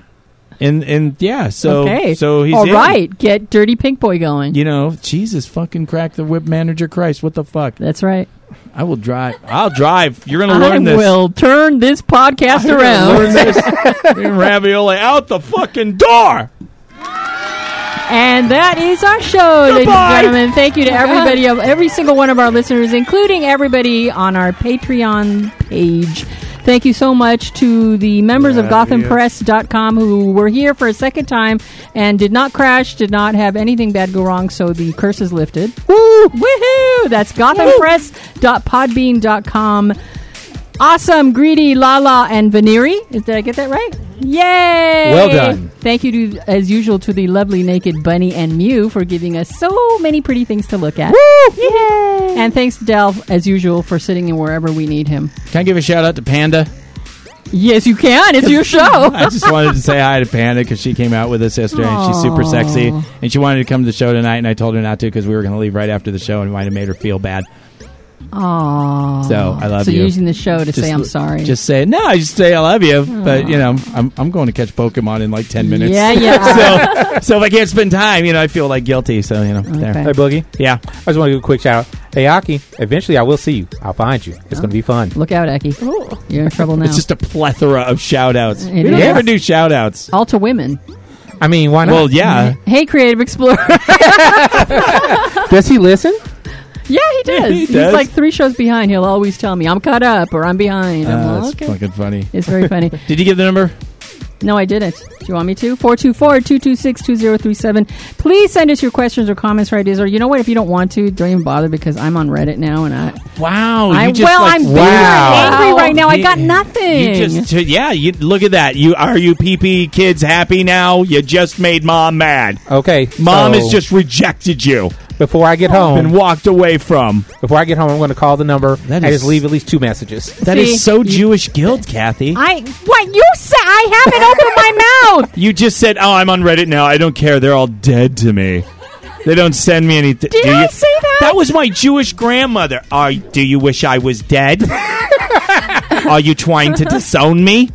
Speaker 1: and and yeah. So
Speaker 2: okay.
Speaker 1: so he's
Speaker 2: all
Speaker 1: in.
Speaker 2: right. Get Dirty Pink Boy going.
Speaker 1: You know, Jesus fucking crack the whip, manager Christ. What the fuck?
Speaker 2: That's right.
Speaker 1: I will drive. I'll drive. You're gonna
Speaker 2: I
Speaker 1: learn this.
Speaker 2: will turn this podcast around.
Speaker 1: Learn this. Bring ravioli out the fucking door.
Speaker 2: And that is our show, ladies
Speaker 1: Goodbye.
Speaker 2: and gentlemen. Thank you to everybody, of every single one of our listeners, including everybody on our Patreon page. Thank you so much to the members of GothamPress.com who were here for a second time and did not crash, did not have anything bad go wrong, so the curse is lifted. Woo! Woohoo! That's GothamPress.podbean.com. Awesome, Greedy, Lala, and Veneri. Is- Did I get that right? Yay!
Speaker 4: Well done.
Speaker 2: Thank you, to, as usual, to the lovely Naked Bunny and Mew for giving us so many pretty things to look at. Woo! Yay! And thanks, to Del, as usual, for sitting in wherever we need him.
Speaker 1: Can I give a shout out to Panda?
Speaker 2: Yes, you can. It's your show.
Speaker 1: I just wanted to say hi to Panda because she came out with us yesterday and she's super
Speaker 2: Aw.
Speaker 1: sexy. And she wanted to come to the show tonight, and I told her not to because we were going to leave right after the show and it might have made her feel bad.
Speaker 2: Aww.
Speaker 1: So, I love
Speaker 2: so
Speaker 1: you.
Speaker 2: So using the show to
Speaker 1: Just-
Speaker 2: say I'm sorry.
Speaker 1: Just say, no, I just say I love you. But, you know, I'm, I'm going to catch Pokemon in like 10 minutes.
Speaker 2: Yeah, yeah.
Speaker 1: so, so if I can't spend time, you know, I feel like guilty. So, you know,
Speaker 2: Okay.
Speaker 1: there.
Speaker 4: hey, Boogie.
Speaker 1: Yeah.
Speaker 4: I just want to give a quick shout out. Hey, Aki, eventually I will see you. I'll find you. It's going to be fun.
Speaker 2: Look out, Eki. You're in trouble now.
Speaker 1: It's just a plethora of shout outs.
Speaker 2: It
Speaker 1: We don't
Speaker 2: is.
Speaker 1: ever do shout outs.
Speaker 2: All to women.
Speaker 4: I mean, why not?
Speaker 1: Well, yeah. Uh,
Speaker 2: Hey, Creative Explorer.
Speaker 4: Does he listen?
Speaker 2: yeah, he does.
Speaker 1: he
Speaker 2: He's
Speaker 1: does.
Speaker 2: like three shows behind. He'll always tell me, I'm caught up or I'm behind. I'm
Speaker 1: Uh,
Speaker 2: like,
Speaker 1: that's
Speaker 2: okay.
Speaker 1: fucking funny.
Speaker 2: It's very funny.
Speaker 1: Did you give the number?
Speaker 2: No, I didn't. Do you want me to? 424-226-2037. Please send us your questions or comments or ideas. Or you know what? If you don't want to, don't even bother because I'm on Reddit now and I,
Speaker 1: Wow.
Speaker 2: I
Speaker 1: you just
Speaker 2: well,
Speaker 1: like,
Speaker 2: I'm bitter
Speaker 4: wow.
Speaker 2: and angry right now. I got
Speaker 1: Yeah.
Speaker 2: nothing.
Speaker 1: You just, yeah, you look at that. You are you PP kids happy now? You just made mom mad.
Speaker 4: Okay.
Speaker 1: Mom
Speaker 4: so
Speaker 1: has just rejected you
Speaker 4: Before I get
Speaker 1: and
Speaker 4: home,
Speaker 1: walked away from.
Speaker 4: before I get home, I'm going to call the number
Speaker 1: That
Speaker 4: and
Speaker 1: is-
Speaker 4: just leave at least two messages.
Speaker 1: That is
Speaker 2: See,
Speaker 1: so Jewish guilt, Kathy.
Speaker 2: I what you said? I haven't opened my mouth.
Speaker 1: you just said, "Oh, I'm on Reddit now. I don't care. They're all dead to me. They don't send me anything."
Speaker 2: Did
Speaker 1: Do
Speaker 2: I
Speaker 1: you-
Speaker 2: say that?
Speaker 1: That was my Jewish grandmother. Are do you wish I was dead? Are you trying to disown me?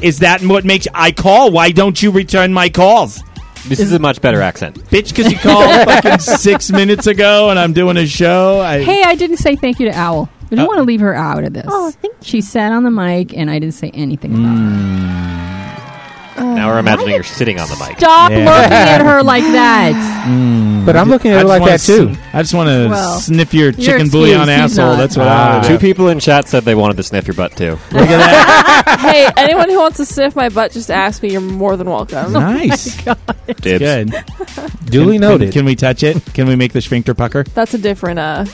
Speaker 1: Is that what makes I call? Why don't you return my calls?
Speaker 6: this is a much better accent.
Speaker 1: bitch because you called fucking six minutes ago and I'm doing a show. I,
Speaker 2: Hey, I didn't say thank you to Owl. I don't
Speaker 1: Uh,
Speaker 2: want to leave her out of this.
Speaker 3: Oh, thank
Speaker 2: she sat on the mic and I didn't say anything.
Speaker 1: Hmm.
Speaker 2: about it.
Speaker 6: Now we're imagining you're sitting on the mic.
Speaker 2: Uh, Stop
Speaker 1: Yeah.
Speaker 2: looking at her like that.
Speaker 4: But I'm looking
Speaker 1: Mm. I
Speaker 4: at it
Speaker 1: just
Speaker 4: like
Speaker 1: wanna
Speaker 4: that, too.
Speaker 1: s- I just want to
Speaker 2: Well,
Speaker 1: sniff your chicken bouillon
Speaker 2: excused. He's
Speaker 1: asshole.
Speaker 2: not.
Speaker 1: That's what
Speaker 4: Ah.
Speaker 1: I want to
Speaker 6: Uh, Two
Speaker 1: do.
Speaker 6: people in chat said they wanted to sniff your butt too.
Speaker 1: Look at that.
Speaker 3: hey, anyone who wants to sniff my butt, just ask me. You're more than welcome.
Speaker 1: nice.
Speaker 6: Dibs.
Speaker 1: Good.
Speaker 4: Duly
Speaker 1: Oh Can-
Speaker 4: noted.
Speaker 1: Can, can we touch it? Can we make the sphincter pucker?
Speaker 3: That's a different, uh,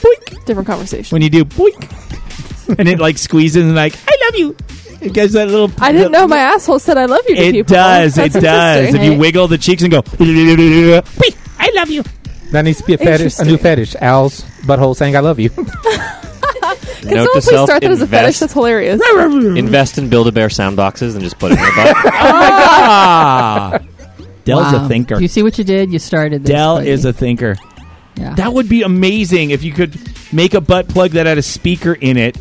Speaker 3: different conversation.
Speaker 1: When you do boink and it like squeezes and like, I love you. It gives that little.
Speaker 3: I didn't know my asshole said I love you to
Speaker 1: It
Speaker 3: people.
Speaker 1: does.
Speaker 3: That's
Speaker 1: it does. If
Speaker 3: interesting.
Speaker 1: you wiggle the cheeks and go, "Wee, I love you.
Speaker 4: That needs to be a fetish, a new
Speaker 3: Interesting.
Speaker 4: fetish. Al's butthole saying "I love you."
Speaker 3: Can someone please start that as a fetish? That's
Speaker 6: invest,
Speaker 3: hilarious.
Speaker 6: invest in Build-A-Bear sound boxes and just put it in your butt.
Speaker 1: Ah, Dell's
Speaker 2: Wow.
Speaker 1: a thinker.
Speaker 2: You see what you did? You started this.
Speaker 1: Dell
Speaker 2: buddy.
Speaker 1: is a thinker.
Speaker 2: Yeah.
Speaker 1: That would be amazing if you could make a butt plug that had a speaker in it.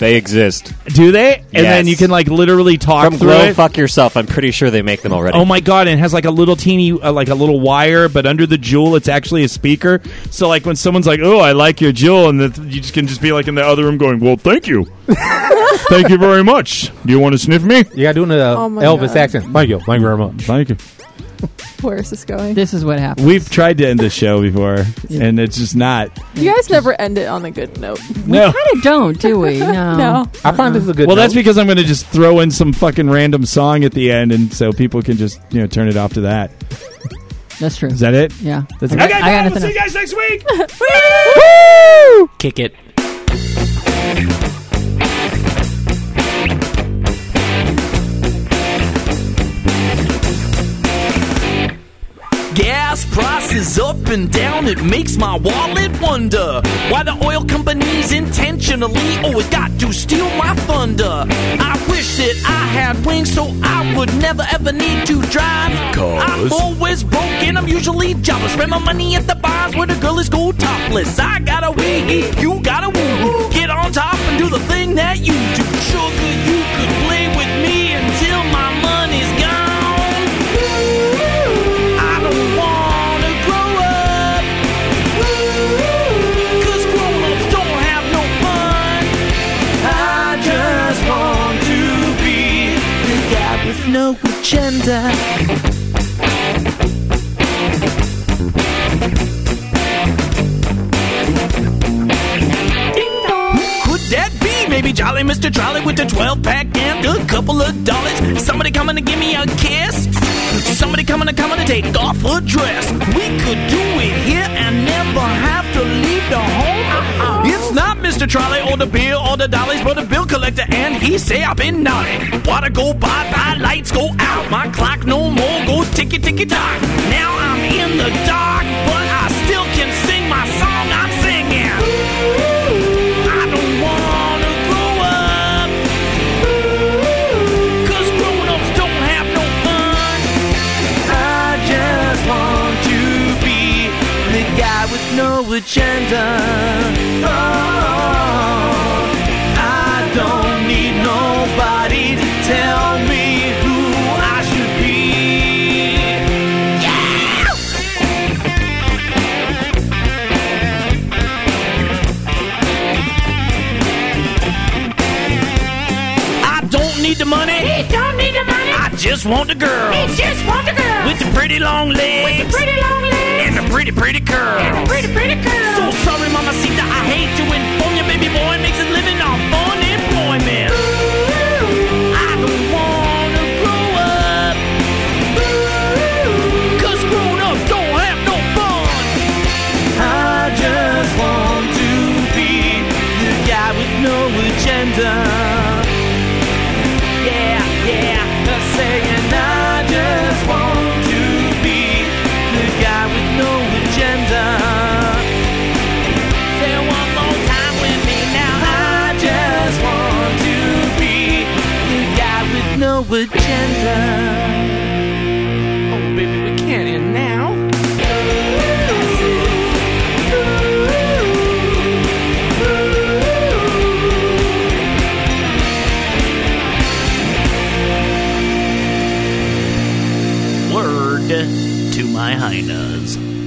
Speaker 6: they exist.
Speaker 1: Do they? And then
Speaker 6: Yes.
Speaker 1: you can like literally talk
Speaker 6: From
Speaker 1: through
Speaker 6: Glow
Speaker 1: it.
Speaker 6: Fuck Yourself, I'm pretty sure they make them already.
Speaker 1: Oh my god! And it has like a little teeny, uh, like a little wire, but under the jewel, it's actually a speaker. So like when someone's like, "Oh, I like your jewel," and the, you just can just be like in the other room going, "Well, thank you, thank you very much. Do you want to sniff me?
Speaker 4: You got doing an
Speaker 3: Oh my
Speaker 4: Elvis
Speaker 3: God.
Speaker 4: accent. Thank you, thank you very much.
Speaker 1: Thank you."
Speaker 3: Where is this going?
Speaker 2: This is what happened.
Speaker 1: We've tried to end this show before, and it's just not.
Speaker 3: You guys never end it on a good note.
Speaker 1: No.
Speaker 2: kind of don't, do we? No.
Speaker 3: No.
Speaker 4: I find this is a good.
Speaker 1: Well, that's
Speaker 4: note.
Speaker 1: because I'm going to just throw in some fucking random song at the end, and so people can just you know turn it off to that.
Speaker 2: That's true.
Speaker 1: Is that it?
Speaker 2: yeah.
Speaker 1: That's
Speaker 2: I got, I got nothing.
Speaker 1: guys next week.
Speaker 10: Kick it. Gas prices up and down, it makes my wallet wonder why the oil companies intentionally always got to steal my thunder. I wish that I had wings so I would never ever need to drive. I'm always broke and I'm usually jobless. Spend my money at the bars where the girl is go topless. I got a wee, you got a woo. Get on top and do the thing that you do. Sugar, you could play with me until my money's gone. I don't wanna grow up. 'Cause grown-ups don't have no fun. I just want to be the guy with no agenda. Could that be? Maybe Jolly Mr. Trolley with the 12 pack and a couple of dollars. Somebody coming to give me a kiss. Somebody coming to coming to take off her dress. We could do it here and never have to leave the home. Uh-uh. It's not Mr. Trolley or the bill or the dollies, but the bill collector, and he say I've been naughty. Water go bye bye, lights go out. My clock no more goes ticky ticky tock. Now I'm in the dark, but I still can sing my song. I'm singing. I don't wanna grow up. 'Cause grown-ups don't have no fun. I just want to be the guy with no agenda. Oh, I don't need nobody to tell me who I should be. Yeah! I don't need the money. He don't need the money. I just want the girl. He just want the girl. With the pretty long legs. With the pretty long legs. And the pretty, pretty curls. And the pretty, pretty curls. So sorry, Mama Sita, I hate to inform you, baby boy makes a living on unemployment. I don't wanna grow up. 'Cause grown-ups don't have no fun. I just want to be the guy with no agenda. Yeah, yeah, the saying I just want to be the guy with no agenda. Say it one more time with me now. I just want to be the guy with no agenda. Oh, baby, we can't end now. Word to my hyenas.